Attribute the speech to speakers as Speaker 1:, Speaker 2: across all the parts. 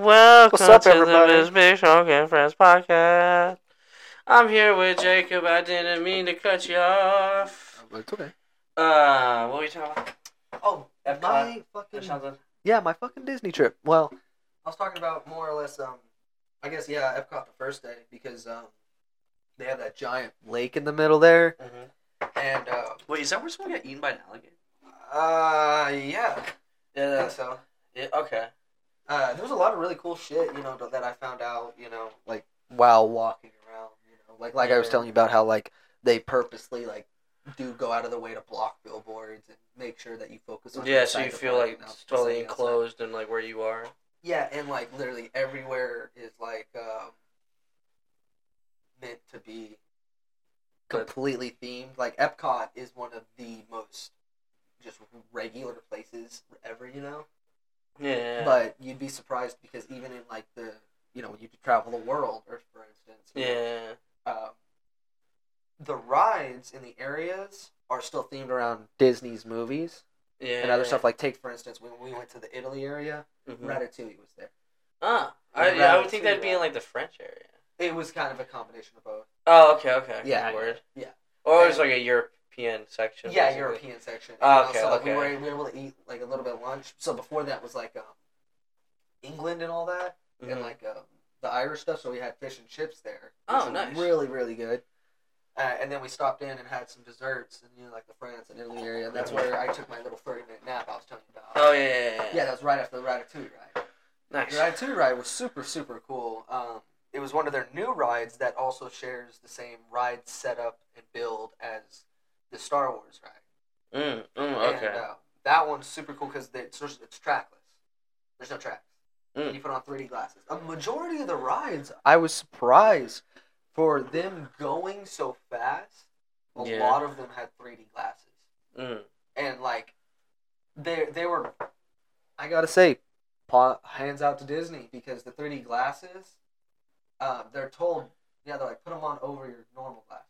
Speaker 1: What's up,
Speaker 2: to
Speaker 1: everybody?
Speaker 2: The Miss Big Shark and Friends podcast. I'm here with Jacob. I didn't mean to cut you off.
Speaker 1: But It's okay.
Speaker 2: Uh, what were we talking about?
Speaker 3: Oh,
Speaker 2: Epcot
Speaker 3: my
Speaker 2: Or
Speaker 3: fucking.
Speaker 2: something?
Speaker 1: Yeah, my fucking Disney trip. Well,
Speaker 3: I was talking about more or less, um, I guess, yeah, Epcot the first day because um, they had that giant
Speaker 1: lake in the middle there.
Speaker 2: Mhm.
Speaker 3: and uh,
Speaker 2: Wait, is that where someone got eaten by an alligator?
Speaker 3: uh yeah,
Speaker 2: Yeah,
Speaker 3: I think
Speaker 2: that's,
Speaker 3: so.
Speaker 2: yeah okay.
Speaker 3: Uh, there was a lot of really cool shit, you know, that I found out, you know, like while walking around, you know, like like I was
Speaker 2: Yeah.
Speaker 3: telling you about how like they purposely like do go out of their way to block billboards and make sure that you focus on.
Speaker 2: Yeah,
Speaker 3: your
Speaker 2: so
Speaker 3: side
Speaker 2: you
Speaker 3: of the
Speaker 2: feel
Speaker 3: park
Speaker 2: like
Speaker 3: and not
Speaker 2: it's totally
Speaker 3: something outside.
Speaker 2: enclosed and like where you are.
Speaker 3: Yeah, and like literally everywhere is like um, meant to be
Speaker 2: But-
Speaker 3: completely themed. Like Epcot is one of the most just regular places ever, you know.
Speaker 2: Yeah.
Speaker 3: But you'd be surprised because even in like the you know when you travel the world, or for instance, you know,
Speaker 2: yeah.
Speaker 3: um, the rides in the areas are still themed around Disney's movies
Speaker 2: Yeah.
Speaker 3: and other stuff. Like take for instance when we went to the Italy area,
Speaker 2: Mhm.
Speaker 3: Ratatouille was there.
Speaker 2: Ah, I,
Speaker 3: Yeah,
Speaker 2: yeah, I
Speaker 3: Ratatouille,
Speaker 2: would think that'd be
Speaker 3: yeah.
Speaker 2: in like the French area.
Speaker 3: It was kind of a combination of both.
Speaker 2: Oh, okay, okay. okay,
Speaker 3: Yeah,
Speaker 2: Word.
Speaker 3: yeah.
Speaker 2: Or it's
Speaker 3: And-
Speaker 2: like a European section.
Speaker 3: Yeah,
Speaker 2: basically.
Speaker 3: European section.
Speaker 2: Oh,
Speaker 3: And
Speaker 2: okay,
Speaker 3: also,
Speaker 2: okay.
Speaker 3: We were, we were able to eat like a little bit of lunch. So before that was like um, England and all that,
Speaker 2: Mhm.
Speaker 3: and like um, the Irish stuff. So we had fish and chips there.
Speaker 2: Oh,
Speaker 3: which was
Speaker 2: nice.
Speaker 3: Really, really good. Uh, and then we stopped in and had some desserts, and you know, like the France and Italy area. And that's where I took my little thirty-minute nap I was telling you about.
Speaker 2: Oh yeah, yeah, yeah.
Speaker 3: yeah, that was right after the Ratatouille ride.
Speaker 2: Nice.
Speaker 3: The Ratatouille ride was super, super cool. Um, it was one of their new rides that also shares the same ride setup and build as the Star Wars ride.
Speaker 2: Mm, mm,
Speaker 3: And,
Speaker 2: okay.
Speaker 3: uh, that one's super cool because it's, just- it's trackless. There's no tracks.
Speaker 2: Mm.
Speaker 3: You put on 3D glasses. A majority of the rides, I was surprised for them going so fast. A
Speaker 2: Yeah.
Speaker 3: lot of them had 3D glasses.
Speaker 2: Mm.
Speaker 3: And, like, they, they were, I gotta say, paw, hands out to Disney because the 3D glasses, uh, they're told, yeah, they're like, put them on over your normal glasses.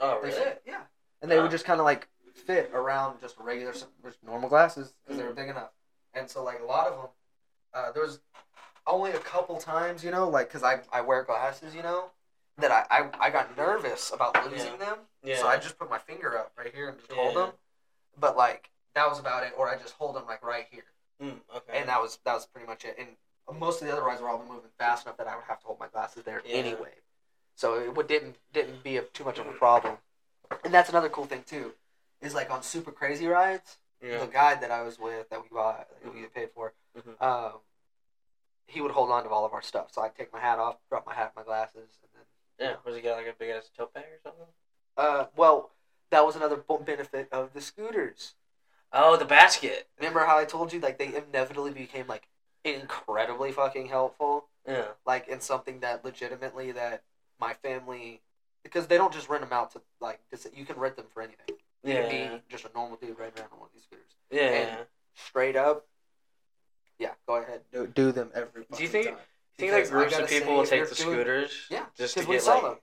Speaker 2: Oh
Speaker 3: They
Speaker 2: really?
Speaker 3: fit, yeah. And they would just kind of like fit around just regular, s- just normal glasses because
Speaker 2: Hmm.
Speaker 3: they were big enough. And so, like, a lot of them, uh, there was only a couple times, you know, like, because I, I wear glasses, you know, that I, I, I got nervous about losing them.
Speaker 2: Yeah.
Speaker 3: So I just put my finger up right here and just hold
Speaker 2: Yeah.
Speaker 3: them. But, like, that was about it. Or I just hold them, like, right here.
Speaker 2: Mm, okay.
Speaker 3: And that was that was pretty much it. And most of the other rides were all moving fast enough that I would have to hold my glasses there
Speaker 2: Yeah.
Speaker 3: anyway. So it would- didn't didn't be a, too much of a problem. And that's another cool thing too, is like on super crazy rides,
Speaker 2: yeah.
Speaker 3: the guide that I was with that we bought that we paid for,
Speaker 2: Mhm.
Speaker 3: um, he would hold on to all of our stuff. So I'd take my hat off, drop my hat, my glasses, and then
Speaker 2: yeah. Was he got like a big ass tote bag or something?
Speaker 3: uh, well, that was another bo- benefit of the scooters.
Speaker 2: Oh, the basket.
Speaker 3: Remember how I told you like they inevitably became like incredibly fucking helpful.
Speaker 2: Yeah.
Speaker 3: like in something that legitimately that my family because they don't just rent them out to like dis- you can rent them for anything. You
Speaker 2: Yeah.
Speaker 3: can be just a normal dude riding around on one of these scooters.
Speaker 2: yeah.
Speaker 3: and- Straight up, yeah, go ahead, do, do them every.
Speaker 2: Do
Speaker 3: fucking
Speaker 2: you think-
Speaker 3: time.
Speaker 2: You
Speaker 3: Because
Speaker 2: think like
Speaker 3: I
Speaker 2: groups
Speaker 3: gotta
Speaker 2: of
Speaker 3: say,
Speaker 2: people will
Speaker 3: if
Speaker 2: take
Speaker 3: you're
Speaker 2: the
Speaker 3: doing-
Speaker 2: scooters?
Speaker 3: Yeah,
Speaker 2: Just to
Speaker 3: 'cause we
Speaker 2: get
Speaker 3: saw
Speaker 2: like.
Speaker 3: them.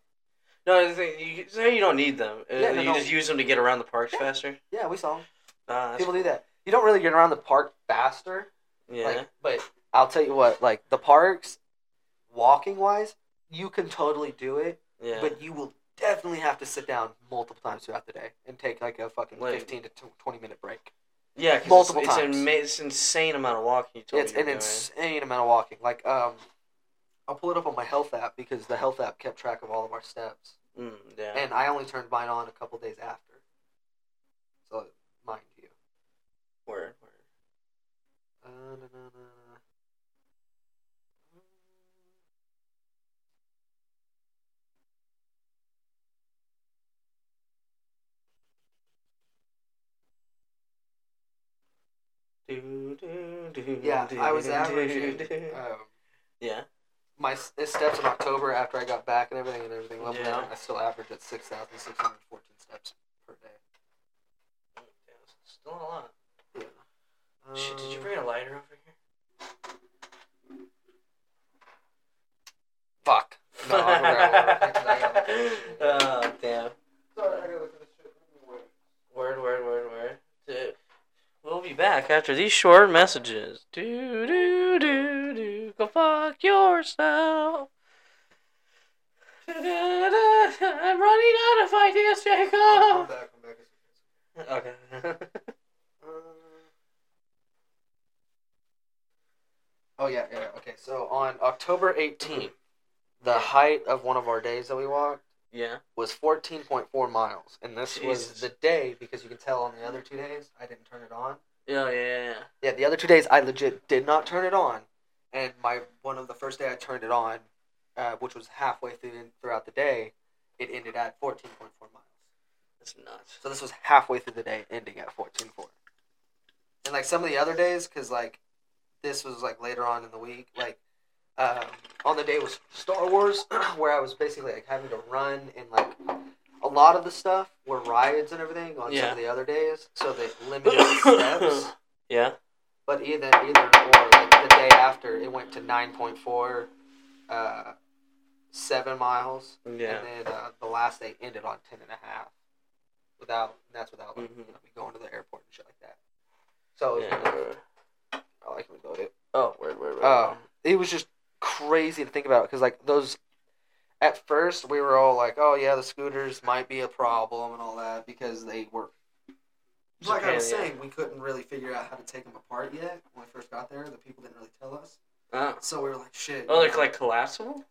Speaker 2: No, the thing you say you don't need them. Uh,
Speaker 3: Yeah, no,
Speaker 2: you
Speaker 3: no.
Speaker 2: just use them to get around the parks
Speaker 3: Yeah.
Speaker 2: faster.
Speaker 3: Yeah, we saw them.
Speaker 2: Ah, that's
Speaker 3: People
Speaker 2: cool.
Speaker 3: do that. You don't really get around the park faster,
Speaker 2: Yeah.
Speaker 3: like, but I'll tell you what, like the parks, walking wise, you can totally do it.
Speaker 2: yeah.
Speaker 3: but you will definitely have to sit down multiple times throughout the day and take like a fucking
Speaker 2: Like-
Speaker 3: 15 to tw- 20 minute break.
Speaker 2: yeah. 'cause
Speaker 3: multiple
Speaker 2: it's,
Speaker 3: times.
Speaker 2: It's, an, it's insane amount of walking. You told
Speaker 3: it's
Speaker 2: me
Speaker 3: an
Speaker 2: you're
Speaker 3: insane amount of walking. Like, um, I'll pull it up on my health app because the health app kept track of all of our steps,
Speaker 2: doing. Mm, yeah.
Speaker 3: and I only turned mine on a couple days after. So, mind you.
Speaker 2: word. word.
Speaker 3: Uh, na, na, na, na.
Speaker 2: Do, do, do,
Speaker 3: Yeah,
Speaker 2: do,
Speaker 3: I was
Speaker 2: do,
Speaker 3: averaging.
Speaker 2: do, do.
Speaker 3: Um,
Speaker 2: yeah.
Speaker 3: my s- steps in October after I got back and everything and everything leveled
Speaker 2: Yeah.
Speaker 3: out. I still averaged at six thousand six hundred fourteen steps per day.
Speaker 2: Still a lot.
Speaker 3: Yeah.
Speaker 2: Shit, did you
Speaker 3: Um,
Speaker 2: bring a lighter over here?
Speaker 3: Fuck. No, I'm
Speaker 2: oh damn!
Speaker 3: Sorry, I gotta look at this shit.
Speaker 2: Word, word, word, word. Dude, We'll be back after these short messages. Do do do do. go fuck yourself. I'm running out of ideas,
Speaker 3: Come
Speaker 2: Jacob.
Speaker 3: back, come back.
Speaker 2: Okay.
Speaker 3: Uh, Oh yeah, yeah. Okay, so on October 18th, the height of one of our days that we walked
Speaker 2: yeah.
Speaker 3: was 14.4 miles, and this
Speaker 2: Jesus.
Speaker 3: was the day because you can tell on the other two days I didn't turn it on.
Speaker 2: Yeah, yeah, yeah.
Speaker 3: Yeah, the other two days I legit did not turn it on, and my one of the first day I turned it on, uh, which was halfway through throughout the day, it ended at 14.4 miles.
Speaker 2: It's nuts.
Speaker 3: So this was halfway through the day, ending at fourteen four. And like some of the other days, because like this was like later on in the week, like um, on the day was Star Wars, where I was basically like having to run and like a lot of the stuff were rides and everything on
Speaker 2: Yeah.
Speaker 3: some of the other days, so they limited the steps.
Speaker 2: Yeah.
Speaker 3: But either either or like the day after, it went to nine point four, uh, seven miles.
Speaker 2: Yeah.
Speaker 3: And then uh, the last day ended on ten and a half. Without and that's without like,
Speaker 2: Mhm.
Speaker 3: you know, me going to the airport and shit like that. So it was
Speaker 2: yeah.
Speaker 3: I like when we go. It,
Speaker 2: Oh, word, word, word.
Speaker 3: uh, it was just crazy to think about because like those. At first, we were all like, "Oh yeah, the scooters might be a problem and all that because they were." Like I was
Speaker 2: Japan, yeah.
Speaker 3: saying, we couldn't really figure out how to take them apart yet. When we first got there, the people didn't really tell us,
Speaker 2: oh.
Speaker 3: so we were like, "Shit."
Speaker 2: oh,
Speaker 3: you
Speaker 2: they're
Speaker 3: know.
Speaker 2: like collapsible?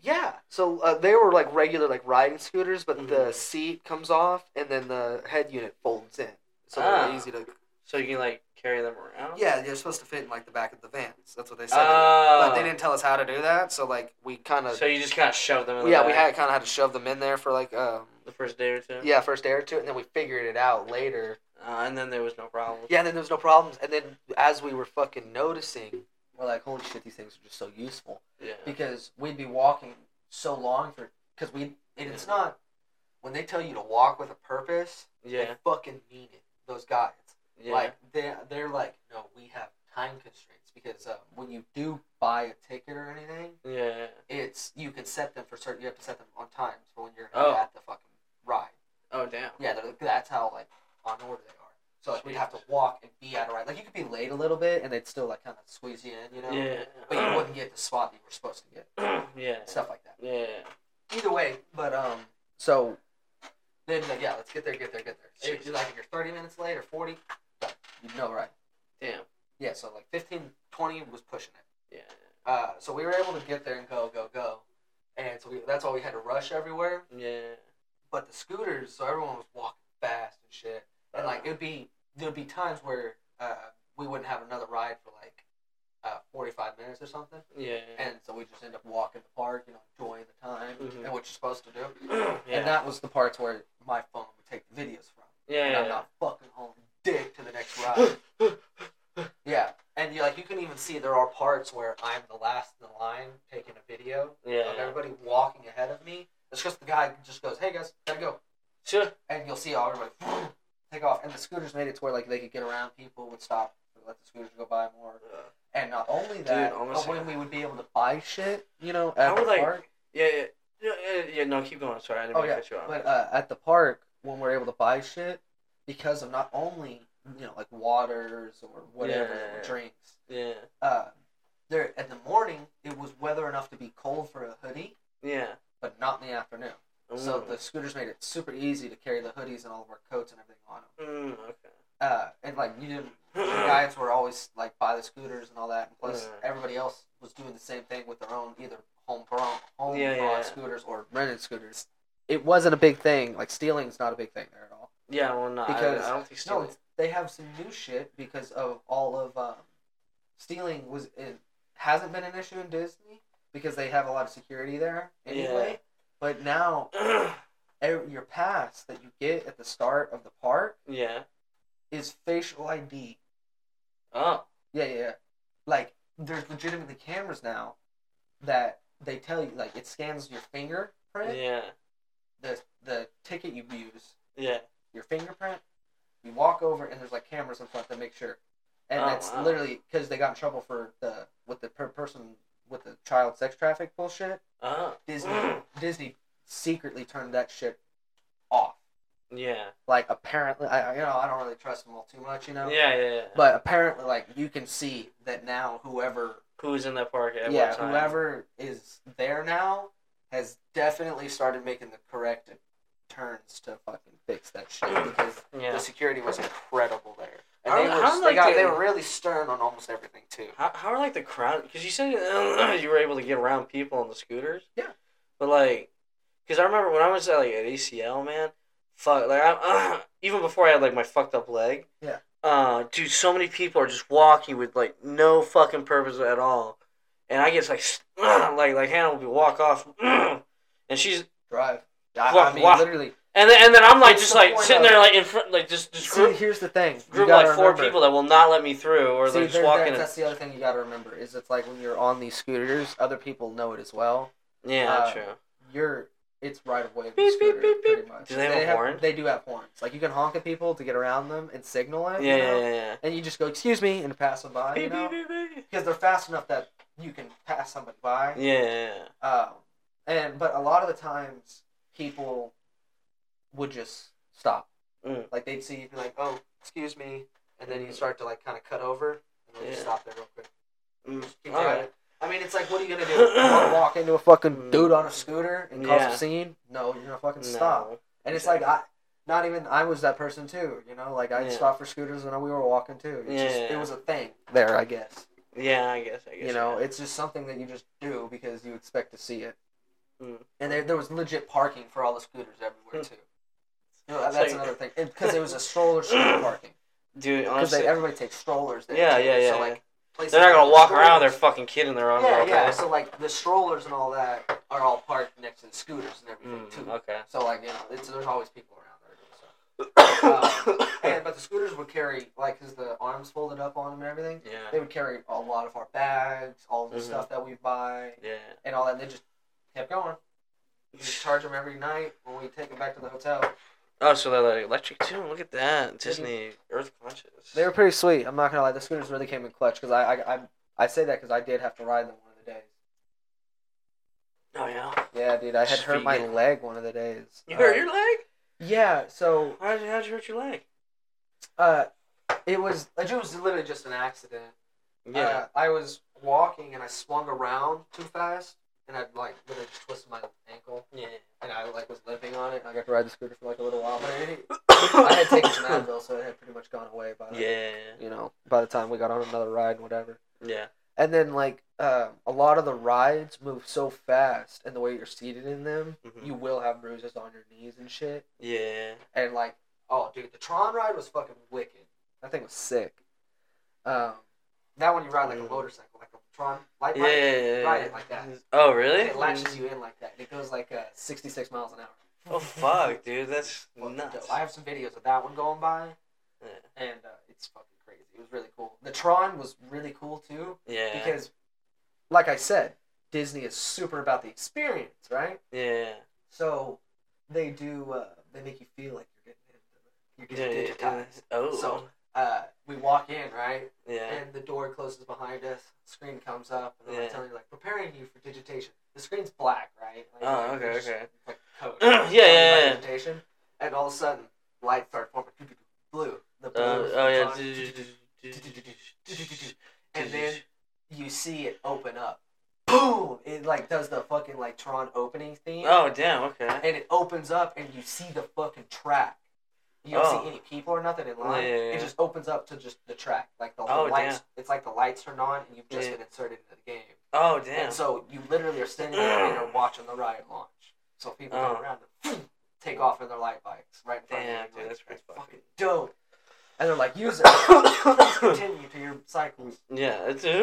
Speaker 3: Yeah. So uh, they were like regular like riding scooters, but
Speaker 2: Mhm.
Speaker 3: the seat comes off and then the head unit folds in, so they're
Speaker 2: Ah.
Speaker 3: really easy to.
Speaker 2: So you can like carry them around?
Speaker 3: Yeah, you're supposed to fit in like the back of the vans. That's what they said.
Speaker 2: Oh.
Speaker 3: but they didn't tell us how to do that, so like we kind of.
Speaker 2: So you just kind of shove them in the
Speaker 3: yeah, we
Speaker 2: back
Speaker 3: had kind of had to shove them in there for like um.
Speaker 2: the first day or two?
Speaker 3: Yeah, first day or two, and then we figured it out later.
Speaker 2: Uh, and then there was no problem.
Speaker 3: Yeah, and then there was no problems, and then as we were fucking noticing, we're like, holy shit, these things are just so useful.
Speaker 2: Yeah.
Speaker 3: because we'd be walking so long for because we and it's not when they tell you to walk with a purpose
Speaker 2: Yeah.
Speaker 3: they fucking mean it those guys
Speaker 2: yeah.
Speaker 3: like they they're like no we have time constraints because uh, when you do buy a ticket or anything
Speaker 2: yeah.
Speaker 3: it's you can set them for certain you have to set them on times for when you're
Speaker 2: Oh.
Speaker 3: at the fucking ride
Speaker 2: Oh, damn.
Speaker 3: yeah they're, that's how like on order they are so like we'd have to walk and be at a ride like you could be late a little bit and they'd still like kind of squeeze you in you know
Speaker 2: Yeah.
Speaker 3: but you wouldn't get the spot that you were supposed to get
Speaker 2: yeah.
Speaker 3: stuff like that
Speaker 2: Yeah.
Speaker 3: either way, but um, so then like, yeah, let's get there, get there, get there. If,
Speaker 2: Jesus.
Speaker 3: like if you're 30 minutes late or 40, you know, right?
Speaker 2: Damn.
Speaker 3: Yeah, so like 15, 20 was pushing it.
Speaker 2: Yeah.
Speaker 3: Uh, so we were able to get there and go, go, go, and so we, that's why we had to rush everywhere.
Speaker 2: Yeah.
Speaker 3: But the scooters, so everyone was walking fast and shit, and like it'd be there'd be times where uh, we wouldn't have another ride for like uh, 45 minutes or something.
Speaker 2: Yeah.
Speaker 3: And so we just end up walking the park, you know, enjoying the time,
Speaker 2: Mhm.
Speaker 3: and what you're supposed to do.
Speaker 2: yeah.
Speaker 3: And that was the parts where my phone would take the videos from. And I'm
Speaker 2: yeah.
Speaker 3: not fucking home dick to the next ride.
Speaker 2: Yeah.
Speaker 3: yeah. And you like you can even see there are parts where I'm the last in the line taking a video
Speaker 2: Yeah.
Speaker 3: of everybody walking ahead of me. It's just the guy just goes, Hey guys, gotta go
Speaker 2: Sure.
Speaker 3: and you'll see all everybody take off. And the scooters made it to where like they could get around people, would stop, let the scooters go by more. And not only that,
Speaker 2: almost-
Speaker 3: but when we would be able to buy shit, you know,
Speaker 2: I
Speaker 3: at
Speaker 2: would,
Speaker 3: the
Speaker 2: like,
Speaker 3: park.
Speaker 2: Yeah. Yeah. Yeah, yeah, yeah, no, keep going. Sorry, I didn't
Speaker 3: Oh,
Speaker 2: mean to
Speaker 3: yeah,
Speaker 2: cut you off.
Speaker 3: But uh, at the park, when we're able to buy shit, because of not only you know like waters or whatever
Speaker 2: Yeah.
Speaker 3: drinks,
Speaker 2: yeah,
Speaker 3: uh, there in the morning it was weather enough to be cold for a hoodie,
Speaker 2: yeah.
Speaker 3: but not in the afternoon. So
Speaker 2: Mm.
Speaker 3: the scooters made it super easy to carry the hoodies and all of our coats and everything on them.
Speaker 2: Mm,
Speaker 3: Uh, and like you didn't, the
Speaker 2: okay.
Speaker 3: guys were always like by the scooters and all that, and plus
Speaker 2: Yeah.
Speaker 3: everybody else was doing the same thing with their own either home grown home
Speaker 2: Yeah, yeah,
Speaker 3: grown
Speaker 2: yeah.
Speaker 3: scooters or rented scooters. It wasn't a big thing. Like stealing's not a big thing there at all.
Speaker 2: Yeah, well, no,
Speaker 3: Because-
Speaker 2: I, I don't think
Speaker 3: No,
Speaker 2: so.
Speaker 3: it's, they have some new shit because of all of um, stealing was it hasn't been an issue in Disney because they have a lot of security there anyway.
Speaker 2: Yeah.
Speaker 3: But now ev your pass that you get at the start of the park
Speaker 2: yeah.
Speaker 3: is facial ID.
Speaker 2: Oh.
Speaker 3: Yeah, yeah, yeah. Like there's legitimately cameras now that they tell you like it scans your fingerprint,
Speaker 2: Yeah.
Speaker 3: the the ticket you use,
Speaker 2: Yeah.
Speaker 3: your fingerprint. You walk over and there's like cameras in front that make sure, and
Speaker 2: Oh,
Speaker 3: that's
Speaker 2: wow.
Speaker 3: literally because they got in trouble for the with the per- person with the child sex traffic bullshit.
Speaker 2: Oh.
Speaker 3: Disney Disney secretly turned that shit off.
Speaker 2: Yeah.
Speaker 3: Like apparently, I I- you know I don't really trust them all too much, you know.
Speaker 2: Yeah, yeah, yeah.
Speaker 3: But apparently, like you can see that now, whoever,
Speaker 2: Who's in that park at
Speaker 3: yeah,
Speaker 2: what time?
Speaker 3: whoever is there now has definitely started making the correct turns to fucking fix that shit because
Speaker 2: Yeah.
Speaker 3: the security was incredible there,
Speaker 2: I
Speaker 3: and they
Speaker 2: don't-
Speaker 3: were
Speaker 2: I
Speaker 3: just-
Speaker 2: don't
Speaker 3: they,
Speaker 2: like
Speaker 3: got,
Speaker 2: the-
Speaker 3: they were really stern on almost everything too.
Speaker 2: How, how are like the crowd? Because you said you were able to get around people on the scooters.
Speaker 3: Yeah.
Speaker 2: But like, because I remember when I was at, like at ACL, man, fuck, like I even before I had like my fucked up leg.
Speaker 3: Yeah.
Speaker 2: Uh, dude, so many people are just walking with like no fucking purpose at all, and I get like, like like Hannah will be walk off, and she's
Speaker 3: Drive, I,
Speaker 2: Wha-
Speaker 3: I mean,
Speaker 2: wha-
Speaker 3: literally.
Speaker 2: and then, and then I'm like
Speaker 3: What's
Speaker 2: just
Speaker 3: the
Speaker 2: like
Speaker 3: point
Speaker 2: sitting
Speaker 3: of-
Speaker 2: there like in front like just just
Speaker 3: See,
Speaker 2: group,
Speaker 3: here's the thing: you
Speaker 2: group
Speaker 3: gotta
Speaker 2: like four
Speaker 3: remember-
Speaker 2: people that will not let me through or
Speaker 3: See,
Speaker 2: they're just
Speaker 3: there-
Speaker 2: walking.
Speaker 3: that-
Speaker 2: in-
Speaker 3: that's the other thing you got to remember is it's like when you're on these scooters, other people know it as well.
Speaker 2: yeah,
Speaker 3: uh,
Speaker 2: true.
Speaker 3: You're it's right of way of the
Speaker 2: Beep, beep,
Speaker 3: scooter,
Speaker 2: beep,
Speaker 3: pretty
Speaker 2: beep.
Speaker 3: much.
Speaker 2: Do they have a horn?
Speaker 3: They do have horns. Like you can honk at people to get around them and signal it.
Speaker 2: Yeah,
Speaker 3: you know?
Speaker 2: yeah, yeah, yeah.
Speaker 3: And you just go, "Excuse me," and pass them by. You
Speaker 2: Beep,
Speaker 3: know,
Speaker 2: beep, beep, beep.
Speaker 3: because they're fast enough that you can pass somebody by.
Speaker 2: Yeah, yeah,
Speaker 3: Um, and but a lot of the times people would just stop.
Speaker 2: Mm.
Speaker 3: Like they'd see you be like, "Oh, excuse me," and then you start to like kind of cut over, and then you
Speaker 2: Yeah.
Speaker 3: stop there real quick.
Speaker 2: yeah. Mm.
Speaker 3: Keep
Speaker 2: All
Speaker 3: driving.
Speaker 2: right.
Speaker 3: I mean, it's like, what are you gonna do? Wanna walk into a fucking dude on a scooter and cause
Speaker 2: Yeah.
Speaker 3: a scene? No, you're gonna fucking
Speaker 2: No.
Speaker 3: stop. And it's like, I, not even I was that person too. You know, like I
Speaker 2: Yeah.
Speaker 3: would stopped for scooters and we were walking too. It's just,
Speaker 2: Yeah.
Speaker 3: it was a thing there, I guess.
Speaker 2: Yeah, I guess. I guess.
Speaker 3: You know,
Speaker 2: yeah.
Speaker 3: it's just something that you just do because you expect to see it.
Speaker 2: Mm. Hmm.
Speaker 3: And there, there was legit parking for all the scooters everywhere too. You know,
Speaker 2: It's
Speaker 3: that's
Speaker 2: like-
Speaker 3: another thing because it was a stroller scooter parking
Speaker 2: dude,
Speaker 3: because
Speaker 2: honestly,
Speaker 3: everybody takes strollers there.
Speaker 2: Yeah,
Speaker 3: too.
Speaker 2: yeah, yeah,
Speaker 3: So
Speaker 2: yeah.
Speaker 3: like, places
Speaker 2: they're not
Speaker 3: that
Speaker 2: gonna
Speaker 3: have
Speaker 2: walk around their
Speaker 3: strollers-
Speaker 2: fucking kid in their own
Speaker 3: yeah,
Speaker 2: walkway.
Speaker 3: yeah. So like the strollers and all that are all parked next to the scooters and everything
Speaker 2: Mm,
Speaker 3: too.
Speaker 2: okay.
Speaker 3: So like you know, it's, there's always people around there. So.
Speaker 2: Um,
Speaker 3: And but the scooters would carry like because the arms folded up on them and everything. They
Speaker 2: yeah,
Speaker 3: would carry a lot of our bags, all the
Speaker 2: Mhm.
Speaker 3: stuff that we buy,
Speaker 2: yeah.
Speaker 3: and all that. And they just kept going. We just charge them every night when we take them back to the hotel.
Speaker 2: Oh, so they're like electric too. Look at that, Disney Earth conscious.
Speaker 3: They were pretty sweet. I'm not gonna lie. The scooters really came in clutch because I, I I I say that because I did have to ride them one of the days.
Speaker 2: Oh yeah.
Speaker 3: Yeah, dude, I had hurt my
Speaker 2: Speaking-
Speaker 3: leg one of the days.
Speaker 2: You
Speaker 3: Uh,
Speaker 2: hurt your leg?
Speaker 3: Yeah, so
Speaker 2: How would you, how'd you hurt your leg?
Speaker 3: uh, it was it was literally just an accident.
Speaker 2: Yeah.
Speaker 3: Uh, I was walking and I swung around too fast and I like literally just twisted my ankle
Speaker 2: yeah.
Speaker 3: and I like was limping on it. and I got to ride the scooter for like a little while, but it, I
Speaker 2: I
Speaker 3: had taken some Advil, so it had pretty much gone away by
Speaker 2: Yeah.
Speaker 3: you know by the time we got on another ride and whatever.
Speaker 2: Yeah.
Speaker 3: And then like um, a lot of the rides move so fast, and the way you're seated in them,
Speaker 2: Mhm.
Speaker 3: you will have bruises on your knees and shit.
Speaker 2: Yeah.
Speaker 3: And like, oh, dude, the Tron ride was fucking wicked. That thing was sick. Um, now when you ride like a
Speaker 2: Mm.
Speaker 3: motorcycle, like a Tron light
Speaker 2: Yeah.
Speaker 3: bike,
Speaker 2: yeah,
Speaker 3: ride
Speaker 2: yeah.
Speaker 3: it like that.
Speaker 2: Oh really?
Speaker 3: it latches you in like that. It goes like uh, 66 miles an hour.
Speaker 2: Oh fuck, dude, that's
Speaker 3: Fucking
Speaker 2: nuts.
Speaker 3: dope. I have some videos of that one going by,
Speaker 2: Yeah.
Speaker 3: and uh, it's fucking crazy. It was really cool. The Tron was really cool too
Speaker 2: Yeah.
Speaker 3: because, like I said, Disney is super about the experience, right?
Speaker 2: yeah.
Speaker 3: So they do. Uh, they make you feel like you're getting
Speaker 2: Yeah,
Speaker 3: into it. You're
Speaker 2: yeah,
Speaker 3: getting
Speaker 2: yeah.
Speaker 3: digitized.
Speaker 2: Oh.
Speaker 3: So- Uh, we walk in, right?
Speaker 2: yeah.
Speaker 3: And the door closes behind us. Screen comes up, and they're
Speaker 2: Yeah.
Speaker 3: like telling you like preparing you for digitation. The screen's black, right? Like,
Speaker 2: Oh,
Speaker 3: like,
Speaker 2: okay,
Speaker 3: just,
Speaker 2: okay.
Speaker 3: Like code.
Speaker 2: Yeah, yeah,
Speaker 3: Telling you
Speaker 2: yeah.
Speaker 3: about Digitation, and all of a sudden, lights start forming. Blue. The
Speaker 2: Uh,
Speaker 3: blue.
Speaker 2: oh yeah.
Speaker 3: comes on, And then you see it open up. Boom! It like does the fucking like Tron opening theme
Speaker 2: Oh damn. Okay.
Speaker 3: and it opens up and you see the fucking track. You don't
Speaker 2: Oh.
Speaker 3: see any people or nothing in line.
Speaker 2: Yeah, yeah, yeah.
Speaker 3: It just opens up to just the track, like the
Speaker 2: Oh,
Speaker 3: whole lights. It's like the lights turn on and you've just
Speaker 2: Yeah.
Speaker 3: been inserted into the game.
Speaker 2: Oh damn.
Speaker 3: And so you literally are standing there and you're watching the ride launch. So people
Speaker 2: Oh.
Speaker 3: go around and take off in their light bikes right in front
Speaker 2: Damn,
Speaker 3: of you.
Speaker 2: dude,
Speaker 3: Like,
Speaker 2: that's pretty
Speaker 3: it's
Speaker 2: fucking-
Speaker 3: fucking dope. And they're like, use it. Please continue to your cycles.
Speaker 2: yeah. It's okay.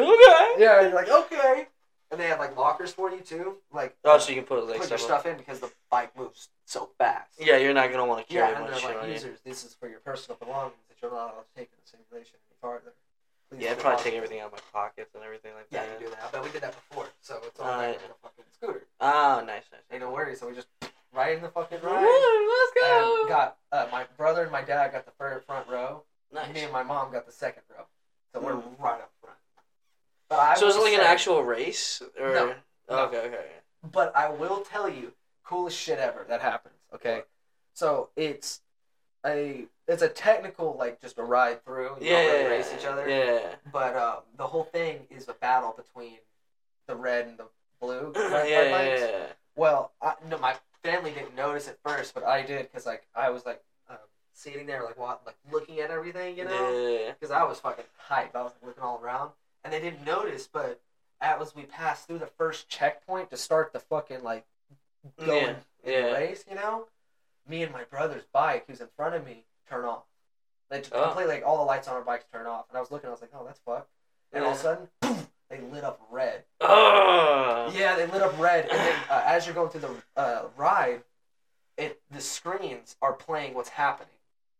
Speaker 3: Yeah, and you're like, okay. And they have like lockers for you too. Like,
Speaker 2: Oh, so you can put like
Speaker 3: put your
Speaker 2: stuff.
Speaker 3: stuff in because the bike moves so fast.
Speaker 2: Yeah, you're not gonna want to carry
Speaker 3: Yeah, and
Speaker 2: much uh,
Speaker 3: they're
Speaker 2: shit
Speaker 3: like
Speaker 2: on you.
Speaker 3: users. This is for your personal belongings that you're not allowed to take in the simulation any farther. Please
Speaker 2: Yeah, I'd
Speaker 3: do
Speaker 2: probably
Speaker 3: not-
Speaker 2: take everything out of my pockets and everything like
Speaker 3: Yeah,
Speaker 2: that. Uh,
Speaker 3: you do that. But we did that before, so it's all
Speaker 2: Alright.
Speaker 3: right. in a fucking scooter.
Speaker 2: Oh, nice, nice.
Speaker 3: Ain't no worries. So we just right in the fucking
Speaker 2: Woo,
Speaker 3: ride.
Speaker 2: let's go.
Speaker 3: And got uh, my brother and my dad got the fir- front row.
Speaker 2: nice.
Speaker 3: Me and my mom got the second row. So we're
Speaker 2: Mm.
Speaker 3: right up front. But I
Speaker 2: so is it
Speaker 3: will
Speaker 2: like an
Speaker 3: say-
Speaker 2: actual race or?
Speaker 3: No, no.
Speaker 2: Okay, okay.
Speaker 3: But I will tell you, coolest shit ever that happens. Okay, so it's a it's a technical like just a ride through. You
Speaker 2: yeah,
Speaker 3: don't really race each other.
Speaker 2: Yeah,
Speaker 3: But um, the whole thing is a battle between the red and the blue. red-
Speaker 2: yeah,
Speaker 3: red lights.
Speaker 2: yeah.
Speaker 3: Well, I, no, my family didn't notice at first, but I did because like I was like um, sitting there like what, like looking at everything, you know,
Speaker 2: yeah.
Speaker 3: because I was fucking hype. I was like, looking all around, and they didn't notice. But as we passed through the first checkpoint to start the fucking like going in the
Speaker 2: yeah.
Speaker 3: race, you know, me and my brother's bike, who's in front of me, turn off. They just
Speaker 2: Oh.
Speaker 3: completely like all the lights on our bikes turn off, and I was looking, I was like, oh, that's fucked. And all of a sudden, they lit up red.
Speaker 2: Oh.
Speaker 3: Yeah, they lit up red, and then uh, as you're going through the uh, ride, it the screens are playing what's happening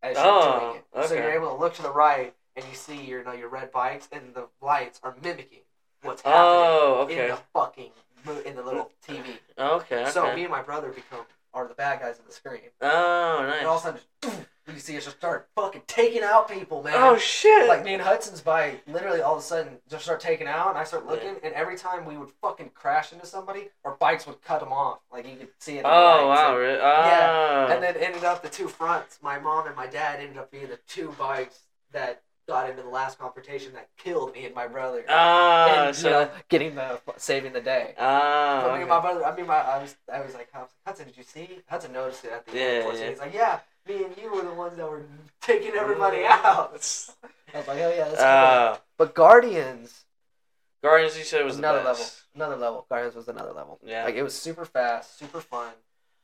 Speaker 3: as you're
Speaker 2: Oh,
Speaker 3: doing it. So
Speaker 2: okay.
Speaker 3: you're able to look to the right, and you see your you know, your red bikes, and the lights are mimicking what's happening
Speaker 2: Oh,
Speaker 3: in
Speaker 2: okay. Oh,
Speaker 3: the fucking mo- in the little TV.
Speaker 2: Okay. okay.
Speaker 3: So me and my brother become are the bad guys in the screen,
Speaker 2: oh, nice.
Speaker 3: and all of a sudden, just, you see us just start fucking taking out people, man.
Speaker 2: oh shit.
Speaker 3: Like me and Hudson's bike, literally all of a sudden just start taking out, and I start looking, and every time we would fucking crash into somebody, our bikes would cut them off. Like you could see it. in the
Speaker 2: oh
Speaker 3: lights,
Speaker 2: wow.
Speaker 3: and-
Speaker 2: Really?
Speaker 3: Yeah,
Speaker 2: Oh.
Speaker 3: And then ended up the two fronts. My mom and my dad ended up being the two bikes that got into the last confrontation that killed me and my brother.
Speaker 2: Ah,
Speaker 3: and,
Speaker 2: so
Speaker 3: you know, getting the saving the day.
Speaker 2: ah,
Speaker 3: But me
Speaker 2: okay.
Speaker 3: and my brother, I mean, my, I was, I was like, I was like, Hudson, did you see? Hudson noticed it at the
Speaker 2: Yeah,
Speaker 3: end. of course,
Speaker 2: yeah.
Speaker 3: and He's like, yeah, me and you were the ones that were taking everybody out. I was like, oh yeah, that's cool.
Speaker 2: Ah.
Speaker 3: but Guardians,
Speaker 2: Guardians, you said was
Speaker 3: another
Speaker 2: the
Speaker 3: level,
Speaker 2: best.
Speaker 3: another level. Guardians was another level.
Speaker 2: Yeah.
Speaker 3: Like it was super fast, super fun,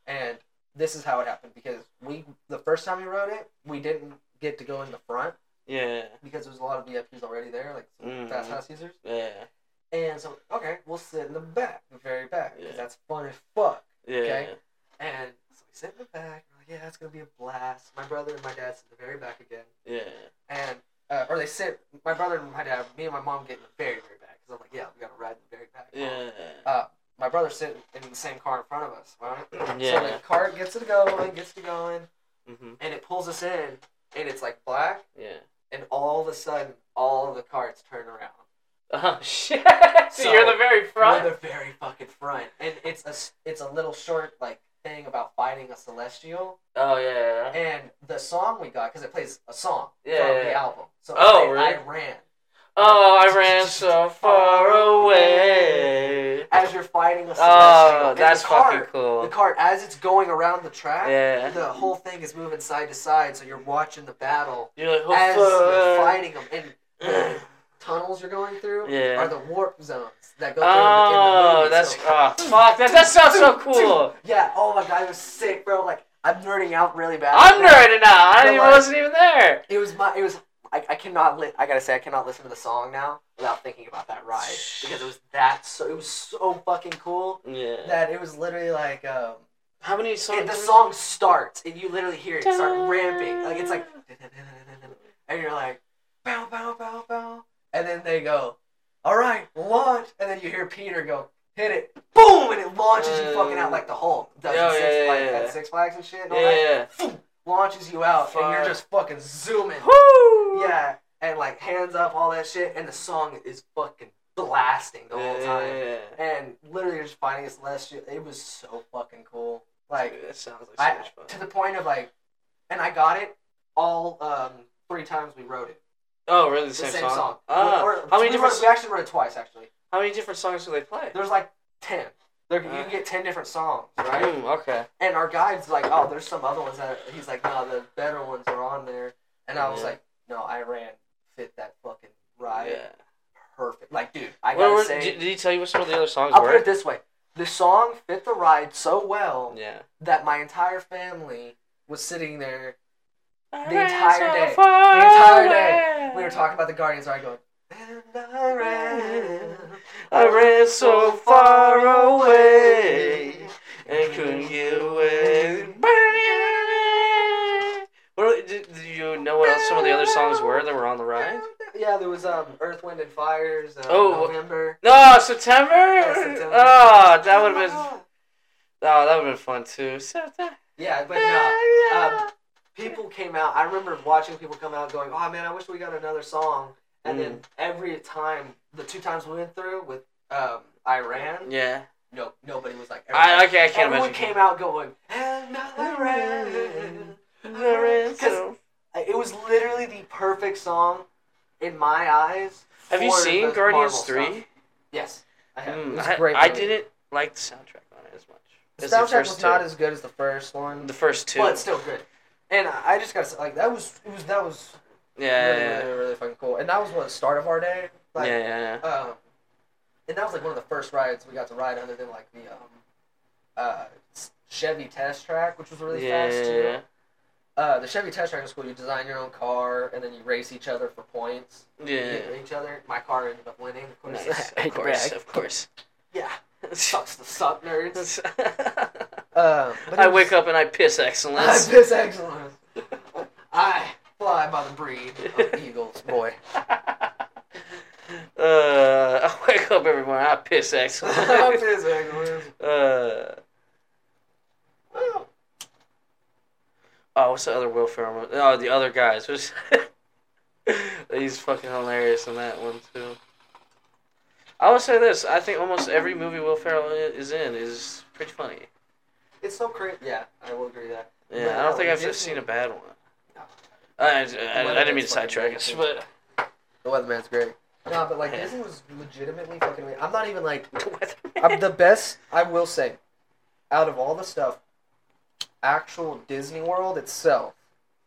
Speaker 3: and this is how it happened because we, the first time we rode it, we didn't get to go in the front
Speaker 2: Yeah.
Speaker 3: because there was a lot of VIPs already there, like some
Speaker 2: Mhm.
Speaker 3: fast house users.
Speaker 2: Yeah.
Speaker 3: And so, okay, we'll sit in the back, the very back, because
Speaker 2: Yeah.
Speaker 3: that's fun as fuck.
Speaker 2: Yeah.
Speaker 3: Okay. And so we sit in the back. We're like, yeah, it's gonna be a blast. My brother and my dad sit in the very back again,
Speaker 2: Yeah.
Speaker 3: and uh, or they sit. My brother and my dad, me and my mom, get in the very very back because I'm like, yeah, we gotta ride in the very back.
Speaker 2: Yeah.
Speaker 3: My brother's sitting in the same car in front of us. Right. So
Speaker 2: Yeah.
Speaker 3: the car gets it going, gets it going,
Speaker 2: Mm-hmm.
Speaker 3: and it pulls us in, and it's like black,
Speaker 2: Yeah.
Speaker 3: and all of a sudden, all of the carts turn around.
Speaker 2: Oh shit!
Speaker 3: So,
Speaker 2: You're the very front.
Speaker 3: We're the very fucking front, and it's a s- it's a little short like thing about fighting a celestial.
Speaker 2: Oh yeah.
Speaker 3: And the song we got, because it plays a song
Speaker 2: Yeah,
Speaker 3: from
Speaker 2: yeah,
Speaker 3: the
Speaker 2: yeah.
Speaker 3: album. So
Speaker 2: Oh,
Speaker 3: I,
Speaker 2: really?
Speaker 3: I ran.
Speaker 2: Oh, I ran so far away.
Speaker 3: As you're fighting a celestial.
Speaker 2: Oh,
Speaker 3: and
Speaker 2: that's
Speaker 3: the cart,
Speaker 2: fucking cool.
Speaker 3: The cart, as it's going around the track,
Speaker 2: Yeah.
Speaker 3: the whole thing is moving side to side, so you're watching the battle
Speaker 2: You're like, who
Speaker 3: as you're
Speaker 2: fuck?
Speaker 3: fighting them. And the tunnels you're going through
Speaker 2: Yeah.
Speaker 3: are the warp zones that go through
Speaker 2: Oh,
Speaker 3: in the, in the movie.
Speaker 2: that's
Speaker 3: so-
Speaker 2: oh fuck. That that sounds so cool.
Speaker 3: Yeah, oh my god, it was sick, bro. Like, I'm nerding out really bad. right
Speaker 2: I'm
Speaker 3: now.
Speaker 2: nerding out. I
Speaker 3: But
Speaker 2: didn't,
Speaker 3: like-
Speaker 2: wasn't even there.
Speaker 3: It was my. It was. I, I cannot. Li- I gotta say, I cannot listen to the song now without thinking about that ride because it was that. So it was so fucking cool
Speaker 2: Yeah.
Speaker 3: that it was literally like. Um,
Speaker 2: How many songs?
Speaker 3: it, the song starts and you literally hear it start ramping. Like it's like, and you're like, bow bow bow bow, and then they go, all right, launch, and then you hear Peter go, hit it, boom, and it launches you fucking out like the Hulk does
Speaker 2: Oh,
Speaker 3: in Six,
Speaker 2: yeah, yeah,
Speaker 3: Flags,
Speaker 2: yeah.
Speaker 3: at Six Flags and shit. And all that
Speaker 2: Yeah.
Speaker 3: launches you out and
Speaker 2: Fuck.
Speaker 3: you're just fucking zooming.
Speaker 2: Woo!
Speaker 3: Yeah, and like hands up, all that shit, and the song is fucking blasting the whole time.
Speaker 2: Yeah.
Speaker 3: And literally just finding its last shit. It was so fucking cool. Like
Speaker 2: Dude, that sounds like so
Speaker 3: I
Speaker 2: much fun.
Speaker 3: to the point of like, and I got it all um three times we wrote it.
Speaker 2: Oh, really? The,
Speaker 3: The
Speaker 2: same,
Speaker 3: same,
Speaker 2: song.
Speaker 3: song.
Speaker 2: Ah,
Speaker 3: Or- or-
Speaker 2: how many
Speaker 3: we
Speaker 2: different
Speaker 3: Wrote, we actually wrote it twice. Actually,
Speaker 2: how many different songs do they play?
Speaker 3: there's like ten. There, you
Speaker 2: Uh.
Speaker 3: can get ten different songs, right?
Speaker 2: Mm, okay.
Speaker 3: And our guide's like, oh, there's some other ones that he's like, no, the better ones are on there. And I was
Speaker 2: Yeah.
Speaker 3: like, no, I ran fit that fucking ride
Speaker 2: Yeah.
Speaker 3: perfect. Like, dude, I
Speaker 2: What
Speaker 3: gotta
Speaker 2: were-
Speaker 3: say,
Speaker 2: did, did he tell you what some of the other songs
Speaker 3: I'll put
Speaker 2: were?
Speaker 3: it this way: the song fit the ride so well
Speaker 2: Yeah.
Speaker 3: that my entire family was sitting there.
Speaker 2: The
Speaker 3: entire day. The entire day. We were talking about the Guardians. I go, and I ran,
Speaker 2: I ran so far away and couldn't get away. What, did, did you know what else some of the other songs were that were on the ride?
Speaker 3: Yeah, there was um, Earth, Wind, and Fires. Uh,
Speaker 2: Oh.
Speaker 3: November.
Speaker 2: No, September.
Speaker 3: September.
Speaker 2: Oh, that would have been. Oh, that would have been fun too. September.
Speaker 3: Yeah, but no. um, people came out. I remember watching people come out going, "Oh man, I wish we got another song." And then
Speaker 2: Mm.
Speaker 3: every time, the two times we went through with um, Iran,
Speaker 2: yeah.
Speaker 3: no, nobody was like.
Speaker 2: I
Speaker 3: everybody-
Speaker 2: okay. I can't
Speaker 3: everyone
Speaker 2: imagine.
Speaker 3: came out going, "And Iran."
Speaker 2: The ransom.
Speaker 3: I- It was literally the perfect song in my eyes.
Speaker 2: Have you
Speaker 3: for
Speaker 2: seen
Speaker 3: the
Speaker 2: Guardians
Speaker 3: Marvel
Speaker 2: Three?
Speaker 3: stuff. Yes, I have.
Speaker 2: Mm,
Speaker 3: It was
Speaker 2: I,
Speaker 3: a great.
Speaker 2: I
Speaker 3: movie.
Speaker 2: didn't like the soundtrack on it as much.
Speaker 3: The
Speaker 2: as the
Speaker 3: soundtrack
Speaker 2: first
Speaker 3: was
Speaker 2: two.
Speaker 3: not as good as the first one,
Speaker 2: the first two.
Speaker 3: but still good. And I I just gotta say, like that was it was that was
Speaker 2: yeah,
Speaker 3: really,
Speaker 2: yeah,
Speaker 3: really, really, really fucking cool. And that was what the start of our day. Like,
Speaker 2: yeah, yeah,
Speaker 3: Um, and that was like one of the first rides we got to ride, other than like the um, uh, Chevy test track, which was really
Speaker 2: yeah,
Speaker 3: fast
Speaker 2: yeah,
Speaker 3: too.
Speaker 2: yeah,
Speaker 3: Uh, the Chevy test track is cool. You design your own car, and then you race each other for points.
Speaker 2: yeah.
Speaker 3: You hit each other. My car ended up winning. Of course.
Speaker 2: Nice. Of course, of course.
Speaker 3: yeah, sucks to suck, nerds.
Speaker 2: I
Speaker 3: Um, but it was-
Speaker 2: wake up and I piss
Speaker 3: I
Speaker 2: excellence.
Speaker 3: piss excellence. I fly by the breed of eagles, boy.
Speaker 2: Uh, I wake up every morning. I piss
Speaker 3: I
Speaker 2: excellence.
Speaker 3: piss excellence.
Speaker 2: uh,
Speaker 3: Well,
Speaker 2: oh, what's the other Will Ferrell? movie? Oh, the other guys. What's- He's fucking hilarious in that one too. I will say this: I think almost every movie Will Ferrell i- is in is pretty funny.
Speaker 3: It's so crazy. Yeah, I will agree with that.
Speaker 2: Yeah,
Speaker 3: But
Speaker 2: I don't
Speaker 3: no,
Speaker 2: think
Speaker 3: it
Speaker 2: I've
Speaker 3: didn't-
Speaker 2: seen a bad one.
Speaker 3: No.
Speaker 2: I, I, I, didn't mean to
Speaker 3: It's fucking
Speaker 2: sidetrack us,
Speaker 3: amazing.
Speaker 2: but
Speaker 3: The Weatherman's great. No, but like
Speaker 2: Yeah.
Speaker 3: Disney was legitimately fucking. Amazing. I'm not even like I'm the best. I will say, out of all the stuff, actual Disney World itself,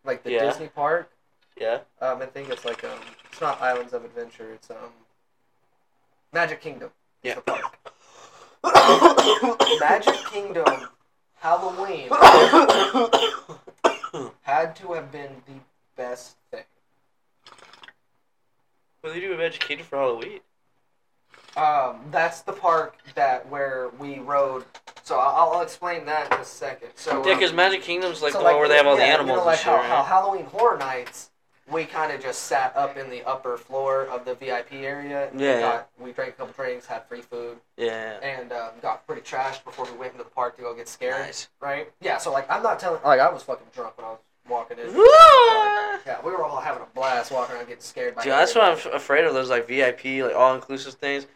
Speaker 3: like the
Speaker 2: Yeah.
Speaker 3: Disney park.
Speaker 2: yeah,
Speaker 3: Um, I think it's like um, it's not Islands of Adventure. It's um, Magic Kingdom.
Speaker 2: yeah.
Speaker 3: Magic Kingdom Halloween had to have been the best thing.
Speaker 2: What do you do with educated for Halloween?
Speaker 3: Um, that's the park that where we rode. So I'll, I'll explain that in a second. So
Speaker 2: Yeah,
Speaker 3: um,
Speaker 2: because Magic Kingdom's like
Speaker 3: so,
Speaker 2: the one where they have all
Speaker 3: yeah,
Speaker 2: the animals
Speaker 3: You know, like
Speaker 2: and shit.
Speaker 3: how,
Speaker 2: right?
Speaker 3: how Halloween Horror Nights, we kind of just sat up in the upper floor of the VIP area. and
Speaker 2: Yeah.
Speaker 3: Got, we drank a couple drinks, had free food,
Speaker 2: yeah,
Speaker 3: and um, got pretty trashed before we went into the park to go get scared.
Speaker 2: nice.
Speaker 3: Right? Yeah. So like, I'm not telling. Like, I was fucking drunk when I was walking in.
Speaker 2: Dude,
Speaker 3: Yeah, we were all having a blast walking around getting scared by
Speaker 2: that's what I'm
Speaker 3: everybody.
Speaker 2: f- afraid of. Those like VIP, like all inclusive things.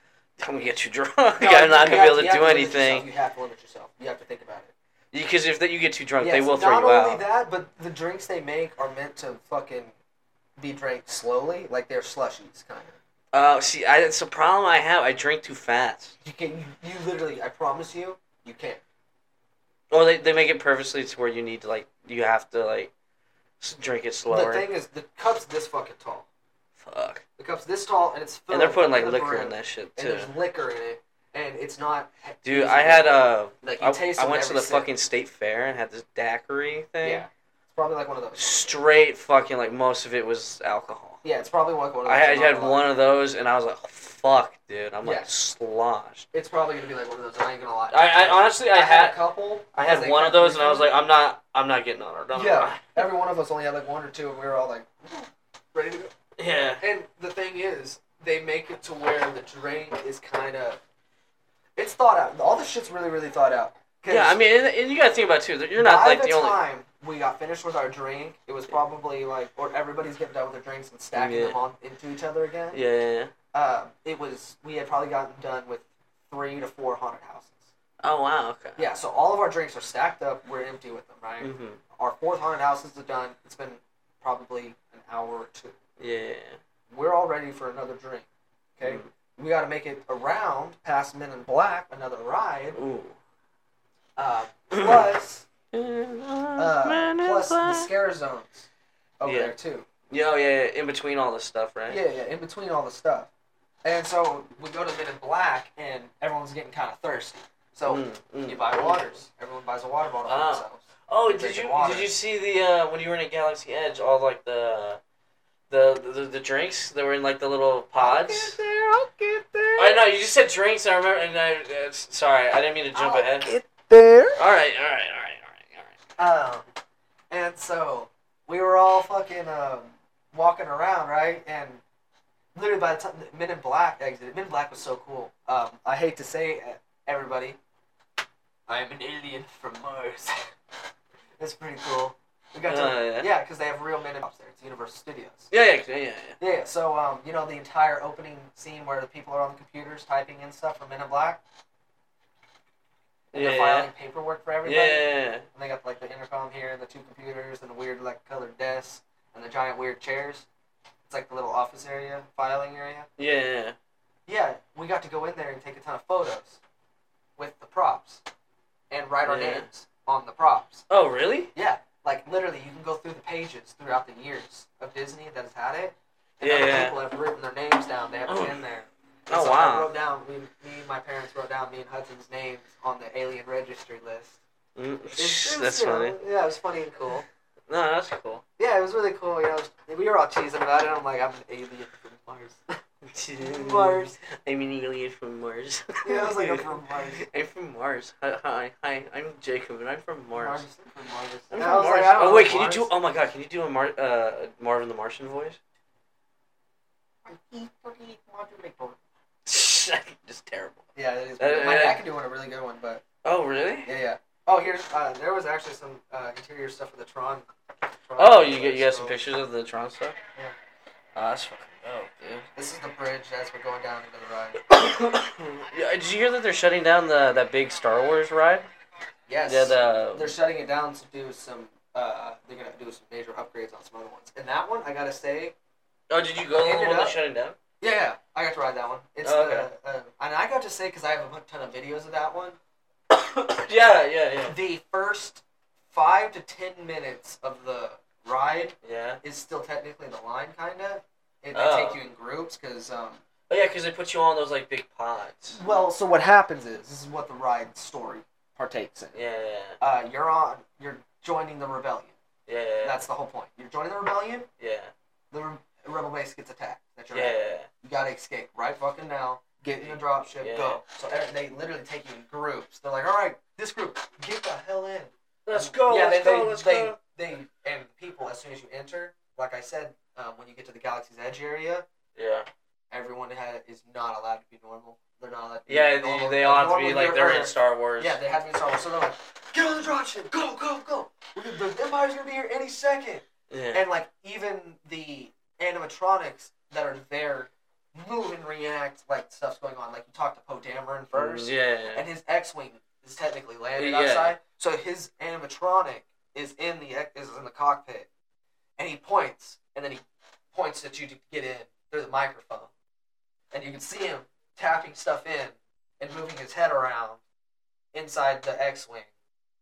Speaker 2: I'm gonna get you drunk.
Speaker 3: No,
Speaker 2: I'm not
Speaker 3: you
Speaker 2: gonna be
Speaker 3: have-
Speaker 2: able
Speaker 3: you
Speaker 2: to
Speaker 3: have
Speaker 2: do
Speaker 3: limit
Speaker 2: anything
Speaker 3: yourself. You have to limit yourself. You have to think about it.
Speaker 2: because if that you get too drunk, they
Speaker 3: Yes,
Speaker 2: will throw
Speaker 3: not
Speaker 2: you
Speaker 3: only
Speaker 2: out.
Speaker 3: that, but the drinks they make are meant to fucking be drank slowly, like they're slushies, kind of.
Speaker 2: Uh, see, I, it's a problem I have. I drink too fast.
Speaker 3: You can, you, you literally, I promise you, you can't.
Speaker 2: Or they, they make it purposely to where you need to like you have to like s- drink it slower.
Speaker 3: The thing is, the cup's this fucking tall.
Speaker 2: Fuck.
Speaker 3: The cup's this tall, and it's filled.
Speaker 2: And they're putting
Speaker 3: to
Speaker 2: like
Speaker 3: the
Speaker 2: liquor
Speaker 3: brim,
Speaker 2: in that shit
Speaker 3: And
Speaker 2: too.
Speaker 3: there's liquor in it, and it's not.
Speaker 2: Dude, I had a.
Speaker 3: Like you
Speaker 2: I,
Speaker 3: taste
Speaker 2: I
Speaker 3: them
Speaker 2: went to
Speaker 3: every
Speaker 2: the
Speaker 3: sip.
Speaker 2: fucking state fair and had this daiquiri thing.
Speaker 3: Yeah, it's probably like one of those.
Speaker 2: Straight fucking like most of it was alcohol.
Speaker 3: Yeah, it's probably like one of those.
Speaker 2: I had,
Speaker 3: I'm not
Speaker 2: had
Speaker 3: gonna lie.
Speaker 2: one of those and I was like, fuck, dude. I'm
Speaker 3: Yeah.
Speaker 2: like sloshed.
Speaker 3: It's probably gonna be like one of those. I ain't gonna lie.
Speaker 2: I, I honestly, I,
Speaker 3: a
Speaker 2: had.
Speaker 3: couple.
Speaker 2: I
Speaker 3: because
Speaker 2: had
Speaker 3: they
Speaker 2: one
Speaker 3: kept
Speaker 2: of those and I was
Speaker 3: refilling.
Speaker 2: like, I'm not, I'm not getting on her. No, no, no.
Speaker 3: Yeah, every one of us only had like one or two, and we were all like, ready to go.
Speaker 2: yeah.
Speaker 3: And the thing is, they make it to where the drink is kind of. It's thought out. All the shit's really, really thought out. 'Cause
Speaker 2: Yeah, I mean, and, and you gotta think about it too. that You're not
Speaker 3: by
Speaker 2: like
Speaker 3: the,
Speaker 2: the only.
Speaker 3: time we got finished with our drink, it was probably like, or everybody's getting done with their drinks and stacking
Speaker 2: Yeah.
Speaker 3: them on into each other again.
Speaker 2: Yeah, yeah, yeah.
Speaker 3: Uh, it was we had probably gotten done with three to four haunted houses.
Speaker 2: Oh wow. Okay.
Speaker 3: Yeah, so all of our drinks are stacked up. We're empty with them, right?
Speaker 2: Mm-hmm.
Speaker 3: Our fourth haunted house is done. It's been probably an hour or two.
Speaker 2: Yeah.
Speaker 3: we're all ready for another drink. Okay,
Speaker 2: Mm-hmm.
Speaker 3: we got to make it around past Men in Black, another ride.
Speaker 2: Ooh.
Speaker 3: Uh, plus, uh, plus the scare zones over
Speaker 2: Yeah.
Speaker 3: there too.
Speaker 2: Yeah, oh, yeah, yeah, in between all this stuff, right?
Speaker 3: Yeah, yeah, in between all the stuff. And so we go to Men in Black, and everyone's getting kind of thirsty. So
Speaker 2: Mm, mm.
Speaker 3: you buy waters. Everyone buys a water bottle
Speaker 2: Ah.
Speaker 3: for themselves.
Speaker 2: Oh,
Speaker 3: You're
Speaker 2: did
Speaker 3: drinking
Speaker 2: you
Speaker 3: water.
Speaker 2: did you see the uh, when you were in a Galaxy Edge, all like the the the, the drinks that were in like the little
Speaker 3: I'll get
Speaker 2: pods?
Speaker 3: there. I'll get there.
Speaker 2: I know you just said drinks. I remember, and I uh, s- sorry, I didn't mean to jump
Speaker 3: I'll
Speaker 2: ahead.
Speaker 1: Get there.
Speaker 2: All right, all right, all right, all right,
Speaker 3: Um, and so we were all fucking um, walking around, right? And literally by the time that Men in Black exited, Men in Black was so cool. Um, I hate to say it, everybody, I'm an alien from Mars. That's pretty cool. We got
Speaker 2: all
Speaker 3: to,
Speaker 2: right. Uh, yeah.
Speaker 3: yeah, because they have real men in Black there. It's Universal Studios.
Speaker 2: Yeah, yeah, yeah, yeah, yeah.
Speaker 3: Yeah, so um, you know the entire opening scene where the people are on the computers typing in stuff for Men in Black. and
Speaker 2: Yeah.
Speaker 3: they're filing paperwork for everybody.
Speaker 2: Yeah.
Speaker 3: And they got like the intercom here, and the two computers, and the weird like colored desks, and the giant weird chairs. It's like the little office area, filing area.
Speaker 2: Yeah.
Speaker 3: Yeah, we got to go in there and take a ton of photos with the props, and write our
Speaker 2: Yeah.
Speaker 3: names on the props.
Speaker 2: Oh, really?
Speaker 3: Yeah, like literally, you can go through the pages throughout the years of Disney that has had it. And
Speaker 2: Yeah,
Speaker 3: other
Speaker 2: yeah.
Speaker 3: people have written their names down. They have
Speaker 2: Oh.
Speaker 3: it in there. And
Speaker 2: Oh,
Speaker 3: so I
Speaker 2: wow.
Speaker 3: wrote down we, me and my parents wrote down me and Hudson's names on the alien registry list.
Speaker 2: Mm,
Speaker 3: It was- it was,
Speaker 2: That's
Speaker 3: you know,
Speaker 2: funny.
Speaker 3: yeah, it was funny and cool.
Speaker 2: No, that's cool.
Speaker 3: Yeah, it was really cool. You know, we were all cheesing about it. I'm like, I'm an alien from Mars. Mars.
Speaker 2: I'm an alien from Mars.
Speaker 3: Yeah, I was like, I'm from Mars.
Speaker 2: I'm from Mars. Hi, hi, hi. I'm Jacob, and I'm from Mars.
Speaker 3: from Mars.
Speaker 2: I'm
Speaker 3: And
Speaker 2: from
Speaker 3: I was
Speaker 2: Mars.
Speaker 3: like, I don't
Speaker 2: oh
Speaker 3: know
Speaker 2: wait, can you do?
Speaker 3: Mars.
Speaker 2: Oh my God, can you do a Mar- uh, Marvin the Martian voice? Just terrible.
Speaker 3: Yeah, it is.
Speaker 2: Uh,
Speaker 3: weird. my
Speaker 2: uh,
Speaker 3: dad can do one, a really good one, but
Speaker 2: Oh really?
Speaker 3: yeah, yeah. Oh, here's uh, there was actually some uh, interior stuff for the Tron. Tron
Speaker 2: Oh, you get you got
Speaker 3: so-
Speaker 2: some pictures of the Tron stuff.
Speaker 3: Yeah.
Speaker 2: Oh, that's fucking dope, dude.
Speaker 3: This is the bridge as we're going down into the ride.
Speaker 2: yeah, did you hear that they're shutting down the that big Star Wars ride?
Speaker 3: Yes.
Speaker 2: Yeah, the
Speaker 3: They're shutting it down to do some. Uh, they're gonna do some major upgrades on some other ones. And that one, I gotta say,
Speaker 2: oh, did you go to the
Speaker 3: Ended
Speaker 2: one that's
Speaker 3: up-
Speaker 2: shutting down?
Speaker 3: yeah, yeah, I got to ride that one. It's
Speaker 2: Oh,
Speaker 3: the, uh, and I got to say because I have a ton of videos of that one.
Speaker 2: yeah, yeah, yeah,
Speaker 3: The first five to ten minutes of the ride
Speaker 2: yeah.
Speaker 3: is still technically the line, kinda. And they
Speaker 2: Oh.
Speaker 3: take you in groups because. Um,
Speaker 2: Oh yeah, because they put you on those like big pods.
Speaker 3: well, so what happens is this is what the ride story partakes in.
Speaker 2: Yeah, yeah,
Speaker 3: Uh, you're on. You're joining the rebellion.
Speaker 2: yeah, yeah,
Speaker 3: That's the whole point. You're joining the rebellion.
Speaker 2: yeah,
Speaker 3: The re- rebel base gets attacked. That's
Speaker 2: yeah,
Speaker 3: your
Speaker 2: yeah,
Speaker 3: You gotta escape right fucking now. Get in a drop ship.
Speaker 2: Yeah.
Speaker 3: Go. So e- they literally take you in groups. They're like, all right, this group, get the hell in.
Speaker 2: Let's go,
Speaker 3: Yeah, they,
Speaker 2: let's go,
Speaker 3: they,
Speaker 2: let's
Speaker 3: they,
Speaker 2: go.
Speaker 3: They and people as soon as you enter, like I said, um, when you get to the Galaxy's Edge area,
Speaker 2: Yeah,
Speaker 3: everyone ha is not allowed to be normal. They're not allowed. To be
Speaker 2: yeah.
Speaker 3: normal.
Speaker 2: They, they
Speaker 3: The
Speaker 2: all have to
Speaker 3: normal
Speaker 2: be like
Speaker 3: year
Speaker 2: they're in
Speaker 3: Earth-
Speaker 2: Star Wars.
Speaker 3: Yeah, they have to be normal. So they're like, get on the drop ship. Go, go, go. We're gonna- The Empire's gonna be here any second.
Speaker 2: yeah.
Speaker 3: And like even the animatronics that are there move and react like stuff's going on. Like you talk to Poe Dameron first,
Speaker 2: Yeah,
Speaker 3: and his X-wing is technically landed
Speaker 2: Yeah.
Speaker 3: outside, so his animatronic is in the ex- is in the cockpit, and he points, and then he points at you to get in through the microphone, and you can see him tapping stuff in and moving his head around inside the X-wing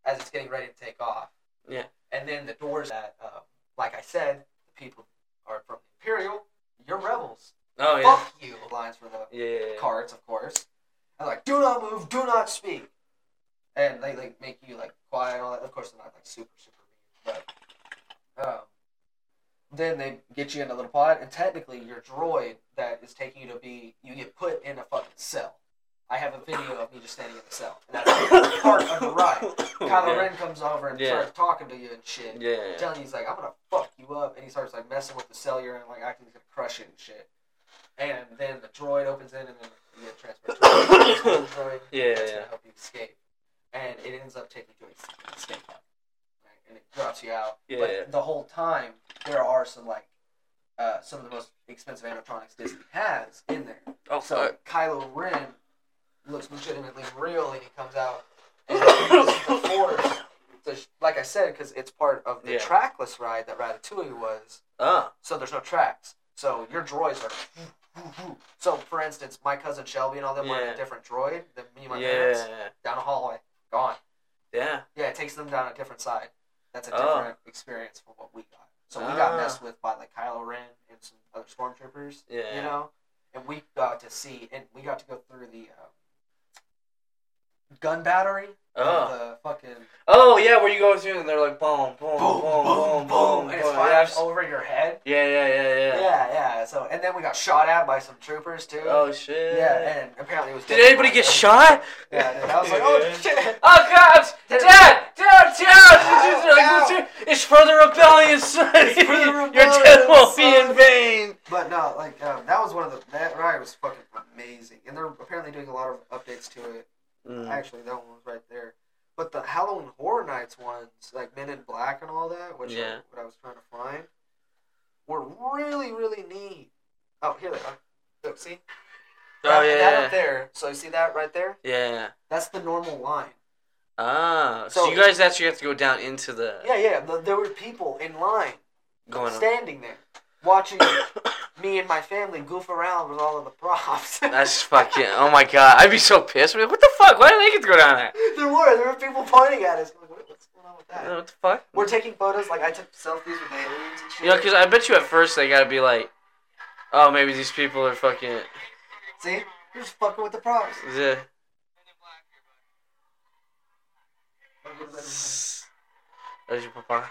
Speaker 3: as it's getting ready to take off.
Speaker 2: Yeah.
Speaker 3: And then the doors that, uh, like I said, the people are from the Imperial. You're rebels.
Speaker 2: oh yeah,
Speaker 3: Fuck you. Lines for the
Speaker 2: yeah, yeah, yeah.
Speaker 3: cards, of course. And like, do not move, do not speak. And they like make you like quiet and all that. Of course, they're not like super super mean, but um, then they get you in a little pod, and technically your droid that is taking you to be you get put in a fucking cell. I have a video of me just standing in the cell, and that's part of the ride. Kylo
Speaker 2: Oh, Yeah.
Speaker 3: Ren comes over and
Speaker 2: Yeah.
Speaker 3: starts talking to you and shit
Speaker 2: Yeah.
Speaker 3: telling you, he's like, I'm gonna fuck you up, and he starts like messing with the cell you're in, like acting he's gonna crush it and shit. And then the droid opens in, and then you get transferred to the droid.
Speaker 2: Yeah,
Speaker 3: that's
Speaker 2: yeah.
Speaker 3: gonna help you escape. And it ends up taking you to an escape pod, right? and it drops you out.
Speaker 2: Yeah,
Speaker 3: but
Speaker 2: yeah.
Speaker 3: the whole time there are some like uh, some of the most expensive animatronics Disney has in there.
Speaker 2: Oh
Speaker 3: So
Speaker 2: fuck.
Speaker 3: Kylo Ren looks legitimately real, and he comes out and he uses the Force. So, sh- like I said, because it's part of the
Speaker 2: Yeah.
Speaker 3: trackless ride that Ratatouille was,
Speaker 2: Ah.
Speaker 3: so there's no tracks. So your droids are. So, for instance, my cousin Shelby and all them were in
Speaker 2: Yeah.
Speaker 3: a different droid than me and my parents
Speaker 2: Yeah.
Speaker 3: down a hallway, gone.
Speaker 2: Yeah.
Speaker 3: Yeah, it takes them down a different side. That's a
Speaker 2: Oh.
Speaker 3: different experience from what we got. So we got
Speaker 2: Ah.
Speaker 3: messed with by like Kylo Ren and some other stormtroopers
Speaker 2: Yeah.
Speaker 3: you know and we got to see and we got to go through the um, gun battery of
Speaker 2: Oh.
Speaker 3: the fucking
Speaker 2: Oh yeah, where you go through and they're like boom, boom, boom,
Speaker 3: boom
Speaker 2: boom, boom, boom.
Speaker 3: and it's
Speaker 2: Yeah, I've
Speaker 3: fired
Speaker 2: s-
Speaker 3: over your head
Speaker 2: yeah, yeah, yeah,
Speaker 3: yeah.
Speaker 2: yeah.
Speaker 3: yeah so and then we got shot at by some troopers too
Speaker 2: Oh shit.
Speaker 3: yeah and apparently it was
Speaker 2: Did anybody get shot?
Speaker 3: yeah and I was like oh shit
Speaker 2: Oh god! Dad! Dad! Dad!
Speaker 3: Ow, ow.
Speaker 2: It's for the rebellion,
Speaker 3: Oh,
Speaker 2: son!
Speaker 3: It's for the
Speaker 2: Your death
Speaker 3: rebellion,
Speaker 2: won't be in
Speaker 3: son.
Speaker 2: vain!
Speaker 3: but no like um, that was one of the that ride was fucking amazing and they're apparently doing a lot of updates to it
Speaker 2: Mm. Mm-hmm. Oh,
Speaker 3: Actually, that one was right there. But the Halloween Horror Nights ones, like Men in Black and all that, which
Speaker 2: Yeah.
Speaker 3: are what I was trying to find, were really, really neat. Oh, here they are. Look, see?
Speaker 2: Oh
Speaker 3: That- That
Speaker 2: yeah,
Speaker 3: up there. So you see that right there?
Speaker 2: yeah.
Speaker 3: That's the normal line.
Speaker 2: Ah, so,
Speaker 3: So-
Speaker 2: you guys actually have to go down into the
Speaker 3: Yeah, yeah. th there were people in line
Speaker 2: going. On.
Speaker 3: standing there watching me and my family goof around with all of the props.
Speaker 2: That's fucking. Oh my god, I'd be so pissed. I'd be like, what the fuck? Why did they get to go down there?
Speaker 3: there were there were people pointing at us. Like, what, what's going on with that?
Speaker 2: Uh, What the fuck?
Speaker 3: We're taking photos. Like I took selfies with aliens and shit.
Speaker 2: You know, because I bet you at first they gotta be like, oh, maybe these people are fucking.
Speaker 3: See, you're just fucking with the props.
Speaker 2: Yeah.
Speaker 3: Get
Speaker 2: There's your papa.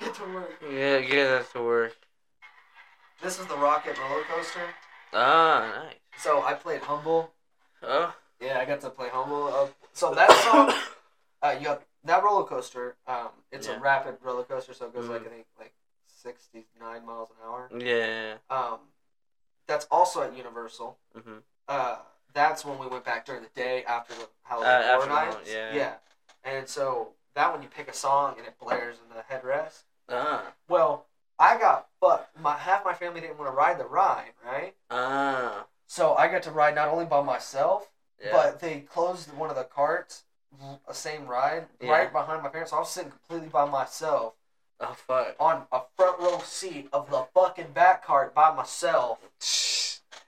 Speaker 3: to work.
Speaker 2: Yeah, get that to work.
Speaker 3: This was the rocket roller coaster.
Speaker 2: Ah, nice.
Speaker 3: So I played humble.
Speaker 2: Oh,
Speaker 3: Yeah, I got to play humble. Uh, so that song, uh, you got that roller coaster. Um, it's
Speaker 2: Yeah.
Speaker 3: a rapid roller coaster, so it goes
Speaker 2: Mhm.
Speaker 3: like I think like sixty nine miles an hour.
Speaker 2: yeah.
Speaker 3: Um, that's also at Universal.
Speaker 2: Mm-hmm.
Speaker 3: Uh, that's when we went back during the day after the Halloween
Speaker 2: Uh, after
Speaker 3: horror
Speaker 2: Halloween,
Speaker 3: nights.
Speaker 2: yeah.
Speaker 3: yeah. And so that one you pick a song and it blares in the headrest.
Speaker 2: Ah,
Speaker 3: Well, I got fucked. My half my family didn't want to ride the ride, right?
Speaker 2: ah.
Speaker 3: So I got to ride not only by myself,
Speaker 2: Yeah.
Speaker 3: but they closed one of the carts, a same ride,
Speaker 2: Yeah.
Speaker 3: right behind my parents. So I was sitting completely by myself
Speaker 2: oh fuck.
Speaker 3: on a front row seat of the fucking back cart by myself.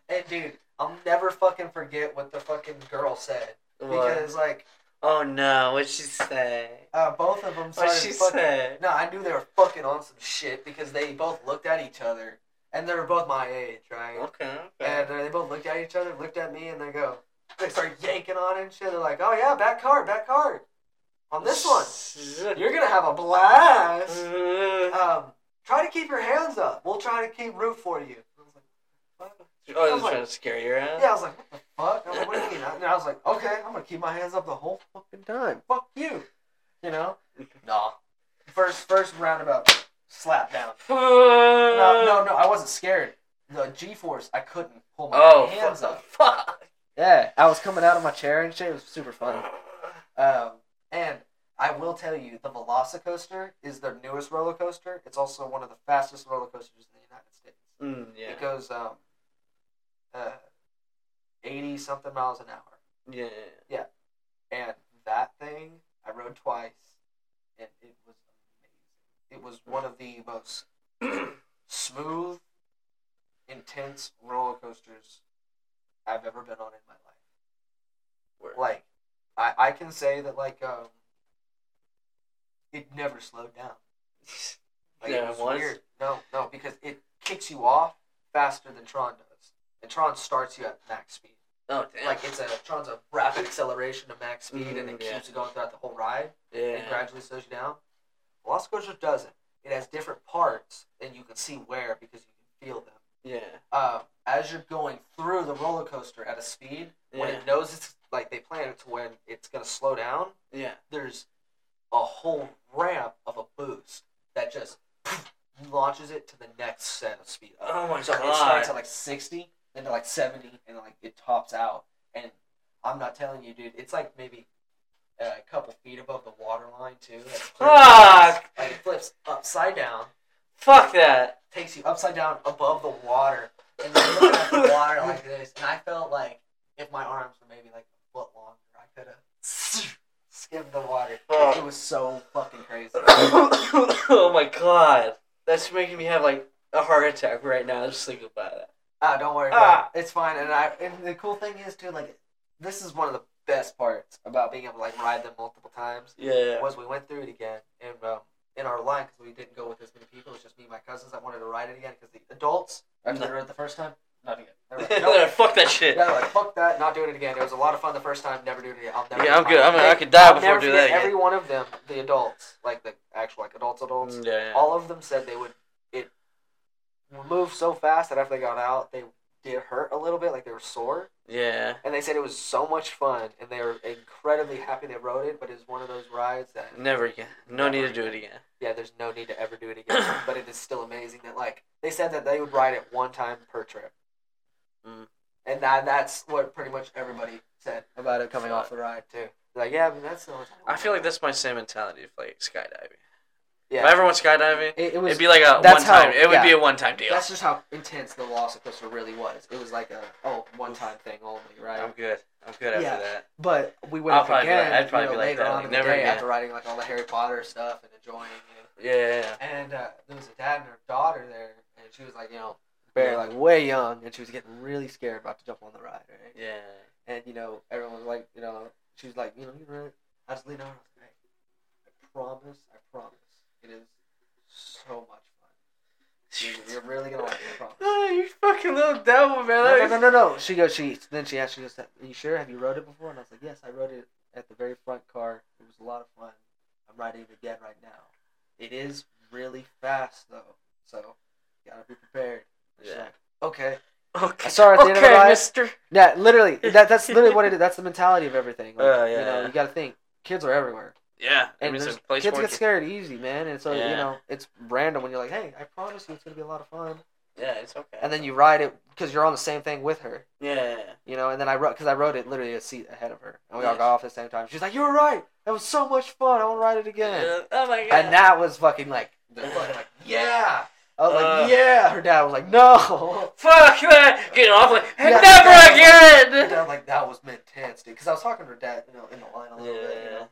Speaker 3: And dude, I'll never fucking forget what the fucking girl said
Speaker 2: What?
Speaker 3: because like
Speaker 2: Oh no, what'd she say?
Speaker 3: uh, both of them started
Speaker 2: What'd she
Speaker 3: fucking.
Speaker 2: say?
Speaker 3: No, I knew they were fucking on some shit because they both looked at each other and they were both my age, right?
Speaker 2: Okay, okay.
Speaker 3: And uh, they both looked at each other, looked at me, and they go, they start yanking on it and shit. They're like, oh yeah, back card, back card. On this one, you're gonna have a blast.
Speaker 2: Mm-hmm. Mm.
Speaker 3: Um, try to keep your hands up. We'll try to keep root for you. I was like,
Speaker 2: oh, they're trying to scare your ass?
Speaker 3: yeah, I was like, what the fuck? I was like, what do you mean? And I was like, okay, I'm gonna keep my hands up the whole
Speaker 1: Fucking time.
Speaker 3: fuck you. You know? Nah. First, first roundabout slap down. No, no, no. I wasn't scared. The G-force, I couldn't pull my
Speaker 2: Oh,
Speaker 3: hands
Speaker 2: fuck.
Speaker 3: up. Yeah, I was coming out of my chair and shit. It was super fun. Um, and I will tell you, the Velocicoaster is their newest roller coaster. It's also one of the fastest roller coasters in the United States.
Speaker 2: Mm, yeah.
Speaker 3: It goes um, uh, eighty something miles an hour,
Speaker 2: Yeah.
Speaker 3: and that thing I rode twice, and it was amazing. It was one of the most smooth, intense roller coasters I've ever been on in my life.
Speaker 2: Word.
Speaker 3: like I, I can say that like um it never slowed down. Like
Speaker 2: Yeah,
Speaker 3: it
Speaker 2: it
Speaker 3: was,
Speaker 2: was?
Speaker 3: weird. No, no, because it kicks you off faster than Tron does. And Tron starts you at max speed.
Speaker 2: Oh, damn.
Speaker 3: Like it's a Tron's a rapid acceleration to max speed and it
Speaker 2: Mm, yeah.
Speaker 3: keeps you going throughout the whole ride and it
Speaker 2: yeah.
Speaker 3: gradually slows you down. Velocicoaster doesn't. It has different parts and you can see where because you can feel them
Speaker 2: Yeah.
Speaker 3: uh, as you're going through the roller coaster at a speed, when
Speaker 2: Yeah.
Speaker 3: it knows it's like they plan it to when it's gonna slow down,
Speaker 2: Yeah.
Speaker 3: there's a whole ramp of a boost that just launches it to the next set of speed.
Speaker 2: Oh my
Speaker 3: so it
Speaker 2: god.
Speaker 3: starts at like sixty, then to like seventy, and like it tops out. And I'm not telling you, dude, it's like maybe uh, a couple feet above the water line too. That's
Speaker 2: Fuck.
Speaker 3: Like it flips upside down
Speaker 2: Fuck that.
Speaker 3: takes you upside down above the water, and then you're looking at the water like this. And I felt like if my arms were maybe like a foot longer, I could have skimmed the water. Like, it was so fucking crazy.
Speaker 2: oh my god. That's making me have like a heart attack right now just thinking about it.
Speaker 3: Ah, don't worry about it. It's fine. And I and the cool thing is too, like this is one of the best parts about being able to like ride them multiple times.
Speaker 2: Yeah.
Speaker 3: Was we went through it again, and um, in our line because we didn't go with as many people, it's just me and my cousins that wanted to ride it again because the adults after they rode it the first time, not again. They're like, "Nope."
Speaker 2: Fuck that shit.
Speaker 3: Yeah, like fuck that, not doing it again. It was a lot of fun the first time, never doing it again. I'll never
Speaker 2: Yeah, I'm good. I'm, I
Speaker 3: They-
Speaker 2: could die
Speaker 3: I'll
Speaker 2: before I
Speaker 3: never
Speaker 2: do
Speaker 3: forget
Speaker 2: that again.
Speaker 3: Every one of them, the adults, like the actual like adults, adults,
Speaker 2: Mm, yeah.
Speaker 3: all of them said they would it moved so fast that after they got out, they did hurt a little bit, like they were sore,
Speaker 2: yeah.
Speaker 3: and they said it was so much fun, and they were incredibly happy they rode it. But it's one of those rides that
Speaker 2: Never again. No
Speaker 3: Never
Speaker 2: need to do it again.
Speaker 3: yeah, there's no need to ever do it again. but it is still amazing that like they said that they would ride it one time per trip.
Speaker 2: Mm.
Speaker 3: And that that's what pretty much everybody said about it coming off the ride too. Like, yeah, I mean, that's the only time.
Speaker 2: I feel like that's my same mentality of like skydiving. If I
Speaker 3: yeah.
Speaker 2: ever went skydiving,
Speaker 3: It, it was
Speaker 2: it'd be like a one
Speaker 3: that's
Speaker 2: time.
Speaker 3: how-
Speaker 2: It would
Speaker 3: yeah.
Speaker 2: be a one time deal.
Speaker 3: that's just how intense the Velocicoaster really was. It was like a oh one time thing only, right?
Speaker 2: I'm good. I'm good after
Speaker 3: Yeah.
Speaker 2: that.
Speaker 3: But we went
Speaker 2: I'll
Speaker 3: up
Speaker 2: probably be
Speaker 3: again.
Speaker 2: like- I'd probably
Speaker 3: you know,
Speaker 2: be like
Speaker 3: later
Speaker 2: that,
Speaker 3: on
Speaker 2: like,
Speaker 3: in the
Speaker 2: never
Speaker 3: day
Speaker 2: again.
Speaker 3: after writing like all the Harry Potter stuff and enjoying it.
Speaker 2: Yeah, yeah, yeah.
Speaker 3: And uh, there was a dad and her daughter there, and she was like, you know, very like way young, and she was getting really scared about to jump on the ride. Right?
Speaker 2: yeah.
Speaker 3: And you know, everyone was like, you know, she was like, you know, you're right. I just leaned over. and I was like, "Hey, I promise, I promise, it is so much fun. You're, you're really gonna like it. I promise.
Speaker 2: Ah, you fucking little devil, man.
Speaker 3: No,
Speaker 2: That
Speaker 3: no,
Speaker 2: was-
Speaker 3: no, no, no. She goes, she then she asked, she goes, "Are you sure? Have you rode it before?" And I was like, "Yes, I rode it at the very front car. It was a lot of fun. I'm riding it again right now. It is really fast though, so you gotta be prepared." And she's
Speaker 2: Yeah.
Speaker 3: like, okay.
Speaker 2: Okay.
Speaker 3: I saw her at the
Speaker 2: okay,
Speaker 3: end of the ride.
Speaker 2: mister.
Speaker 3: Yeah, literally. That, that's literally what it is. That's the mentality of everything. Like,
Speaker 2: Uh, yeah,
Speaker 3: you know,
Speaker 2: yeah.
Speaker 3: you gotta think. Kids are everywhere,
Speaker 2: Yeah.
Speaker 3: and
Speaker 2: there's a
Speaker 3: there's-
Speaker 2: place
Speaker 3: kids
Speaker 2: for
Speaker 3: get
Speaker 2: it.
Speaker 3: scared easy, man. And so
Speaker 2: Yeah.
Speaker 3: you know, it's random when you're like, "Hey, I promise you, it's gonna be a lot of fun,"
Speaker 2: Yeah, it's okay.
Speaker 3: and then you ride it because you're on the same thing with her.
Speaker 2: Yeah, yeah, yeah.
Speaker 3: You know, and then I wrote because I wrote it literally a seat ahead of her, and we all
Speaker 2: Yes.
Speaker 3: got off at the same time. She's like, "You were right. That was so much fun. I want to ride it again."
Speaker 2: Uh, oh my god.
Speaker 3: And that was fucking like, the fucking like, yeah. I was
Speaker 2: Uh.
Speaker 3: like, yeah. Her dad was like, no.
Speaker 2: Fuck that! Get off! Like,
Speaker 3: Yeah.
Speaker 2: never
Speaker 3: Her
Speaker 2: again.
Speaker 3: dad was like that was intense, dude. Because I was talking to her dad, you know, in the line a little bit, you
Speaker 2: Yeah.
Speaker 3: know.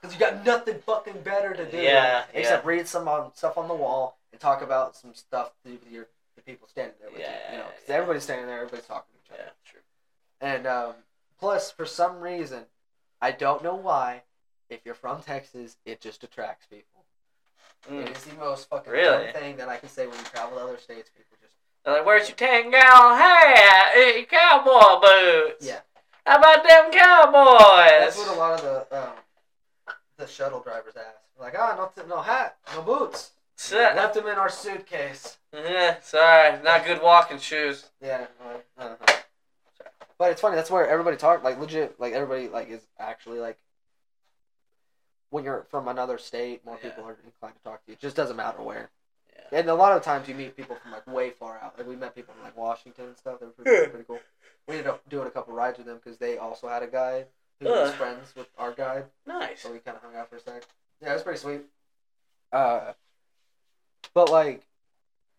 Speaker 3: Because you got nothing fucking better to do,
Speaker 2: Yeah,
Speaker 3: except read some on, stuff on the wall and talk about some stuff to your the people standing there with
Speaker 2: Yeah,
Speaker 3: you, you know. Because
Speaker 2: yeah.
Speaker 3: everybody's standing there, everybody's talking to each other.
Speaker 2: Yeah, true.
Speaker 3: And um, plus, for some reason, I don't know why, if you're from Texas, it just attracts people. It
Speaker 2: Mm.
Speaker 3: is the most fucking
Speaker 2: Really?
Speaker 3: dumb thing that I can say when you travel to other states. People just
Speaker 2: They're like, where's your ten gallon hat? Eh, Your cowboy boots.
Speaker 3: yeah.
Speaker 2: How about them cowboys?
Speaker 3: That's what a lot of the um, the shuttle drivers ask. Like, ah, no, t- no hat, no boots.
Speaker 2: Shut up.
Speaker 3: Left them in our suitcase.
Speaker 2: Yeah, sorry, not good walking shoes.
Speaker 3: Yeah. like, I don't know. But it's funny. That's where everybody talk like legit. Like everybody like is actually like. When you're from another state, more
Speaker 2: Yeah.
Speaker 3: people are inclined to talk to you. It just doesn't matter where.
Speaker 2: Yeah.
Speaker 3: And a lot of times you meet people from like way far out. Like we met people from like Washington and stuff. They were pretty,
Speaker 2: Yeah.
Speaker 3: pretty cool. We ended up doing a couple rides with them because they also had a guide who was
Speaker 2: Ugh.
Speaker 3: friends with our guide,
Speaker 2: Nice.
Speaker 3: so we kind of hung out for a sec. Yeah, it was pretty sweet. Uh, but like,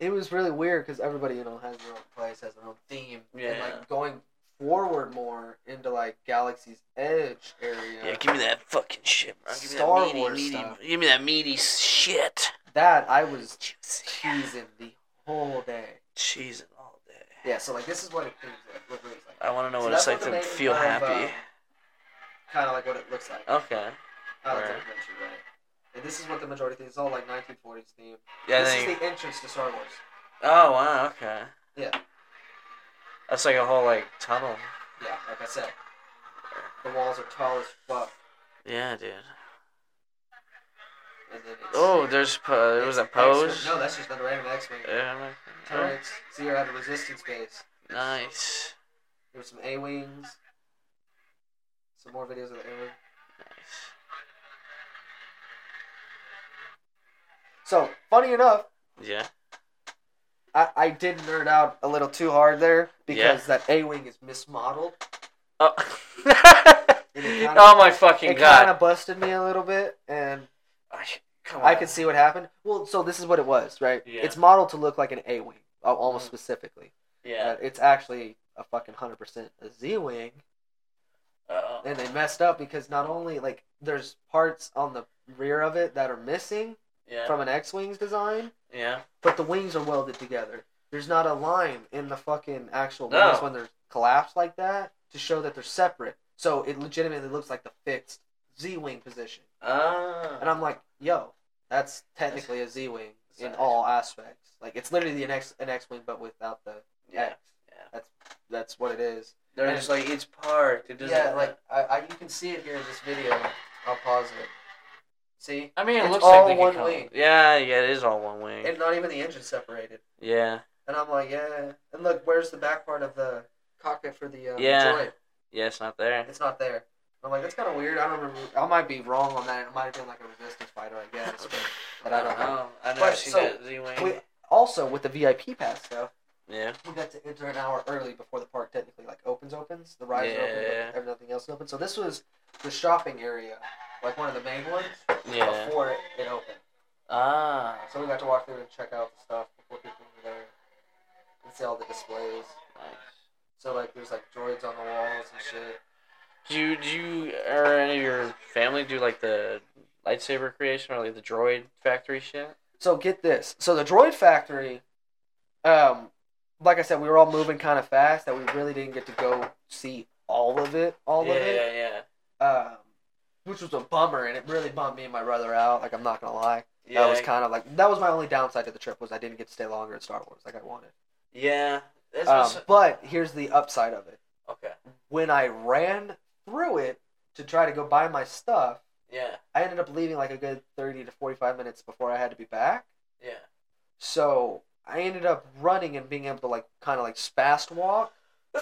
Speaker 3: it was really weird because everybody you know has their own place, has their own theme, and
Speaker 2: Yeah.
Speaker 3: like going forward more into like Galaxy's Edge area.
Speaker 2: Yeah, give me that fucking shit, bro. Give me
Speaker 3: Star
Speaker 2: that meaty,
Speaker 3: Wars
Speaker 2: meaty,
Speaker 3: stuff.
Speaker 2: give me that meaty shit.
Speaker 3: That I was
Speaker 2: Cheesy,
Speaker 3: teasing the whole day.
Speaker 2: cheesing all day.
Speaker 3: Yeah, so like this is what it feels like. What it looks like.
Speaker 2: I want to know
Speaker 3: So
Speaker 2: what
Speaker 3: that's
Speaker 2: it's like
Speaker 3: what the
Speaker 2: to
Speaker 3: main
Speaker 2: feel
Speaker 3: vibe, uh,
Speaker 2: happy. Oh,
Speaker 3: kind of uh, like what it looks like.
Speaker 2: okay.
Speaker 3: How it's an
Speaker 2: Right.
Speaker 3: adventure, right? And this is what the majority think. It's all like 1940s theme.
Speaker 2: Yeah.
Speaker 3: this
Speaker 2: Then
Speaker 3: is
Speaker 2: you,
Speaker 3: the entrance to Star Wars.
Speaker 2: oh wow. Okay.
Speaker 3: Yeah.
Speaker 2: That's like a whole like tunnel.
Speaker 3: Yeah, like I said, the walls are tall as fuck,
Speaker 2: Yeah, dude.
Speaker 3: and then it's,
Speaker 2: Oh, there's po- there
Speaker 3: it's
Speaker 2: was a
Speaker 3: X-Wing.
Speaker 2: pose.
Speaker 3: No, that's just another random X-wing.
Speaker 2: Yeah, I'm like,
Speaker 3: Turrets. So you're at a resistance base.
Speaker 2: oh, nice.
Speaker 3: There's some A-wings. Some more videos of the A-wing. So funny enough,
Speaker 2: Yeah.
Speaker 3: I, I did nerd out a little too hard there
Speaker 2: Yeah.
Speaker 3: because that A-wing is mismodeled.
Speaker 2: Oh.
Speaker 3: kinda-
Speaker 2: oh my fucking
Speaker 3: It
Speaker 2: god.
Speaker 3: kind of busted me a little bit, and
Speaker 2: I, come on.
Speaker 3: I could see what happened. Well, so this is what it was, right?
Speaker 2: Yeah.
Speaker 3: It's modeled to look like an A wing, almost
Speaker 2: Mhm.
Speaker 3: specifically.
Speaker 2: Yeah.
Speaker 3: Uh, it's actually a fucking hundred percent a Z wing,
Speaker 2: Oh.
Speaker 3: and they messed up because not only like there's parts on the rear of it that are missing
Speaker 2: Yeah.
Speaker 3: from an X wing's design,
Speaker 2: yeah.
Speaker 3: but the wings are welded together. There's not a line in the fucking actual
Speaker 2: No.
Speaker 3: wings when they're collapsed like that to show that they're separate. So it legitimately looks like the fixed Z wing position.
Speaker 2: Oh.
Speaker 3: And I'm like, yo, that's technically a Z wing
Speaker 2: It's
Speaker 3: in
Speaker 2: an
Speaker 3: all aspects. Like it's literally an X an X wing, but without the
Speaker 2: yeah.
Speaker 3: X. That's that's what it is.
Speaker 2: They're just like it's parked. It doesn't.
Speaker 3: yeah, like I, I, you can see it here in this video. I'll pause it. See,
Speaker 2: I mean, it
Speaker 3: it's
Speaker 2: looks like
Speaker 3: all
Speaker 2: they could
Speaker 3: one
Speaker 2: come-
Speaker 3: wing.
Speaker 2: Yeah, yeah, it is all one wing.
Speaker 3: and not even the engine separated.
Speaker 2: yeah,
Speaker 3: And I'm like, yeah. And look, where's the back part of the cockpit for the uh,
Speaker 2: Yeah.
Speaker 3: joint?
Speaker 2: yeah, it's not there.
Speaker 3: It's not there. I'm like, that's kind of weird. I don't remember. I might be wrong on that. It might have been like a resistance fighter, I guess. But, but I don't know.
Speaker 2: I never
Speaker 3: But,
Speaker 2: seen
Speaker 3: so,
Speaker 2: that Z wing.
Speaker 3: we- Also, with the VIP pass though,
Speaker 2: Yeah,
Speaker 3: we got to enter an hour early before the park technically like opens opens the rides are open
Speaker 2: Yeah.
Speaker 3: but everything else is open so this was the shopping area like one of the main ones
Speaker 2: yeah.
Speaker 3: before it, it opened
Speaker 2: Ah,
Speaker 3: so we got to walk through and check out the stuff before people were there and see all the displays
Speaker 2: nice.
Speaker 3: so like there's like droids on the walls and shit
Speaker 2: Do you, do you or any of your family do like the lightsaber creation or like the droid factory shit?
Speaker 3: So get this. So the droid factory, um, like I said, we were all moving kind of fast that we really didn't get to go see all of it, all
Speaker 2: yeah,
Speaker 3: of it,
Speaker 2: yeah, yeah,
Speaker 3: um, which was a bummer, and it really bummed me and my brother out. Like I'm not gonna lie,
Speaker 2: yeah.
Speaker 3: that was kind of like that was my only downside to the trip was I didn't get to stay longer at Star Wars like I wanted.
Speaker 2: yeah. That's
Speaker 3: Um,
Speaker 2: what's-
Speaker 3: but here's the upside of it:
Speaker 2: okay.
Speaker 3: when I ran through it to try to go buy my stuff,
Speaker 2: Yeah,
Speaker 3: I ended up leaving like a good thirty to forty-five minutes before I had to be back.
Speaker 2: yeah.
Speaker 3: So I ended up running and being able to like kind of like fast walk
Speaker 2: Oh,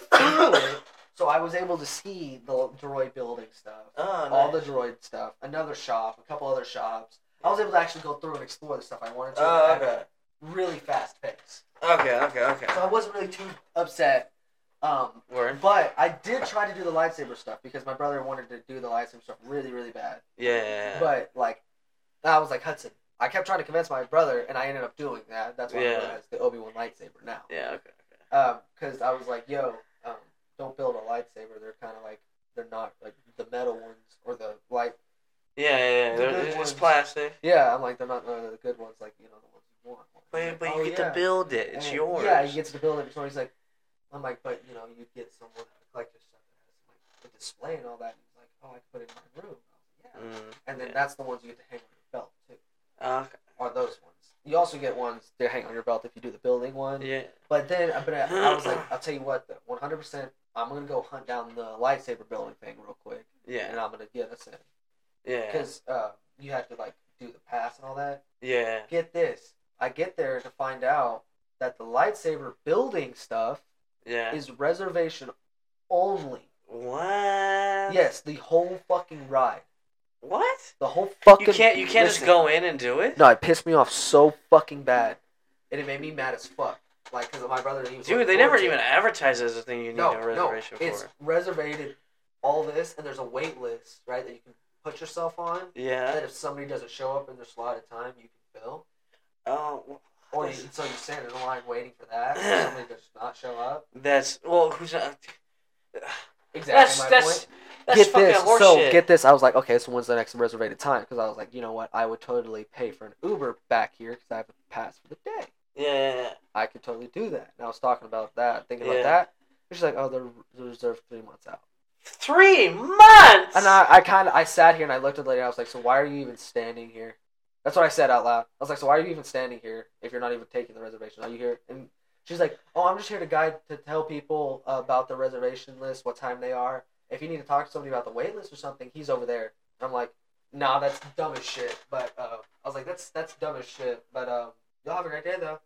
Speaker 3: through it. So I was able to see the droid building stuff,
Speaker 2: Oh,
Speaker 3: all the
Speaker 2: nice.
Speaker 3: droid stuff, another shop, a couple other shops. I was able to actually go through and explore the stuff I wanted to
Speaker 2: Oh,
Speaker 3: at
Speaker 2: okay.
Speaker 3: a really fast pace.
Speaker 2: Okay, okay, okay.
Speaker 3: So I wasn't really too upset. Um,
Speaker 2: Word.
Speaker 3: but I did try to do the lightsaber stuff because my brother wanted to do the lightsaber stuff really, really bad.
Speaker 2: Yeah.
Speaker 3: But like, I was like Hudson. I kept trying to convince my brother, and I ended up doing that. That's why
Speaker 2: Yeah.
Speaker 3: I realized the Obi Wan lightsaber now.
Speaker 2: yeah, okay.
Speaker 3: Because I was like, yo, um, don't build a lightsaber. They're kind of like they're not like the metal ones or the light.
Speaker 2: Yeah, yeah, yeah.
Speaker 3: The
Speaker 2: They're-
Speaker 3: good
Speaker 2: It's
Speaker 3: ones.
Speaker 2: plastic.
Speaker 3: Yeah, I'm like they're not uh, the good ones. Like you know the ones you want.
Speaker 2: But,
Speaker 3: Like,
Speaker 2: but you
Speaker 3: "Oh,
Speaker 2: get
Speaker 3: yeah."
Speaker 2: to build it. It's
Speaker 3: And-
Speaker 2: yours.
Speaker 3: Yeah, he gets to build it. So he's like, I'm like, but you know, you get someone to collect your stuff that has like a display and all that. And he's like, oh, I can put it in my room. I was like, yeah.
Speaker 2: Mm,
Speaker 3: And then
Speaker 2: yeah.
Speaker 3: that's the ones you get to hang on your belt too.
Speaker 2: Okay.
Speaker 3: are those ones. You also get ones that hang on your belt if you do the building one.
Speaker 2: Yeah.
Speaker 3: But then, but uh, I, I was like, I'll tell you what, though, one hundred percent, I'm gonna go hunt down the lightsaber building thing real quick,
Speaker 2: Yeah.
Speaker 3: and I'm gonna get us in
Speaker 2: Yeah.
Speaker 3: because uh, you have to like do the pass and all that.
Speaker 2: Yeah.
Speaker 3: Get this, I get there to find out that the lightsaber building stuff
Speaker 2: Yeah.
Speaker 3: is reservation only.
Speaker 2: What?
Speaker 3: Yes, the whole fucking ride,
Speaker 2: What?
Speaker 3: the whole fucking.
Speaker 2: You can't. You can't just
Speaker 3: listen.
Speaker 2: go in and do it.
Speaker 3: No, it pissed me off so fucking bad, and it made me mad as fuck. Like, cause my brother, he was
Speaker 2: Dude,
Speaker 3: looking
Speaker 2: they never
Speaker 3: forward to
Speaker 2: even
Speaker 3: it.
Speaker 2: advertise it as a thing you need
Speaker 3: no,
Speaker 2: a
Speaker 3: no,
Speaker 2: reservation
Speaker 3: it's
Speaker 2: for.
Speaker 3: reservated. All this, and there's a wait list, right? That you can put yourself on.
Speaker 2: Yeah.
Speaker 3: That if somebody doesn't show up in their slotted time, you can fill.
Speaker 2: Oh,
Speaker 3: Or you, so you stand in a line waiting for that. If somebody does not show up.
Speaker 2: that's well. Who's not?
Speaker 3: Exactly
Speaker 2: That's
Speaker 3: my
Speaker 2: that's
Speaker 3: point.
Speaker 2: that's
Speaker 3: get
Speaker 2: fucking
Speaker 3: this.
Speaker 2: horseshit.
Speaker 3: So get this. I was like, okay, so when's the next reservated time? Because I was like, you know what? I would totally pay for an Uber back here because I have a pass for the day.
Speaker 2: Yeah, yeah, yeah.
Speaker 3: I could totally do that. And I was talking about that, thinking
Speaker 2: Yeah.
Speaker 3: about that. She's like, oh, they're, they're reserved three months out.
Speaker 2: Three months.
Speaker 3: And I, I kind of, I sat here and I looked at the lady and I was like, so why are you even standing here? That's what I said out loud. I was like, so why are you even standing here if you're not even taking the reservation? Are you here? And she's like, oh, I'm just here to guide, to tell people about the reservation list, what time they are. If you need to talk to somebody about the wait list or something, he's over there. And I'm like, nah, that's dumb as shit. But uh, I was like, that's that's dumb as shit. But um, y'all have a great day though.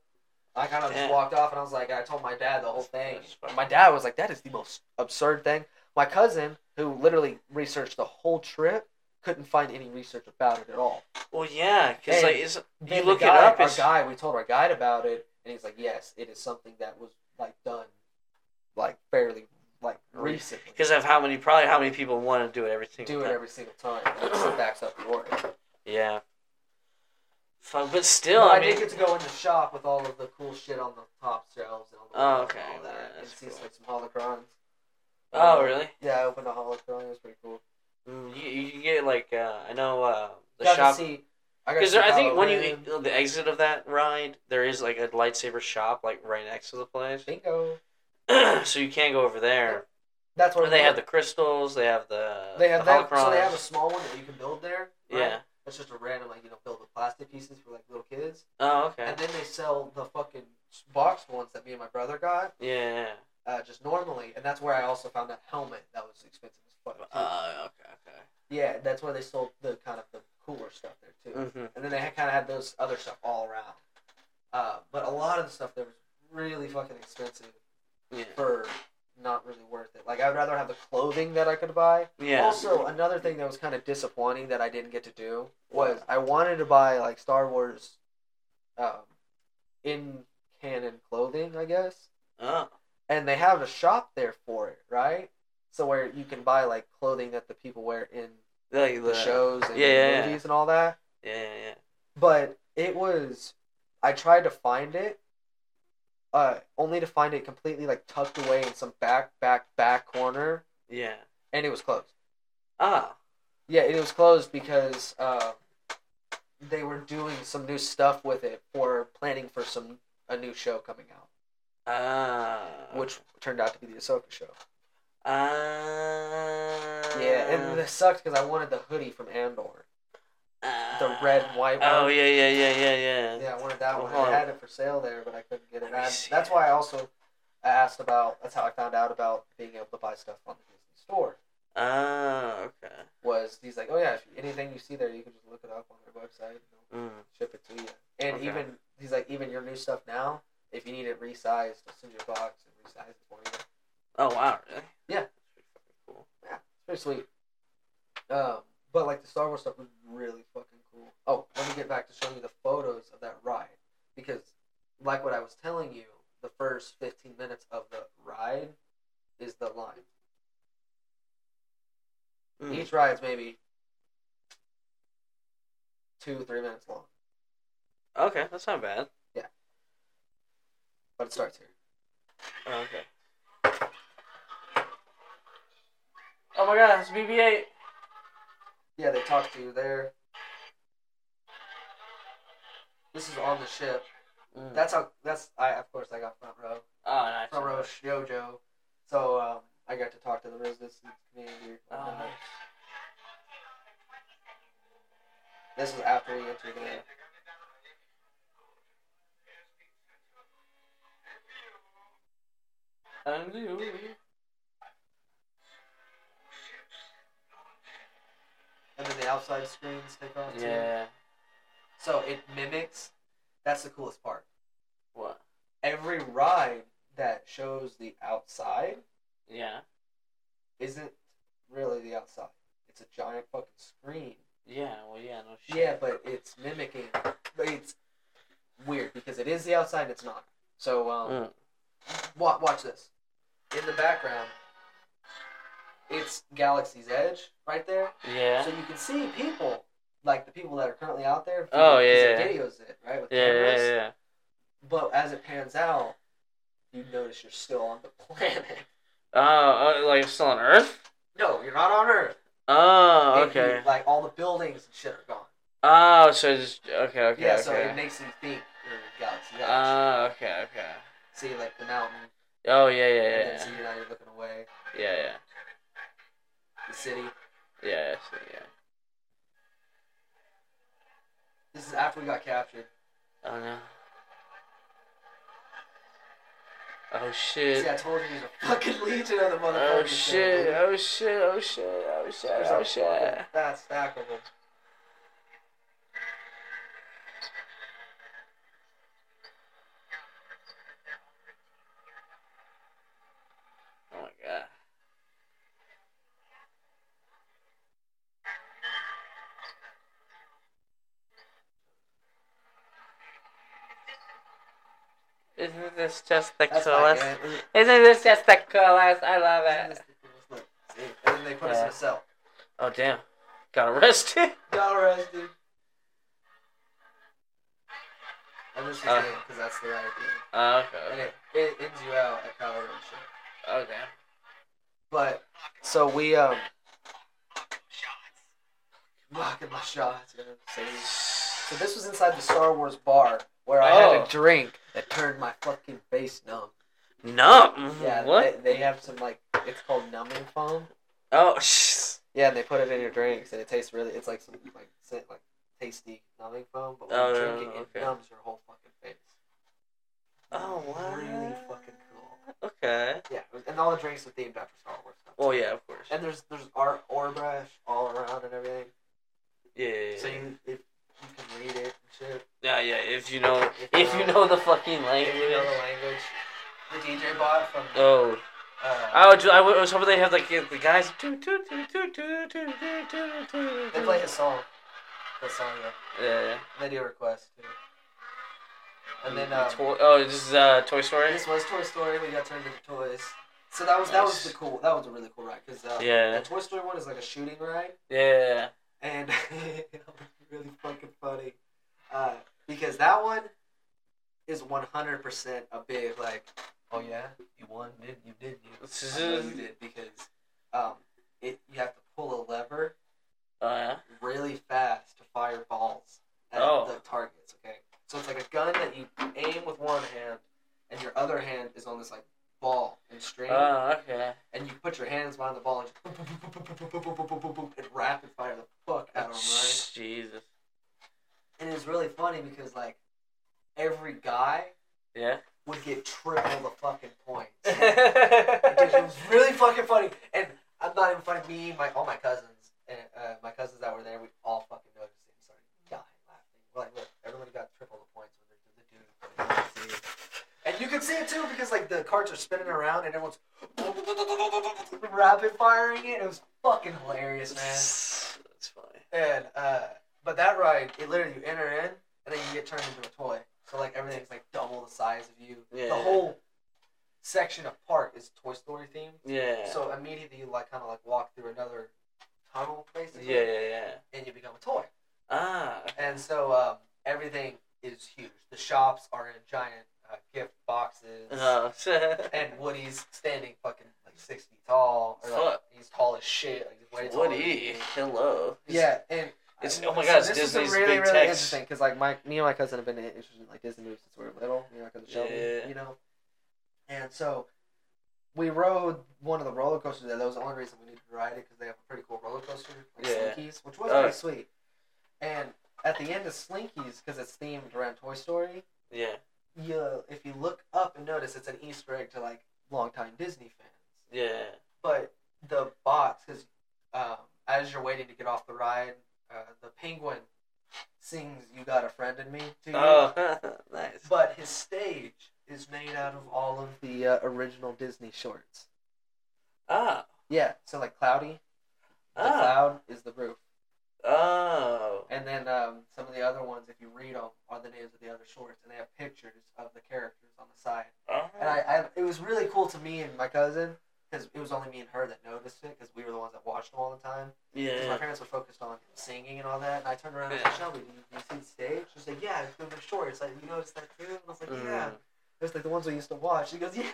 Speaker 3: I kind of
Speaker 2: Yeah.
Speaker 3: just walked off and I was like, I told my dad the whole thing.
Speaker 2: That's fucking-
Speaker 3: My dad was like, that is the most absurd thing. My cousin, who literally researched the whole trip, couldn't find any research about it at all.
Speaker 2: well, yeah, because
Speaker 3: Hey,
Speaker 2: like it's, you
Speaker 3: Then
Speaker 2: look
Speaker 3: the
Speaker 2: it
Speaker 3: guy-
Speaker 2: up.
Speaker 3: Our
Speaker 2: It's,
Speaker 3: guy, we told our guide about it, and he's like, "Yes, it is something that was like done, like fairly, like recently.
Speaker 2: Because of how many, probably how many people want to do it every single
Speaker 3: Do it
Speaker 2: time.
Speaker 3: every single time. and It just backs up the order.
Speaker 2: yeah. Fuck, but still,
Speaker 3: No, I,
Speaker 2: I mean,
Speaker 3: did get to go in the shop with all of the cool shit on the top shelves and all, the
Speaker 2: Oh,
Speaker 3: and
Speaker 2: okay,
Speaker 3: all that,
Speaker 2: that's
Speaker 3: and see
Speaker 2: cool.
Speaker 3: like some holocrons.
Speaker 2: oh really?
Speaker 3: Yeah, I opened a holocron. It was pretty cool.
Speaker 2: Mm, You, you can get like uh, I know uh, the
Speaker 3: got
Speaker 2: shop
Speaker 3: to see. I got to
Speaker 2: Because
Speaker 3: see
Speaker 2: I think when you
Speaker 3: Halloween.
Speaker 2: the exit of that ride, there is like a lightsaber shop like right next to the place,
Speaker 3: bingo.
Speaker 2: so you can go over there.
Speaker 3: That's where
Speaker 2: Or they
Speaker 3: we
Speaker 2: have
Speaker 3: went.
Speaker 2: the crystals. They have the
Speaker 3: They have
Speaker 2: the
Speaker 3: that. So they
Speaker 2: holocrons.
Speaker 3: have a small one that you can build there. right?
Speaker 2: yeah.
Speaker 3: That's just a random, like you know, build with plastic pieces for like little kids.
Speaker 2: Oh okay.
Speaker 3: And then they sell the fucking boxed ones that me and my brother got,
Speaker 2: Yeah. yeah,
Speaker 3: uh, just normally. And that's where I also found that helmet that was expensive as fuck.
Speaker 2: yeah.
Speaker 3: too.
Speaker 2: Oh okay.
Speaker 3: yeah, that's where they sold the kind of the cooler stuff there too.
Speaker 2: Okay. hmm
Speaker 3: And then they kind of had those other stuff all around. Uh, but a lot of the stuff there was really fucking expensive
Speaker 2: Yeah.
Speaker 3: for not really worth it. Like I would rather have the clothing that I could buy
Speaker 2: Yeah.
Speaker 3: Also, another thing that was kind of disappointing that I didn't get to do was I wanted to buy like Star Wars, um, in canon clothing, I guess,
Speaker 2: oh.
Speaker 3: and they have a shop there for it, right? So where you can buy like clothing that the people wear in
Speaker 2: Like
Speaker 3: the shows and
Speaker 2: Yeah, yeah, yeah.
Speaker 3: movies and all that.
Speaker 2: Yeah. Yeah. yeah.
Speaker 3: But it was, I tried to find it, uh, only to find it completely like tucked away in some back, back, back corner
Speaker 2: Yeah.
Speaker 3: and it was closed.
Speaker 2: Ah,
Speaker 3: Yeah, it was closed because uh, they were doing some new stuff with it for planning for some a new show coming out,
Speaker 2: ah,
Speaker 3: which turned out to be the Ahsoka show.
Speaker 2: uh, ah,
Speaker 3: Yeah, and this sucked because I wanted the hoodie from Andor, the red and white one.
Speaker 2: uh, Oh yeah, yeah, yeah, yeah, yeah.
Speaker 3: Yeah, I wanted that one.
Speaker 2: Uh-huh.
Speaker 3: I had it for sale there, but I couldn't get it.
Speaker 2: Let me
Speaker 3: I-
Speaker 2: see.
Speaker 3: that's why I also asked about. That's how I found out about being able to buy stuff on the Disney store.
Speaker 2: Ah, okay.
Speaker 3: Was he's like, oh yeah, if anything you see there, you can just look it up on their website. and they'll
Speaker 2: Mm.
Speaker 3: ship it to you. And
Speaker 2: Okay.
Speaker 3: even he's like, even your new stuff now, if you need it resized, just send your box and resize it for you.
Speaker 2: Oh wow, really?
Speaker 3: Yeah.
Speaker 2: Cool.
Speaker 3: It's pretty sweet. Um, but like the Star Wars stuff was really fucking cool. Oh, let me get back to showing you the photos of that ride because, like what I was telling you, the first fifteen minutes of the ride is the line.
Speaker 2: Mm.
Speaker 3: Each ride's maybe two, three minutes long,
Speaker 2: Okay, that's not bad.
Speaker 3: but it starts here.
Speaker 2: Oh, okay. Oh my god, it's BB-8.
Speaker 3: Yeah, they talk to you there. This is on the ship. That's how. That's I. Of course, I got front row.
Speaker 2: Hmm. oh, nice.
Speaker 3: Front row Shoujo. So um, I got to talk to the resistance commander.
Speaker 2: Oh,
Speaker 3: Uh,
Speaker 2: nice.
Speaker 3: This was after he entered the.
Speaker 2: And you.
Speaker 3: And then the outside screens take off too.
Speaker 2: Yeah.
Speaker 3: So it mimics. That's the coolest part.
Speaker 2: What?
Speaker 3: Every ride that shows the outside
Speaker 2: Yeah.
Speaker 3: isn't really the outside. It's a giant fucking screen.
Speaker 2: Yeah, well, yeah, no shit.
Speaker 3: Yeah, but it's mimicking. but It's weird because it is the outside. and It's not. So um,
Speaker 2: Mm.
Speaker 3: Watch, watch this. In the background, it's Galaxy's Edge right there.
Speaker 2: Yeah.
Speaker 3: So you can see people, like the people that are currently out there.
Speaker 2: Oh,
Speaker 3: because
Speaker 2: yeah,
Speaker 3: It videos it, right? With
Speaker 2: yeah, yeah,
Speaker 3: cameras.
Speaker 2: yeah.
Speaker 3: But as it pans out, you notice you're still on the planet.
Speaker 2: Oh, oh, like it's still on Earth?
Speaker 3: No, you're not on Earth.
Speaker 2: Oh,
Speaker 3: And you-
Speaker 2: okay.
Speaker 3: like all the buildings and shit are gone.
Speaker 2: Oh, so just okay, okay,
Speaker 3: yeah,
Speaker 2: okay.
Speaker 3: so it makes you think you're in Galaxy's Edge.
Speaker 2: oh, okay, okay.
Speaker 3: see like the mountain,
Speaker 2: Oh yeah, yeah,
Speaker 3: and
Speaker 2: yeah,
Speaker 3: then see now you're looking away,
Speaker 2: yeah, yeah, yeah,
Speaker 3: the city.
Speaker 2: yeah, yeah, I see, yeah.
Speaker 3: This is after we got captured.
Speaker 2: Oh no. Oh
Speaker 3: See,
Speaker 2: shit.
Speaker 3: I told you there's a fucking legion of the motherfuckers.
Speaker 2: Oh shit, oh shit, oh shit, oh shit,
Speaker 3: There's
Speaker 2: oh
Speaker 3: a
Speaker 2: shit.
Speaker 3: fucking fat stack of them.
Speaker 2: Oh my god. Isn't this just the
Speaker 3: That's
Speaker 2: coolest?
Speaker 3: not good.
Speaker 2: Isn't this just the coolest? I love
Speaker 3: That's
Speaker 2: it.
Speaker 3: the coolest look. See, And then they put us in
Speaker 2: Yeah.
Speaker 3: a cell.
Speaker 2: Oh damn. Got arrested.
Speaker 3: Got arrested. And this is
Speaker 2: Uh.
Speaker 3: it, because that's the right thing.
Speaker 2: Oh,
Speaker 3: And
Speaker 2: okay.
Speaker 3: it, it ends you out at Kylo Ren shit.
Speaker 2: Oh damn.
Speaker 3: But, so we, um. Blocking my shots. yeah. So, we- so this was inside the Star Wars bar where I had
Speaker 2: Oh.
Speaker 3: a drink that turned my fucking face numb.
Speaker 2: No.
Speaker 3: Yeah,
Speaker 2: What?
Speaker 3: They, they have some like it's called numbing foam.
Speaker 2: Oh. Shh.
Speaker 3: Yeah, and they put it in your drinks, and it tastes really. It's like some like sit, like tasty numbing foam, but when
Speaker 2: Oh,
Speaker 3: you
Speaker 2: no,
Speaker 3: drink it,
Speaker 2: okay.
Speaker 3: it numbs your whole fucking face.
Speaker 2: Oh wow.
Speaker 3: Really fucking cool.
Speaker 2: Okay.
Speaker 3: Yeah, it was- and all the drinks are themed after Star Wars stuff.
Speaker 2: Well, Oh, yeah, of course.
Speaker 3: And there's there's art or brush all around and everything,
Speaker 2: Yeah. yeah, yeah.
Speaker 3: so you if you can read it and shit.
Speaker 2: Yeah, yeah. If you know,
Speaker 3: If
Speaker 2: if you
Speaker 3: not-
Speaker 2: know the fucking
Speaker 3: If you know
Speaker 2: language.
Speaker 3: the language. The DJ bot from
Speaker 2: Oh,
Speaker 3: uh,
Speaker 2: I, would, I was hoping they have like the the guys. toot, toot, toot, toot, toot, toot, toot, toot, toot.
Speaker 3: they play his song. The song, yeah.
Speaker 2: Yeah.
Speaker 3: video request too. And then
Speaker 2: yeah.
Speaker 3: um,
Speaker 2: Toy, oh, this is uh, Toy Story.
Speaker 3: this was Toy Story. We got turned into toys. So that was that was
Speaker 2: Nice.
Speaker 3: the cool. That was a really cool ride because uh,
Speaker 2: Yeah.
Speaker 3: the Toy Story one is like a shooting ride,
Speaker 2: Yeah.
Speaker 3: and it was really fucking funny uh, because that one is one hundred percent a big like. Oh yeah, you won, did you? Did you? I know you did because um, it
Speaker 2: Oh, Ah. Oh,
Speaker 3: and rapid fire the fuck out of them, right?
Speaker 2: Jesus.
Speaker 3: And it's really funny because like every guy
Speaker 2: Yeah.
Speaker 3: would get triple the fucking points. Dude, it
Speaker 2: yeah.
Speaker 3: was really fucking funny, and I'm not even funny. Me, my all my cousins, and uh, my cousins that were there, we all fucking noticed it and started dying laughing. We're like, look, everybody got triple the points when they're the dude. when they're the dude. And you can see it too because like the carts are spinning around and everyone's rapid firing it. It was fucking hilarious, man.
Speaker 2: That's funny.
Speaker 3: And uh, but that ride, it literally you enter in and then you get turned into a toy. So like everything's like double the size of you.
Speaker 2: Yeah.
Speaker 3: The whole section of park is Toy Story themed.
Speaker 2: Yeah.
Speaker 3: So immediately you like kind of like walk through another tunnel basically,
Speaker 2: yeah, yeah, yeah.
Speaker 3: and you become a toy.
Speaker 2: Ah.
Speaker 3: And so um, everything is huge. The shops are in giant uh, gift boxes.
Speaker 2: Oh.
Speaker 3: And Woody's standing fucking like six feet tall. Or, like,
Speaker 2: Fuck.
Speaker 3: he's tall as shit. Like, he's way taller than
Speaker 2: Woody.
Speaker 3: me.
Speaker 2: Hello.
Speaker 3: Yeah, and
Speaker 2: It's- oh my God, it's Disney's big
Speaker 3: really
Speaker 2: text.
Speaker 3: interesting because like my me and my cousin have been interested in like Disney movies since we were little. You know, because of Shelby,
Speaker 2: Yeah.
Speaker 3: you know, and so we rode one of the roller coasters. There, that was the only reason we needed to ride it because they have a pretty cool roller coaster, like
Speaker 2: Yeah.
Speaker 3: Slinkies, which was
Speaker 2: Oh.
Speaker 3: pretty sweet. And at the end of Slinkies, because it's themed around Toy Story,
Speaker 2: Yeah.
Speaker 3: you if you look up and notice, it's an Easter egg to like longtime Disney fans
Speaker 2: Yeah.
Speaker 3: but the box is um, as you're waiting to get off the ride, uh, the penguin sings "You Got a Friend in Me" to you.
Speaker 2: Oh. nice.
Speaker 3: But his stage is made out of all of the uh, original Disney shorts.
Speaker 2: Ah.
Speaker 3: Yeah, so like Cloudy, the
Speaker 2: Ah.
Speaker 3: cloud is the roof,
Speaker 2: Oh.
Speaker 3: and then um, some of the other ones, if you read them, are the names of the other shorts, and they have pictures of the characters on the side.
Speaker 2: Oh.
Speaker 3: And I, I it was really cool to me and my cousin because it was only me and her that noticed it because we were the ones that watched them all the time. Because my
Speaker 2: Yeah.
Speaker 3: parents were focused on singing and all that, and I turned around and I was like, Shelby, do you, do you see the stage? She's like, yeah, it's been short. It's like, you noticed that too? And I was like, yeah.
Speaker 2: Mm.
Speaker 3: It's like the ones we used to watch. She goes, yeah.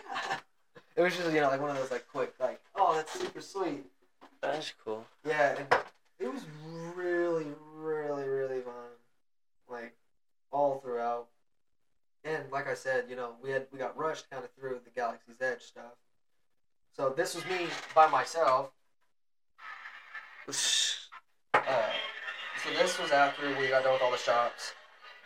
Speaker 3: It was just, you know, like one of those, like, quick, like, oh, that's super sweet.
Speaker 2: That's cool.
Speaker 3: Yeah, and it was really, really, really fun. Like, all throughout. And like I said, you know, we had we got rushed kind of through the Galaxy's Edge stuff. So this was me by myself. Uh, so this was after we got done with all the shops.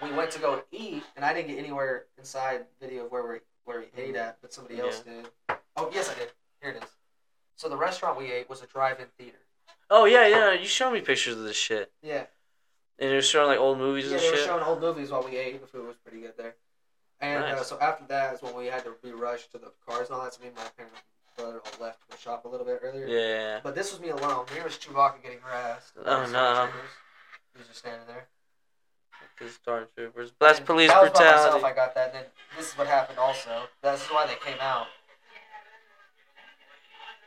Speaker 3: We went to go eat, and I didn't get anywhere inside video of where we where we ate at, but somebody else did. Oh yes, I did. Here it is. So the restaurant we ate was a drive-in theater.
Speaker 2: Oh yeah, yeah. You showed me pictures of this shit,
Speaker 3: Yeah,
Speaker 2: and you're showing like old movies
Speaker 3: yeah.
Speaker 2: and
Speaker 3: They were
Speaker 2: shit.
Speaker 3: showing old movies while we ate. The food was pretty good there. And uh,
Speaker 2: Nice.
Speaker 3: so after that is when we had to be rushed to the cars and all that. So me and my parents and brother all left the shop a little bit earlier.
Speaker 2: yeah.
Speaker 3: But this was me alone. Here was Chewbacca getting harassed.
Speaker 2: Oh, no.
Speaker 3: He was just standing there.
Speaker 2: These darn troopers. But That's
Speaker 3: And
Speaker 2: police
Speaker 3: that was by myself
Speaker 2: brutality.
Speaker 3: I got that. Then this is what happened. Also, this is why they came out.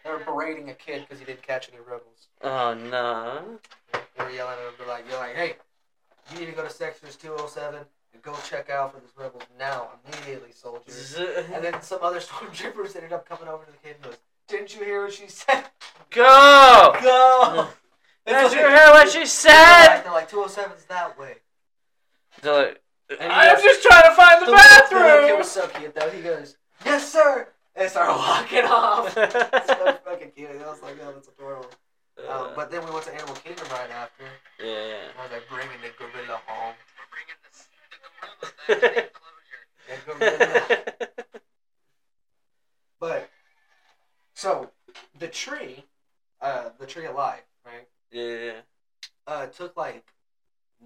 Speaker 3: They were berating a kid because he didn't catch any rebels.
Speaker 2: Oh no.
Speaker 3: They were yelling at him. They're like, "You're like, hey, you need to go to Sectors 207 and go check out for this rebel now, immediately, soldiers." And then some other stormtroopers ended up coming over to the kid and goes, "Didn't you hear what she said?
Speaker 2: Go.
Speaker 3: Go!"
Speaker 2: Did you hear what she said?
Speaker 3: They're like, "207's that way."
Speaker 2: They're like,
Speaker 3: And he
Speaker 2: I'm
Speaker 3: goes-
Speaker 2: just trying to find the
Speaker 3: little- little kid
Speaker 2: bathroom.
Speaker 3: was so cute though. He goes, "Yes, sir," and started walking off. so fucking cute. I was like, "Oh, that's adorable." Um,
Speaker 2: Uh,
Speaker 3: but then we went to Animal Kingdom right after. And
Speaker 2: yeah.
Speaker 3: I was like, "Bringing the gorilla home."
Speaker 2: yeah.
Speaker 3: The gorilla. but so the tree, uh, the tree of life, right?
Speaker 2: yeah.
Speaker 3: Uh, took like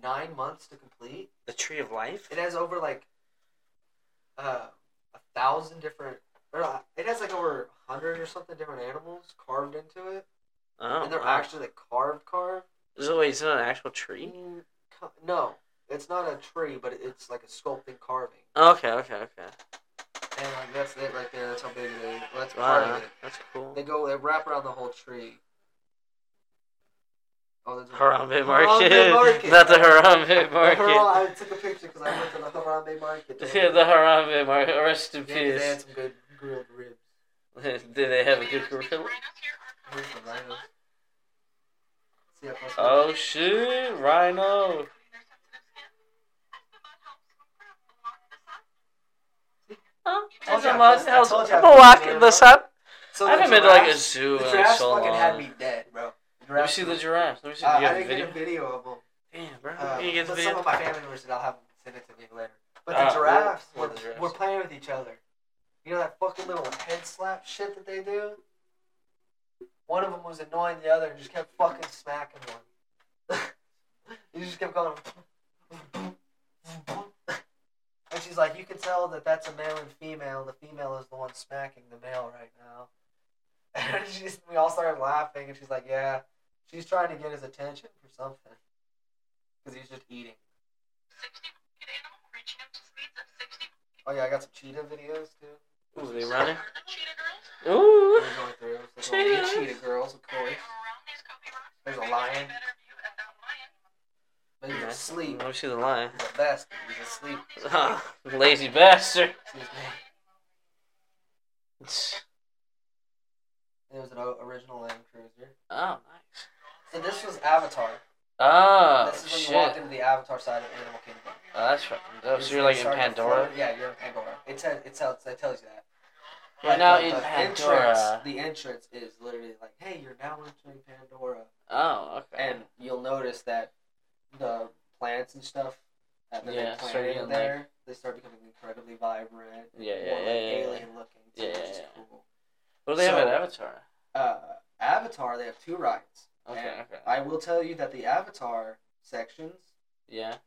Speaker 3: nine months to complete.
Speaker 2: The tree of life.
Speaker 3: It has over like uh, a thousand different. Or uh, it has like over a hundred or something different animals carved into it.
Speaker 2: Oh.
Speaker 3: and they're
Speaker 2: wow.
Speaker 3: actually like carved carved.
Speaker 2: So wait, it's not an actual tree.
Speaker 3: Co- No, it's not a tree, but it's like a sculpting carving.
Speaker 2: Okay. Okay. Okay.
Speaker 3: And like that's it right there. That's how big it is. Well, that's part
Speaker 2: Wow.
Speaker 3: of it.
Speaker 2: That's cool.
Speaker 3: They go, they wrap around the whole tree. Oh, there's a- Harambe
Speaker 2: Harambe Market.
Speaker 3: market.
Speaker 2: Not the Harambe
Speaker 3: The Haram-
Speaker 2: Market.
Speaker 3: I took a picture because I went to the Harambe market.
Speaker 2: Yeah, the Harambe Market. Rest in
Speaker 3: Yeah, 'cause they had
Speaker 2: peace.
Speaker 3: some good grilled ribs.
Speaker 2: Did they have a good gorilla?
Speaker 3: Here's the rhinos. See how close it is?
Speaker 2: Oh shoot, Rhino.
Speaker 3: Told
Speaker 2: It's
Speaker 3: you
Speaker 2: a
Speaker 3: I
Speaker 2: mud
Speaker 3: missed- I
Speaker 2: house.
Speaker 3: told you I
Speaker 2: I'm a walk
Speaker 3: missed
Speaker 2: in
Speaker 3: it,
Speaker 2: the
Speaker 3: huh?
Speaker 2: sun.
Speaker 3: So
Speaker 2: I haven't been to like a
Speaker 3: The
Speaker 2: zoo in like
Speaker 3: giraffes
Speaker 2: so
Speaker 3: fucking
Speaker 2: long.
Speaker 3: had me dead, bro. The
Speaker 2: Let me
Speaker 3: giraffes-
Speaker 2: see the giraffes. Let me see.
Speaker 3: Uh,
Speaker 2: Do you
Speaker 3: I
Speaker 2: have a
Speaker 3: didn't
Speaker 2: video?
Speaker 3: get a video of them.
Speaker 2: Damn, bro.
Speaker 3: Uh,
Speaker 2: you get the
Speaker 3: but
Speaker 2: video?
Speaker 3: some of my family members did. I'll have them send it to me later. But the
Speaker 2: Uh, we'll-
Speaker 3: giraffes
Speaker 2: we'll
Speaker 3: were,
Speaker 2: do the giraffes.
Speaker 3: were playing with each other. You know that fucking little head slap shit that they do. One of them was annoying the other and just kept fucking smacking one. he just kept going. And she's like, you can tell that that's a male and female. The female is the one smacking the male right now. And she's, we all started laughing, and she's like, yeah, she's trying to get his attention for something. Because he's just eating. Oh, yeah, I got some cheetah videos, too.
Speaker 2: Ooh, they running.
Speaker 3: We're going
Speaker 2: Ooh.
Speaker 3: through. So there's
Speaker 2: Cheetahs.
Speaker 3: only cheetah girls, of course. There's a lion. But he's
Speaker 2: Nice.
Speaker 3: asleep.
Speaker 2: Let me see the lion.
Speaker 3: He's the best. He's asleep.
Speaker 2: Ah, lazy bastard. Oh,
Speaker 3: Excuse me. It was an o- original Land Cruiser.
Speaker 2: Oh, nice.
Speaker 3: So this was Avatar.
Speaker 2: Oh,
Speaker 3: this is when
Speaker 2: shit.
Speaker 3: you walked into the Avatar side of Animal Kingdom.
Speaker 2: Oh, that's fucking dope.
Speaker 3: It's-
Speaker 2: So you're like
Speaker 3: it
Speaker 2: in
Speaker 3: started at
Speaker 2: Pandora?
Speaker 3: Florida- Yeah, you're in Pandora. It tells it tells it tells you that.
Speaker 2: You're now
Speaker 3: the,
Speaker 2: in
Speaker 3: the
Speaker 2: Pandora.
Speaker 3: Entrance, the entrance is literally like, hey, you're now entering Pandora,
Speaker 2: Oh, okay.
Speaker 3: and you'll notice that the plants and stuff that they
Speaker 2: Yeah,
Speaker 3: yeah,
Speaker 2: start
Speaker 3: planted
Speaker 2: getting,
Speaker 3: in there, they start becoming incredibly vibrant.
Speaker 2: Yeah, yeah,
Speaker 3: more, like,
Speaker 2: yeah, yeah, yeah.
Speaker 3: alien looking. So
Speaker 2: Yeah,
Speaker 3: which
Speaker 2: yeah,
Speaker 3: is
Speaker 2: yeah.
Speaker 3: cool.
Speaker 2: what do they have
Speaker 3: so-
Speaker 2: at Avatar?
Speaker 3: Uh, Avatar, they have two rides.
Speaker 2: Okay,
Speaker 3: And
Speaker 2: okay.
Speaker 3: I will tell you that the Avatar sections
Speaker 2: yeah.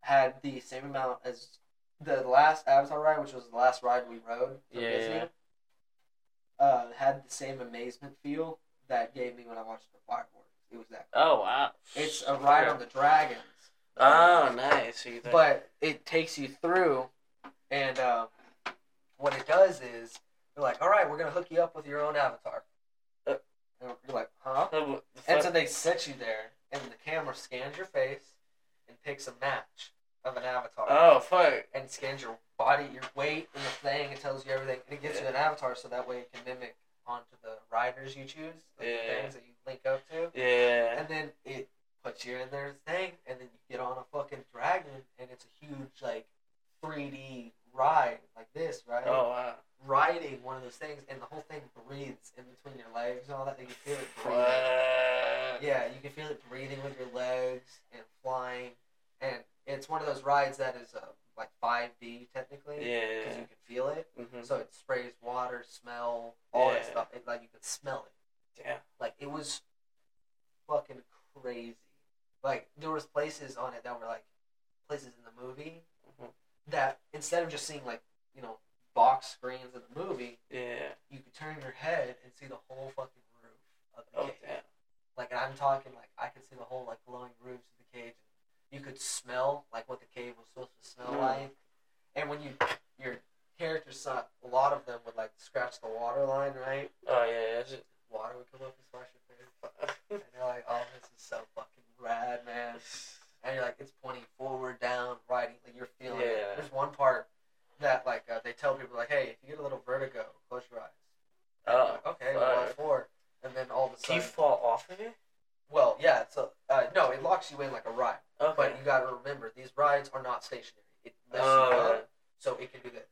Speaker 3: had the same amount as the last Avatar ride, which was the last ride we rode from
Speaker 2: Yeah,
Speaker 3: Disney.
Speaker 2: yeah.
Speaker 3: Uh, had the same amazement feel that gave me when I watched the fireworks. It was that.
Speaker 2: Oh, wow.
Speaker 3: It's a ride on the dragons,
Speaker 2: Oh, nice. So you think-
Speaker 3: but it takes you through, and um, what it does is they're like, "All right, we're gonna hook you up with your own avatar."
Speaker 2: Uh,
Speaker 3: and you're like, "Huh?"
Speaker 2: Oh, what the
Speaker 3: And
Speaker 2: fuck?
Speaker 3: so they set you there, and the camera scans your face and picks a match of an avatar
Speaker 2: oh, fuck.
Speaker 3: and it scans your body, your weight, and the thing. It tells you everything. And it gives you an avatar, so that way it can mimic onto the riders you choose, like
Speaker 2: Yeah.
Speaker 3: the things that you link up to.
Speaker 2: Yeah.
Speaker 3: And then it puts you in their thing, and then you get on a fucking dragon, and it's a huge like 3D ride like this, right?
Speaker 2: Oh, wow.
Speaker 3: Riding one of those things, and the whole thing breathes in between your legs and all that. And you can feel it breathing.
Speaker 2: Fuck.
Speaker 3: Yeah, you can feel it breathing with your legs and flying, and it's one of those rides that is uh, like 5D technically because
Speaker 2: Yeah.
Speaker 3: you mm-hmm. can feel it.
Speaker 2: Mhm.
Speaker 3: So it sprays water, smell, all that
Speaker 2: Yeah.
Speaker 3: stuff. It, like you can smell it.
Speaker 2: Damn.
Speaker 3: Like it was fucking crazy. Like there was places on it that were like places in the movie
Speaker 2: Mhm.
Speaker 3: that instead of just seeing like you know box screens of the movie,
Speaker 2: Yeah.
Speaker 3: you could turn your head and see the whole fucking roof of the
Speaker 2: Oh,
Speaker 3: cave.
Speaker 2: damn.
Speaker 3: Like and I'm talking like I could see the whole like glowing roofs of the cave. You could smell like what the cave was supposed to smell
Speaker 2: Mm.
Speaker 3: like. And when you your characters saw a lot of them would like scratch the water line, right?
Speaker 2: Oh, yeah. That's it.
Speaker 3: Water would come up and splash your face. And you're like, Oh, this is so fucking rad, man. And you're like, it's pointing forward, down, right, like you're feeling it.
Speaker 2: Yeah.
Speaker 3: There's one part that like uh, they tell people like, Hey, if you get a little vertigo, close your eyes. And you're
Speaker 2: Oh,
Speaker 3: like, okay, well,
Speaker 2: fuck.
Speaker 3: what for? And then all of a
Speaker 2: Do you
Speaker 3: sudden
Speaker 2: fall off of it?
Speaker 3: Well, yeah, so uh, no, it locks you in like a ride.
Speaker 2: Okay.
Speaker 3: But you gotta remember, these rides are not stationary. It lifts you
Speaker 2: Oh,
Speaker 3: up, so it can do this.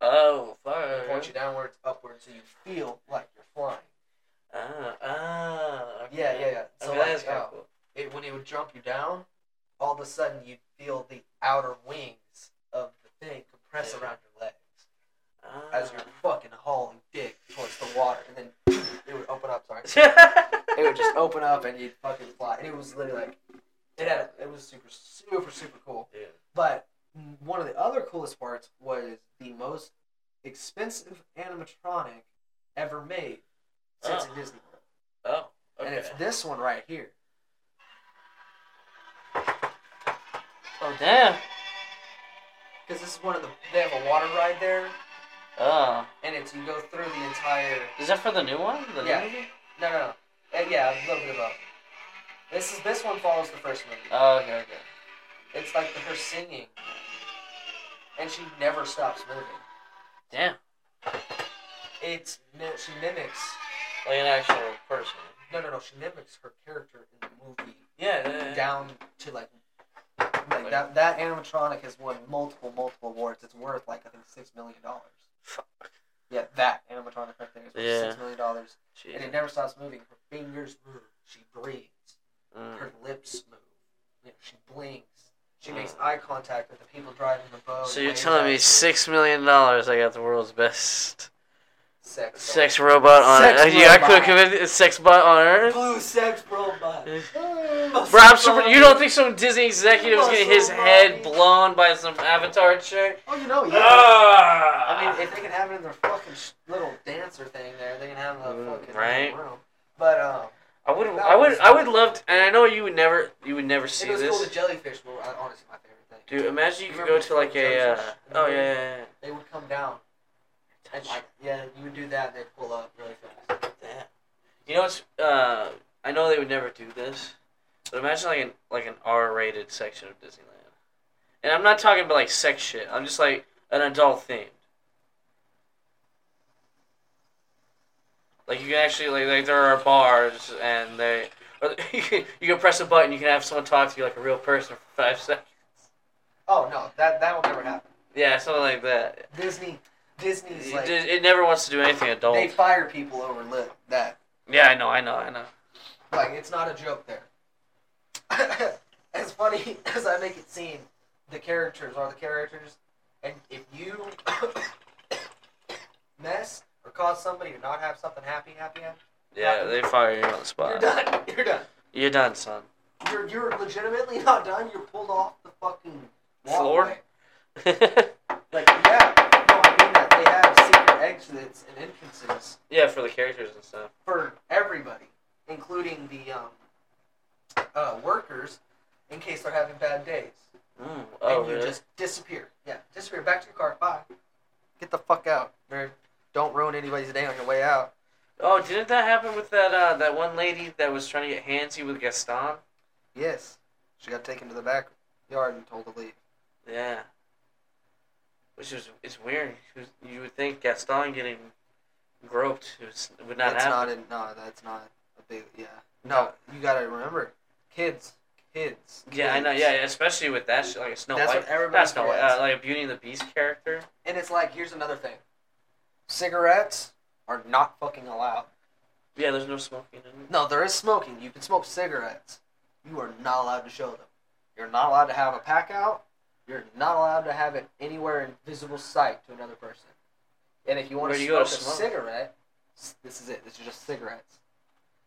Speaker 2: oh,
Speaker 3: It points
Speaker 2: fuck.
Speaker 3: you downwards, upwards, so you feel like you're flying.
Speaker 2: Oh, oh. Okay.
Speaker 3: Yeah, yeah, yeah. So
Speaker 2: okay,
Speaker 3: like,
Speaker 2: that's kind
Speaker 3: uh,
Speaker 2: of cool.
Speaker 3: it, when it would jump you down, all of a sudden you'd feel the outer wings of the thing compress
Speaker 2: Yeah.
Speaker 3: around your legs
Speaker 2: Ah.
Speaker 3: as you're fucking hauling dick towards the water, and then it would open up. Sorry, it would just open up, and you'd fucking fly. It was literally like it had. It was super, super, super cool.
Speaker 2: Yeah.
Speaker 3: But one of the other coolest parts was the most expensive animatronic ever made since
Speaker 2: Oh.
Speaker 3: in Disney World.
Speaker 2: Oh,
Speaker 3: And
Speaker 2: okay.
Speaker 3: it's this one right here.
Speaker 2: Oh, damn.
Speaker 3: Because this is one of the. They have a water ride there,
Speaker 2: Oh.
Speaker 3: and it's you go through the entire.
Speaker 2: Is that for the new one? The
Speaker 3: Yeah.
Speaker 2: new movie?
Speaker 3: No, no, no. Uh, yeah, a little bit above. This is this one follows the first movie.
Speaker 2: Oh, okay, okay.
Speaker 3: It's like her singing, and she never stops moving.
Speaker 2: Damn.
Speaker 3: It's mi- she mimics.
Speaker 2: Like an actual person.
Speaker 3: No, no, no. She mimics her character in the movie
Speaker 2: Yeah, yeah, yeah.
Speaker 3: down to like like that that animatronic has won multiple multiple awards. It's worth like I think six million dollars.
Speaker 2: Fuck.
Speaker 3: Yeah, that animatronic right there is worth
Speaker 2: Yeah.
Speaker 3: six million dollars,
Speaker 2: Jeez.
Speaker 3: and it never stops moving. Her fingers move. She breathes.
Speaker 2: Mm.
Speaker 3: Her lips move. You know, she blinks. She
Speaker 2: Mm.
Speaker 3: makes eye contact with the people driving the boat.
Speaker 2: So you're
Speaker 3: waves
Speaker 2: telling
Speaker 3: at
Speaker 2: me
Speaker 3: her.
Speaker 2: six million dollars? I got the world's best
Speaker 3: sex
Speaker 2: sex robot on
Speaker 3: Sex
Speaker 2: Earth. Yeah, I
Speaker 3: robot.
Speaker 2: could have a sex bot on Earth.
Speaker 3: Blue sex robot.
Speaker 2: Bro, I'm super, you don't think some Disney executive was getting his
Speaker 3: Muscle
Speaker 2: head
Speaker 3: body.
Speaker 2: blown by some Avatar chick?
Speaker 3: Oh, you know, yeah. I
Speaker 2: Ah!
Speaker 3: mean, if they can have it in their fucking sh- little dancer thing there, they can have it in the
Speaker 2: Mm,
Speaker 3: fucking
Speaker 2: right.
Speaker 3: room. But um,
Speaker 2: I would, I would, I would love, to, and I know you would never, you would never see
Speaker 3: it was called
Speaker 2: this.
Speaker 3: the jellyfish. Were uh, honestly my favorite thing.
Speaker 2: Dude, imagine you could
Speaker 3: Remember
Speaker 2: go to like a, uh,
Speaker 3: jellyfish?
Speaker 2: oh yeah, yeah, yeah.
Speaker 3: They would come down and like yeah, you would do that and they'd pull up really fast.
Speaker 2: That. You know what's? Uh, I know they would never do this, but imagine like an like an R-rated section of Disneyland, and I'm not talking about like sex shit. I'm just like an adult themed. Like you can actually like like there are bars and they. Or you can, you can press a button. You can have someone talk to you like a real person for five seconds.
Speaker 3: Oh no, that that will never happen.
Speaker 2: Yeah, something like that.
Speaker 3: Disney, Disney's
Speaker 2: It,
Speaker 3: like
Speaker 2: it- it never wants to do anything adult.
Speaker 3: they fire people over lit that.
Speaker 2: yeah, I know, I know, I know.
Speaker 3: Like it's not a joke there. as funny as I make it seem, the characters are the characters, and if you mess or cause somebody to not have something happy, happy, happy,
Speaker 2: Yeah, they fire you on the
Speaker 3: you're
Speaker 2: spot.
Speaker 3: done. You're done.
Speaker 2: You're done, son.
Speaker 3: You're you're legitimately not done. You're pulled off the fucking
Speaker 2: Floor?
Speaker 3: walkway. Like, yeah, no, I mean that they have secret exits and entrances
Speaker 2: yeah, for the characters and stuff.
Speaker 3: for everybody, including the um, uh, workers, in case they're having bad days.
Speaker 2: Mm. Oh,
Speaker 3: and you
Speaker 2: really?
Speaker 3: just disappear. Yeah, disappear. Back to your car. Bye. Get the fuck out. Or don't ruin anybody's day on your way out.
Speaker 2: oh, didn't that happen with that uh, that one lady that was trying to get handsy with Gaston?
Speaker 3: Yes. She got taken to the back yard and told to leave.
Speaker 2: Yeah. Which is it's weird. 'cause You would think Gaston getting groped was, would not
Speaker 3: it's not
Speaker 2: happen.
Speaker 3: in, no, that's not a big, yeah. No, you gotta remember, kids, kids.
Speaker 2: yeah, I know.
Speaker 3: kids.
Speaker 2: Yeah, yeah, especially with that shit, like a Snow
Speaker 3: That's
Speaker 2: White.
Speaker 3: what everybody
Speaker 2: That's Snow White.
Speaker 3: forgets.
Speaker 2: Uh, like a Beauty and the Beast character.
Speaker 3: And it's like, here's another thing. Cigarettes are not fucking allowed.
Speaker 2: Yeah, there's no smoking in it.
Speaker 3: No, there is smoking. You can smoke cigarettes. You are not allowed to show them. You're not allowed to have a pack out. You're not allowed to have it anywhere in visible sight to another person. And if you want
Speaker 2: Where
Speaker 3: to
Speaker 2: do you
Speaker 3: smoke
Speaker 2: go
Speaker 3: a
Speaker 2: to smoke?
Speaker 3: cigarette, s- this is it. This is just cigarettes.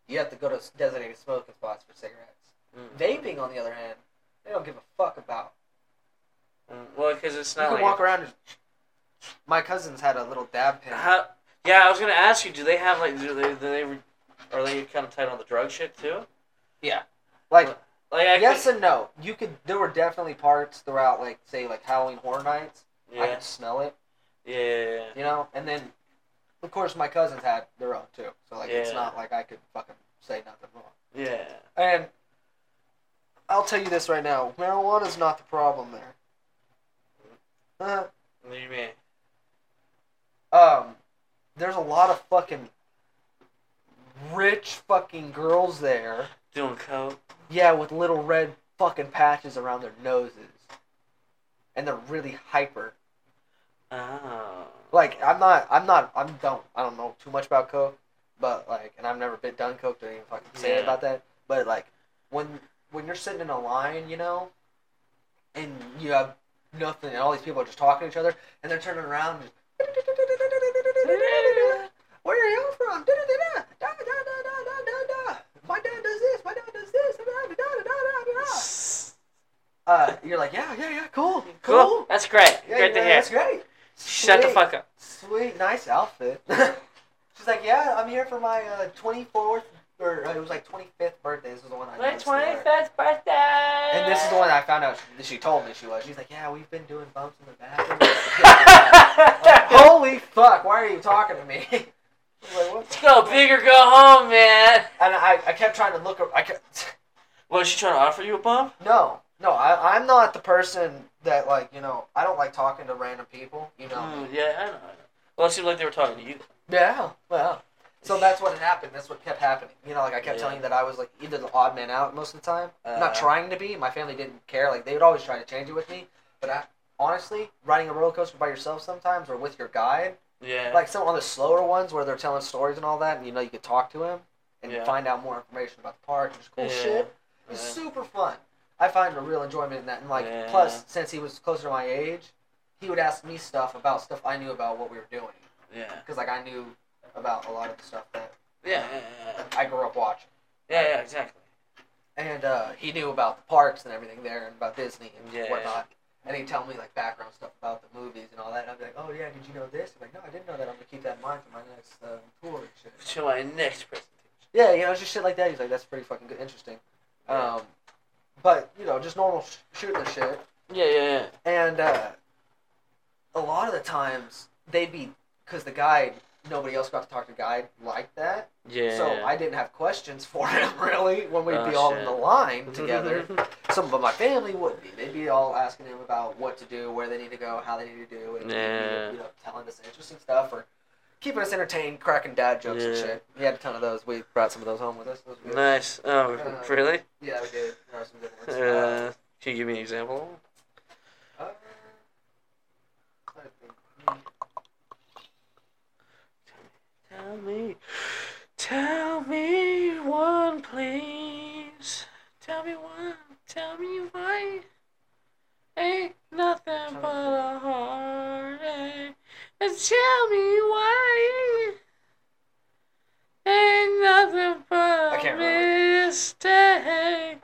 Speaker 3: You have to go to s- designated smoking spots for cigarettes.
Speaker 2: Mm.
Speaker 3: Vaping, on the other hand, they don't give a fuck about.
Speaker 2: Mm. Well, because it's
Speaker 3: you
Speaker 2: not
Speaker 3: can
Speaker 2: like
Speaker 3: walk around and. My cousins had a little dab pen.
Speaker 2: How? Yeah, I was gonna ask you. Do they have like? Do they? Do they? Are they kind of tight on the drug shit too?
Speaker 3: Like,
Speaker 2: Like, I
Speaker 3: yes
Speaker 2: could-
Speaker 3: and no. You could. There were definitely parts throughout, like say, like Halloween Horror Nights. I
Speaker 2: yeah,
Speaker 3: could smell it,
Speaker 2: yeah, yeah, yeah.
Speaker 3: you know. And then, of course, my cousins had their own too. So like, it's
Speaker 2: Yeah.
Speaker 3: not like I could fucking say nothing wrong.
Speaker 2: yeah.
Speaker 3: And I'll tell you this right now: marijuana's not the problem there. Uh,
Speaker 2: What do you mean?
Speaker 3: um, there's a lot of fucking rich fucking girls there.
Speaker 2: Doing coke?
Speaker 3: Yeah, with little red fucking patches around their noses, and they're really hyper.
Speaker 2: Oh.
Speaker 3: like I'm not I'm not I'm don't I don't know too much about coke, but like and I've never been done coke. Don't even fucking say
Speaker 2: Yeah.
Speaker 3: about that. But like when when you're sitting in a line, you know, and you have nothing, and all these people are just talking to each other, and they're turning around. And just, Where are you from? Da, da, da, da, da, da, da, da, da. My dad does this. My dad does this. Da, da, da, da, da, da, da. Uh, you're like, yeah, yeah, yeah, cool,
Speaker 2: Cool.
Speaker 3: cool.
Speaker 2: That's great.
Speaker 3: Yeah,
Speaker 2: great
Speaker 3: yeah,
Speaker 2: to hear.
Speaker 3: That's great.
Speaker 2: Shut the
Speaker 3: Sweet.
Speaker 2: fuck up.
Speaker 3: Sweet, nice outfit. She's like, yeah, I'm here for my uh, 24th, or uh, it was like 25th birthday. This is the one I noticed there.
Speaker 2: birthday.
Speaker 3: And this is the one I found out, she, she told me she was. She's like, yeah, we've been doing bumps in the bathroom. I'm like, Holy fuck, why are you talking to me? I was like, what?
Speaker 2: Let's go big or go home, man.
Speaker 3: And I, I kept trying to look, ar- I kept,
Speaker 2: What, is she trying to offer you a bump?
Speaker 3: no, no, I, I'm not the person that like, you know, I don't like talking to random people, you know.
Speaker 2: Mm, yeah, I know, I know. Well, it seemed like they were talking to you.
Speaker 3: Yeah, well. So that's what had happened. That's what kept happening. You know, like I kept
Speaker 2: Yeah.
Speaker 3: telling you that I was like either the odd man out most of the time. not
Speaker 2: Uh.
Speaker 3: trying to be. My family didn't care. Like they would always try to change it with me. But I, honestly, riding a roller coaster by yourself sometimes or with your guide
Speaker 2: Yeah.
Speaker 3: Like some of the slower ones where they're telling stories and all that, and you know you could talk to him and
Speaker 2: Yeah.
Speaker 3: find out more information about the park and just cool
Speaker 2: yeah.
Speaker 3: shit. It's
Speaker 2: Yeah.
Speaker 3: super fun. I find a real enjoyment in that, and like
Speaker 2: Yeah.
Speaker 3: plus since he was closer to my age, he would ask me stuff about stuff I knew about what we were doing
Speaker 2: Yeah.
Speaker 3: because like I knew about a lot of the stuff that
Speaker 2: Yeah. Yeah. Yeah.
Speaker 3: I grew up watching.
Speaker 2: Yeah. yeah exactly.
Speaker 3: and uh, he knew about the parks and everything there and about Disney and
Speaker 2: Yeah.
Speaker 3: whatnot. And he'd tell me like background stuff about the movies and all that. And I'd be like, "Oh yeah, did you know this?" I'm like, "No, I didn't know that. I'm gonna keep that in mind for my next um, tour and shit."
Speaker 2: To my next presentation.
Speaker 3: Yeah, you know, it's just shit like that. He's like, "That's pretty fucking good, interesting." Um, but you know, just normal sh- shooting the shit.
Speaker 2: Yeah. Yeah. Yeah.
Speaker 3: And uh, a lot of the times they'd be because the guide, nobody else got to talk to the guide like that.
Speaker 2: Yeah.
Speaker 3: So I didn't have questions for him really when we'd be
Speaker 2: Oh,
Speaker 3: all in
Speaker 2: shit.
Speaker 3: the line together. Some of my family would be. They'd be all asking him about what to do, where they need to go, how they need to do it. He'd be,
Speaker 2: Yeah.
Speaker 3: You know, telling us interesting stuff or keeping us entertained, cracking dad jokes and
Speaker 2: Yeah.
Speaker 3: shit. We had a ton of those. We brought some of those home with us. Those were good.
Speaker 2: nice. Oh,
Speaker 3: Uh,
Speaker 2: really?
Speaker 3: Yeah, we did. There are some good ones.
Speaker 2: Uh, can you give me an example?
Speaker 3: Uh, uh, I think-
Speaker 2: Tell me. Tell me one, please. Tell me one. Tell me why. Ain't nothing but a heartache. And tell me why. Ain't nothing but
Speaker 3: I
Speaker 2: a
Speaker 3: can't remember.
Speaker 2: mistake.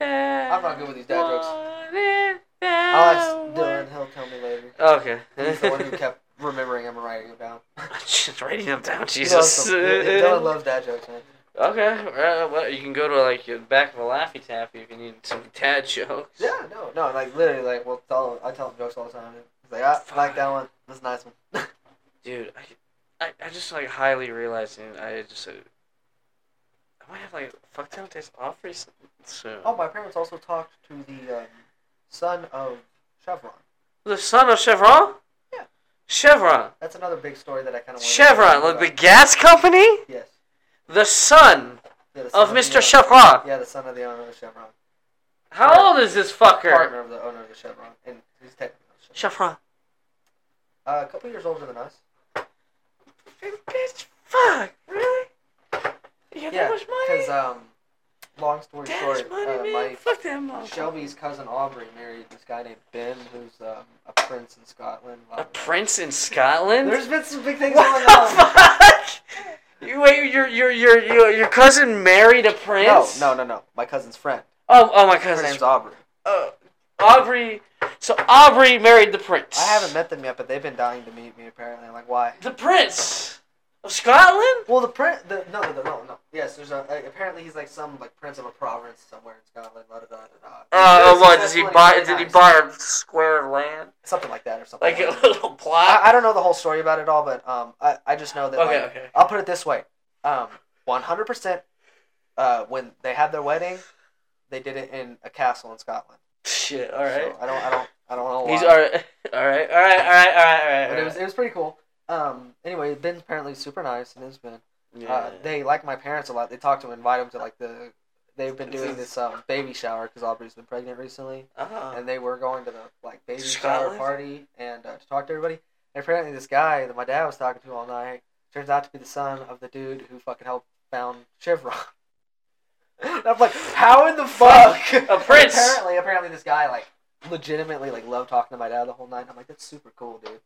Speaker 3: I'm not good with these dad jokes.
Speaker 2: jokes.
Speaker 3: I'll ask Dylan. He'll tell me later.
Speaker 2: Okay.
Speaker 3: He's the one who kept remembering him and writing him down.
Speaker 2: Just writing them down,
Speaker 3: He
Speaker 2: Jesus.
Speaker 3: loves them. Dylan loves dad jokes, man.
Speaker 2: Okay, uh, well, you can go to like your back of a Laffy Taffy if you need some dad jokes.
Speaker 3: Yeah, no, no, like literally, like we'll tell I tell him jokes all the time. and He's like, ah, I like that one. That's a nice one.
Speaker 2: Dude, I, I, I just like highly realizing I just. Uh, I might have like a fucktown days off recently soon.
Speaker 3: oh, my parents also talked to the um, son of Chevron.
Speaker 2: The son of Chevron?
Speaker 3: Yeah.
Speaker 2: Chevron.
Speaker 3: That's another big story that I kind of.
Speaker 2: Chevron, like the gas company?
Speaker 3: Yes.
Speaker 2: The son
Speaker 3: Yeah, the son
Speaker 2: of
Speaker 3: the
Speaker 2: Mr.
Speaker 3: owner-
Speaker 2: Chevron.
Speaker 3: Yeah, the son of the owner of the Chevron.
Speaker 2: How old is this fucker?
Speaker 3: Partner of the owner of the Chevron, and he's technically the Chevron.
Speaker 2: Chevron.
Speaker 3: Uh, a couple years older than us.
Speaker 2: Bitch, fuck, really? You have
Speaker 3: Yeah,
Speaker 2: that much money?
Speaker 3: Because um, long story short, uh, my
Speaker 2: Fuck that motherfucker.
Speaker 3: Shelby's cousin Aubrey married this guy named Ben, who's um, a prince in Scotland. blah,
Speaker 2: A
Speaker 3: blah, blah.
Speaker 2: prince in Scotland?
Speaker 3: There's been some big things
Speaker 2: what
Speaker 3: going on.
Speaker 2: the fuck? You, wait, your your your your your cousin married a prince?
Speaker 3: No, no, no, no. My cousin's friend.
Speaker 2: Oh, oh my
Speaker 3: Her
Speaker 2: cousin.
Speaker 3: name's Aubrey.
Speaker 2: Uh, Aubrey. So Aubrey married the prince.
Speaker 3: I haven't met them yet, but they've been dying to meet me. Apparently, I'm like, why?
Speaker 2: the prince of Scotland.
Speaker 3: Well, the prince. The, no, no, no, no, no. Yes, there's a. Like, apparently, he's like some like prince of a province somewhere in Scotland. La da da da da.
Speaker 2: Uh,
Speaker 3: Very
Speaker 2: what? Did he
Speaker 3: successful and
Speaker 2: buy?
Speaker 3: very
Speaker 2: Did he
Speaker 3: nice.
Speaker 2: buy a square of land,
Speaker 3: something like that or something?
Speaker 2: like a
Speaker 3: like that.
Speaker 2: little plot?
Speaker 3: I, I don't know the whole story about it all, but um, I, I just know that.
Speaker 2: okay,
Speaker 3: like,
Speaker 2: okay.
Speaker 3: I'll put it this way, um, one hundred percent. Uh, when they had their wedding, they did it in a castle in Scotland.
Speaker 2: Shit. All right.
Speaker 3: So I don't. I don't. I don't want to.
Speaker 2: These are. All right. All right. All right. All right. All right.
Speaker 3: But it was. It was pretty cool. Um. Anyway, Ben's apparently super nice, and has been.
Speaker 2: yeah.
Speaker 3: Uh, they like my parents a lot. They talk to him, invite him to like the. They've been doing this um, baby shower because Aubrey's been pregnant recently,
Speaker 2: oh.
Speaker 3: and they were going to the like baby shower
Speaker 2: Scotland?
Speaker 3: party and uh, to talk to everybody. And apparently, this guy that my dad was talking to all night turns out to be the son of the dude who fucking helped found Chevron. And I'm like, how in the fuck?
Speaker 2: A prince.
Speaker 3: apparently, apparently, this guy like legitimately like loved talking to my dad the whole night. And I'm like, that's super cool, dude.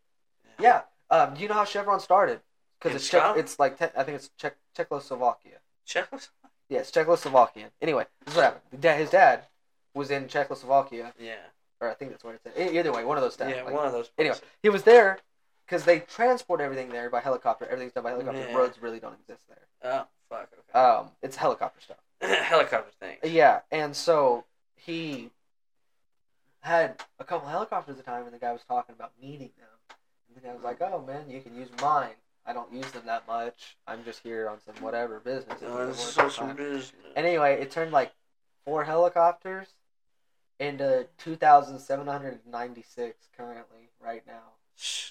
Speaker 3: Yeah. Um, do you know how Chevron started?
Speaker 2: In
Speaker 3: Because it's Czech,
Speaker 2: Scotland?
Speaker 3: it's like te- I think it's Czech, Czechoslovakia.
Speaker 2: Czechos.
Speaker 3: Yeah, it's Czechoslovakian. Anyway, this is what happened. The da- his dad was in Czechoslovakia,
Speaker 2: Yeah.
Speaker 3: or I think that's where it's at. E- Either way, one of those
Speaker 2: Yeah.
Speaker 3: states. like,
Speaker 2: one of those.
Speaker 3: anyway,
Speaker 2: places.
Speaker 3: he was there because they transport everything there by helicopter. Everything's done by helicopter.
Speaker 2: Yeah.
Speaker 3: Roads really don't exist there.
Speaker 2: Oh fuck. Okay.
Speaker 3: Um, it's helicopter stuff.
Speaker 2: helicopter thing.
Speaker 3: Uh, Yeah, and so he had a couple helicopters at the time, and the guy was talking about needing them. And the guy was like, "Oh man, you can use mine. I don't use them that much. I'm just here on some whatever business." It
Speaker 2: Uh,
Speaker 3: was
Speaker 2: it's
Speaker 3: a work
Speaker 2: social
Speaker 3: time.
Speaker 2: business.
Speaker 3: And anyway, it turned like four helicopters into two thousand seven hundred ninety-six currently, right now.
Speaker 2: Shh.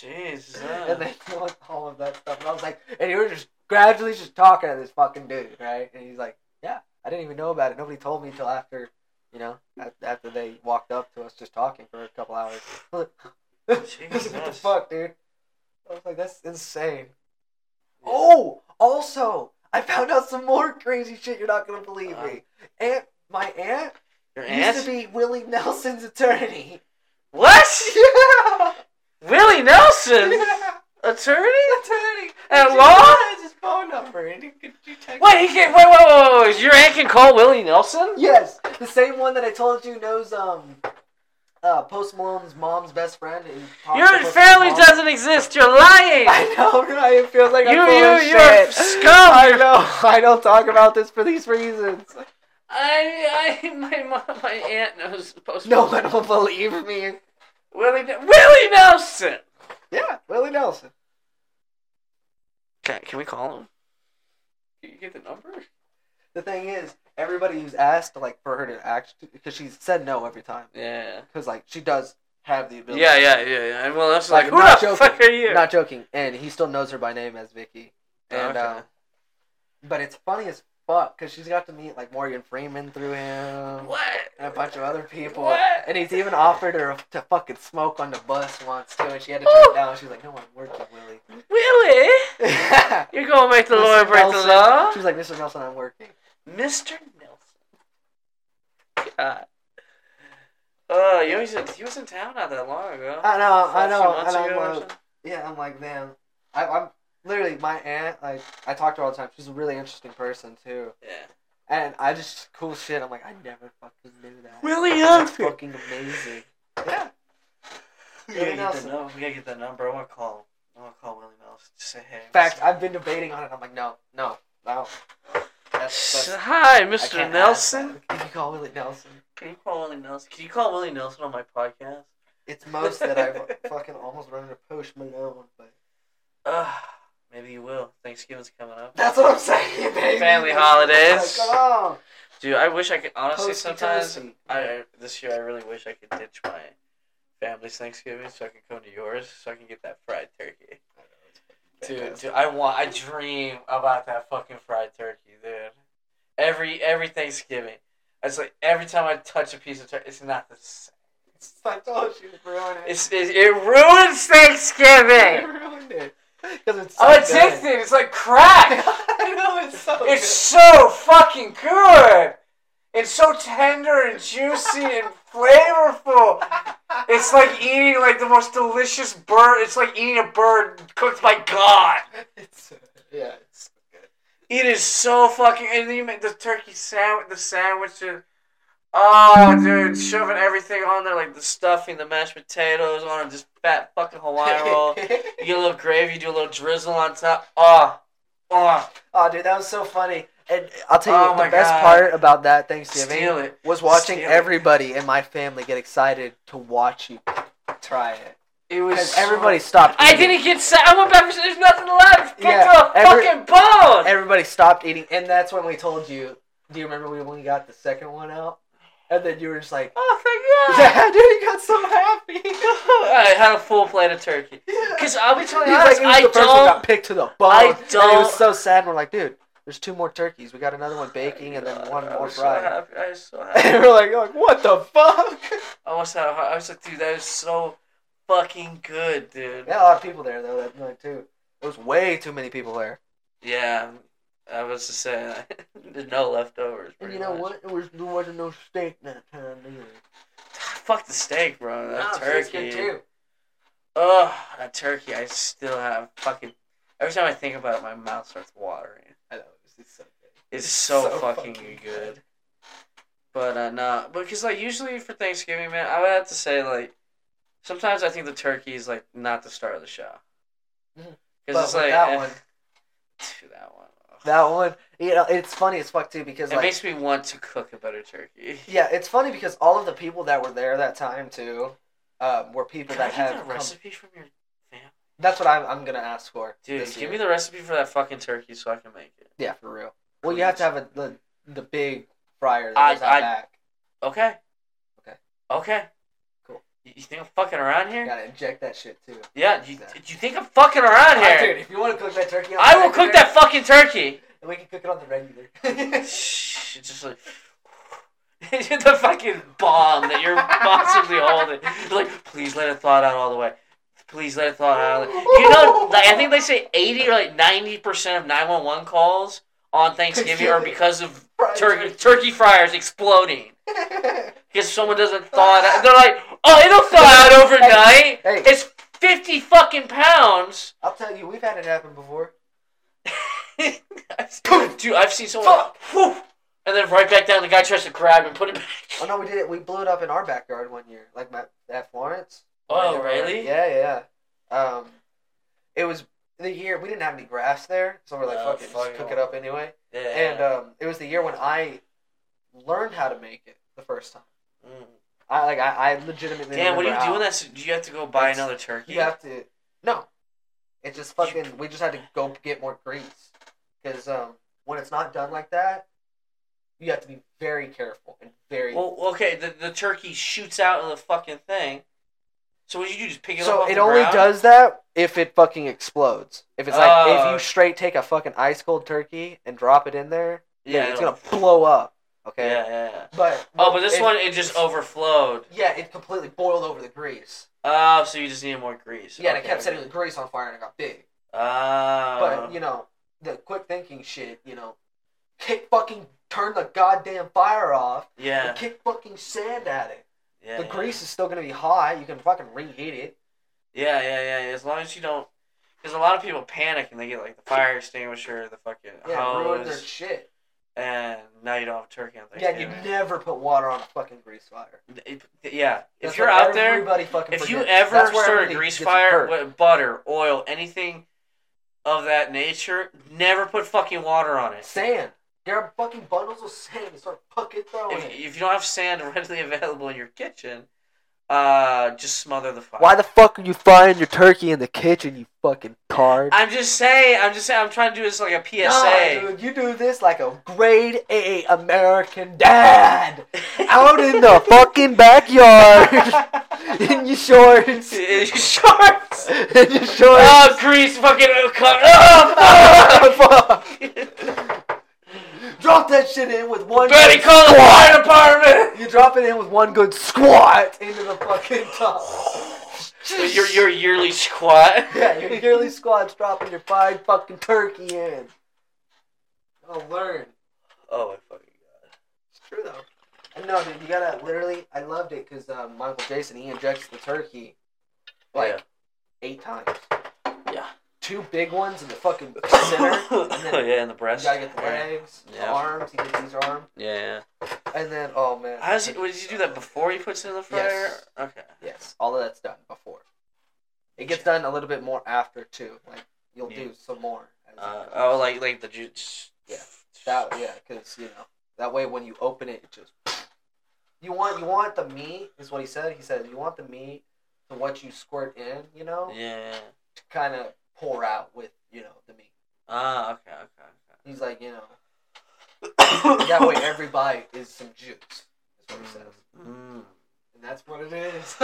Speaker 2: Jesus.
Speaker 3: and they want all of that stuff. And I was like, and you were just gradually just talking to this fucking dude, right? And he's like, yeah, I didn't even know about it. Nobody told me until after, you know, a- after they walked up to us just talking for a couple hours. I was like, what the
Speaker 2: Jesus.
Speaker 3: fuck, dude? I was like, that's insane.
Speaker 2: Yeah.
Speaker 3: Oh, also, I found out some more crazy shit you're not gonna believe me. Aunt, my aunt,
Speaker 2: Your
Speaker 3: used to
Speaker 2: Uh-huh.
Speaker 3: be
Speaker 2: aunt?
Speaker 3: Willie Nelson's attorney.
Speaker 2: What?
Speaker 3: Yeah,
Speaker 2: Willie Nelson?
Speaker 3: yeah,
Speaker 2: Attorney?
Speaker 3: attorney.
Speaker 2: At
Speaker 3: She
Speaker 2: law?
Speaker 3: has his phone number, and you could you text?
Speaker 2: Wait, he can, wait, wait, wait, wait, wait. Your aunt can call Willie Nelson?
Speaker 3: Yes, the same one that I told you knows um, uh, Post Malone's mom's best friend. And talks to
Speaker 2: Your
Speaker 3: Post
Speaker 2: family
Speaker 3: Malone's mom.
Speaker 2: doesn't exist. You're lying.
Speaker 3: I know, right? It feels like
Speaker 2: You,
Speaker 3: I'm full of
Speaker 2: you, you're
Speaker 3: shit.
Speaker 2: scum.
Speaker 3: I
Speaker 2: You're-
Speaker 3: know. I don't talk about this for these reasons.
Speaker 2: I, I, my mom, my aunt knows Post
Speaker 3: No
Speaker 2: Malone.
Speaker 3: one will believe me.
Speaker 2: Willie, Ne- Willie Nelson.
Speaker 3: Yeah, Willie Nelson.
Speaker 2: Can, can we call him? Can you get the number?
Speaker 3: The thing is, everybody who's asked like for her to act because she's said no every time
Speaker 2: Yeah.
Speaker 3: because like she does have the ability.
Speaker 2: Yeah, yeah, yeah, yeah. And Willie Nelson's
Speaker 3: Like,
Speaker 2: like,
Speaker 3: I'm not
Speaker 2: who the
Speaker 3: joking.
Speaker 2: fuck are you?
Speaker 3: Not joking, and he still knows her by name as Vicky. And
Speaker 2: Okay.
Speaker 3: uh, but it's funny as fuck because she's got to meet like Morgan Freeman through him
Speaker 2: what?
Speaker 3: and a bunch of other people.
Speaker 2: What?
Speaker 3: And he's even offered her to fucking smoke on the bus once too, and she had to
Speaker 2: Oh.
Speaker 3: turn it down. She's like, "No, I'm working, Willie."
Speaker 2: Willie?
Speaker 3: Mr.
Speaker 2: You're gonna make the lawyer break the
Speaker 3: Nelson-
Speaker 2: law?
Speaker 3: She was like, "Mr. Nelson, I'm working."
Speaker 2: Mr. Nelson. God. Uh, you know, he's in, he was in town not that long ago.
Speaker 3: I know, I
Speaker 2: Few
Speaker 3: know,
Speaker 2: months
Speaker 3: and
Speaker 2: ago or
Speaker 3: I'm like,
Speaker 2: something.
Speaker 3: yeah, I'm like, man, I, I'm literally my aunt. Like, I talk to her all the time. She's a really interesting person too,
Speaker 2: yeah.
Speaker 3: and I just cool shit. I'm like, I never fucking knew that.
Speaker 2: Willie
Speaker 3: That's
Speaker 2: Nelson.
Speaker 3: fucking amazing. Yeah,
Speaker 2: We
Speaker 3: Willie
Speaker 2: gotta, get the
Speaker 3: Nelson.
Speaker 2: number. we gotta get the number. I wanna call him. I wanna call Willie Nelson. Just say hey.
Speaker 3: In fact, I've been debating on it. I'm like, no, no, no. That's, that's,
Speaker 2: Hi,
Speaker 3: I
Speaker 2: Mr.
Speaker 3: can't
Speaker 2: Nelson.
Speaker 3: ask that. You can call Willie Nelson.
Speaker 2: Can you call Willie Nelson? Can you call Willie Nelson on my podcast?
Speaker 3: It's most that I've fucking almost run into Post Malone, but
Speaker 2: Uh, maybe you will. Thanksgiving's coming up.
Speaker 3: that's what I'm saying, baby.
Speaker 2: Family
Speaker 3: That's what I'm
Speaker 2: holidays.
Speaker 3: Like, come on.
Speaker 2: Dude, I wish I could. Honestly,
Speaker 3: Posty
Speaker 2: sometimes
Speaker 3: toasty.
Speaker 2: I I- this year I really wish I could ditch my family's Thanksgiving so I can come to yours so I can get that fried turkey. Dude, dude, I want. I dream about that fucking fried turkey, dude. Every every Thanksgiving, it's like every time I touch a piece of turkey, it's not the same.
Speaker 3: I told you, oh, ruined it.
Speaker 2: It's it, it ruins Thanksgiving.
Speaker 3: You ruined it. Because it's so
Speaker 2: I'm
Speaker 3: good.
Speaker 2: addicted. Oh, It's like crack.
Speaker 3: I know it's so
Speaker 2: It's so fucking good. It's so tender and juicy and flavorful. It's like eating like the most delicious bird. It's like eating a bird cooked by God.
Speaker 3: good. It's, yeah, it's good.
Speaker 2: It is so fucking. And then you make the turkey sandwich, the sandwiches. Oh, dude, shoving everything on there, like the stuffing, the mashed potatoes on them, just fat fucking Hawaiian roll. You get a little gravy, you do a little drizzle on top. Oh, oh,
Speaker 3: oh, dude, that was so funny. And I'll tell you
Speaker 2: Oh
Speaker 3: the
Speaker 2: my
Speaker 3: best
Speaker 2: God.
Speaker 3: part about that Thanksgiving
Speaker 2: steal it.
Speaker 3: was watching
Speaker 2: Steal it.
Speaker 3: everybody in my family get excited to watch you try it.
Speaker 2: It was
Speaker 3: Because
Speaker 2: so-
Speaker 3: everybody stopped.
Speaker 2: I
Speaker 3: Eating.
Speaker 2: didn't get sa I went back. There's nothing left. Picked
Speaker 3: Yeah,
Speaker 2: up a
Speaker 3: every-
Speaker 2: fucking bone.
Speaker 3: Everybody stopped eating, and that's when we told you. Do you remember we only got the second one out, and then you were just like,
Speaker 2: oh, thank God. Uh,
Speaker 3: "Yeah, dude, you got so happy."
Speaker 2: I had a full plate of turkey.
Speaker 3: Yeah.
Speaker 2: Cause I'll be telling you,
Speaker 3: He's
Speaker 2: honest,
Speaker 3: like, it was the
Speaker 2: I
Speaker 3: first one got
Speaker 2: don't.
Speaker 3: picked to the bone.
Speaker 2: I
Speaker 3: And it
Speaker 2: don't-
Speaker 3: was so sad. We're like, dude, there's two more turkeys. We got another one baking and then one
Speaker 2: I
Speaker 3: more
Speaker 2: was Oh, so
Speaker 3: fried.
Speaker 2: happy. I was so happy.
Speaker 3: and we're like, like, what the fuck?
Speaker 2: I almost had a heart. I was like, dude, that is so fucking good, dude.
Speaker 3: Yeah, a lot of people there though that night too. There was way too many people there.
Speaker 2: Yeah, I was just saying, there's no leftovers.
Speaker 3: And
Speaker 2: pretty
Speaker 3: you know
Speaker 2: much.
Speaker 3: what? There, was, there wasn't no steak that time either.
Speaker 2: Fuck the steak, bro. That turkey.
Speaker 3: too.
Speaker 2: Ugh, that turkey. I still have fucking. Every time I think about it, my mouth starts watering.
Speaker 3: I know it's so good.
Speaker 2: It's so,
Speaker 3: so
Speaker 2: fucking,
Speaker 3: fucking
Speaker 2: good. But uh nah, because like usually for Thanksgiving, man, I would have to say like sometimes I think the turkey is like not the star of the show. Because
Speaker 3: Mhm. But
Speaker 2: it's
Speaker 3: with
Speaker 2: like
Speaker 3: that
Speaker 2: eh,
Speaker 3: one-
Speaker 2: dude, that one. ugh.
Speaker 3: That one, you know, it's funny as fuck too because
Speaker 2: it
Speaker 3: like,
Speaker 2: makes me want to cook a better turkey.
Speaker 3: yeah, it's funny because all of the people that were there that time too, um, were people
Speaker 2: Can I
Speaker 3: that
Speaker 2: get
Speaker 3: have
Speaker 2: the
Speaker 3: come
Speaker 2: recipe from your
Speaker 3: That's what I'm, I'm gonna ask for.
Speaker 2: dude?
Speaker 3: this
Speaker 2: Give
Speaker 3: year.
Speaker 2: me the recipe for that fucking turkey so I can make it.
Speaker 3: yeah for real. Well, you have to have a, the the big fryer
Speaker 2: I-
Speaker 3: that goes out
Speaker 2: I-
Speaker 3: back.
Speaker 2: Okay.
Speaker 3: Okay.
Speaker 2: Okay.
Speaker 3: Cool.
Speaker 2: You, you think I'm fucking around
Speaker 3: You
Speaker 2: here?
Speaker 3: gotta inject that shit too.
Speaker 2: Yeah. You,
Speaker 3: Yeah.
Speaker 2: you think I'm fucking around
Speaker 3: Ah,
Speaker 2: here?
Speaker 3: dude, if you want to cook that turkey, on
Speaker 2: I
Speaker 3: the
Speaker 2: will cook
Speaker 3: regular,
Speaker 2: that fucking turkey.
Speaker 3: And we can cook it on the regular.
Speaker 2: Shh, it's just like the fucking bomb that you're possibly holding. Like, please let it thaw it out all the way. Please let it thaw it out. All the way. You know, like I think they say eighty or like ninety percent of nine one one calls on Thanksgiving are because of
Speaker 3: Fried
Speaker 2: turkey turkey fryers exploding
Speaker 3: turkey.
Speaker 2: because someone doesn't thaw it out. They're like, oh, it'll thaw out overnight.
Speaker 3: hey,
Speaker 2: It's fifty fucking pounds.
Speaker 3: I'll tell you, we've had it happen before.
Speaker 2: Dude, I've seen someone, woof, and then right back down. The guy tries to grab and put it back.
Speaker 3: Oh no, we did it. We blew it up in our backyard one year, like my at Florence.
Speaker 2: Oh,
Speaker 3: Like,
Speaker 2: really?
Speaker 3: Yeah, yeah, yeah. Um, it was the year we didn't have any grass there, so we're like,
Speaker 2: Oh,
Speaker 3: fuck it,
Speaker 2: fuck
Speaker 3: just cook
Speaker 2: it.
Speaker 3: it up anyway.
Speaker 2: Yeah.
Speaker 3: And um, it was the year when I learned how to make it the first time.
Speaker 2: Mm.
Speaker 3: I like I, I legitimately.
Speaker 2: Damn, what do you
Speaker 3: remember
Speaker 2: do
Speaker 3: how.
Speaker 2: when that's? Do you have to go buy
Speaker 3: It's-
Speaker 2: another turkey?
Speaker 3: You have to. No, it just fucking. We just had to go get more grease because um, when it's not done like that, you have to be very careful and very.
Speaker 2: Well, okay, the, the turkey shoots out of the fucking thing. So what do you do? Just pick it up.
Speaker 3: so
Speaker 2: off
Speaker 3: it
Speaker 2: the
Speaker 3: only
Speaker 2: ground?
Speaker 3: does that if it fucking explodes. If it's like
Speaker 2: Oh.
Speaker 3: if you straight take a fucking ice cold turkey and drop it in there,
Speaker 2: Yeah,
Speaker 3: yeah, it's
Speaker 2: it'll-
Speaker 3: gonna blow up. Okay.
Speaker 2: Yeah, yeah, yeah.
Speaker 3: But
Speaker 2: Oh, but this
Speaker 3: it-
Speaker 2: one it just overflowed.
Speaker 3: Yeah, it completely boiled over the grease.
Speaker 2: Oh, so you just needed more grease.
Speaker 3: Yeah, and
Speaker 2: Okay,
Speaker 3: it kept setting
Speaker 2: okay.
Speaker 3: the grease on fire and it got big.
Speaker 2: Ah.
Speaker 3: But you know, the quick thinking shit, you know, kick fucking turn the goddamn fire off
Speaker 2: yeah,
Speaker 3: and kick fucking sand at it.
Speaker 2: yeah.
Speaker 3: the
Speaker 2: yeah.
Speaker 3: grease is still gonna be hot. You can fucking reheat it.
Speaker 2: Yeah, yeah, yeah. yeah. As long as you don't, because a lot of people panic and they get like the fire extinguisher, the fucking
Speaker 3: Yeah, ruin their
Speaker 2: hose,
Speaker 3: shit.
Speaker 2: and now you don't have a turkey on
Speaker 3: Yeah, you
Speaker 2: Thanksgiving.
Speaker 3: never put water on a fucking grease fire.
Speaker 2: It- yeah. If
Speaker 3: That's
Speaker 2: you're
Speaker 3: what
Speaker 2: out there,
Speaker 3: everybody fucking
Speaker 2: If you
Speaker 3: forgets.
Speaker 2: ever
Speaker 3: That's where
Speaker 2: start a
Speaker 3: everybody
Speaker 2: grease
Speaker 3: gets
Speaker 2: fire
Speaker 3: hurt.
Speaker 2: with butter, oil, anything of that nature, never put fucking water on it.
Speaker 3: sand, grab fucking bundles of sand and start fucking throwing
Speaker 2: If,
Speaker 3: it.
Speaker 2: if you don't have sand readily available in your kitchen, uh, just smother the fire.
Speaker 1: Why the fuck are you frying your turkey in the kitchen, you fucking tard?
Speaker 2: I'm just saying. I'm just saying. I'm trying to do this like a
Speaker 3: Nah,
Speaker 2: PSA.
Speaker 3: dude, you do this like a grade A American dad
Speaker 1: Out in the fucking backyard in your shorts.
Speaker 2: In your shorts.
Speaker 1: In your shorts.
Speaker 2: Oh, grease! Fucking oh, cut. Oh,
Speaker 1: Fuck.
Speaker 2: fuck.
Speaker 3: Drop that shit in with one.
Speaker 2: Betty,
Speaker 3: good-
Speaker 2: call the fire department.
Speaker 3: you drop it in with one good squat into the fucking top.
Speaker 2: Your your yearly squat.
Speaker 3: yeah, your yearly squat's dropping your fried fucking turkey in. I'll learn.
Speaker 2: Oh my fucking
Speaker 3: It's true though. No, dude, you gotta literally. I loved it because uh, Michael Jason he injects the turkey like
Speaker 2: Yeah.
Speaker 3: eight times.
Speaker 2: Yeah.
Speaker 3: Two big ones in the fucking center. and
Speaker 2: oh,
Speaker 3: then
Speaker 2: yeah, in the
Speaker 3: you
Speaker 2: breast.
Speaker 3: gotta get the
Speaker 2: Alright.
Speaker 3: legs, the
Speaker 2: Yeah.
Speaker 3: arms. He gets his arm,
Speaker 2: Yeah.
Speaker 3: and then oh man.
Speaker 2: How does he, what, did you do that before he puts it in the fryer?
Speaker 3: Yes.
Speaker 2: Okay.
Speaker 3: Yes, all of that's done before. It gets done a little bit more after too. Like you'll do some more. as it
Speaker 2: Uh,
Speaker 3: goes.
Speaker 2: oh, like like the juice.
Speaker 3: Yeah. That yeah, because you know that way when you open it, it just you want you want the meat is what he said. He said you want the meat to what you squirt in, you know,
Speaker 2: Yeah.
Speaker 3: to kind of pour out with you know the meat.
Speaker 2: Ah. Okay. Okay.
Speaker 3: He's like you know
Speaker 2: okay.
Speaker 3: that way every bite is some juice. Is what he says,
Speaker 2: Mm.
Speaker 3: and that's what it is.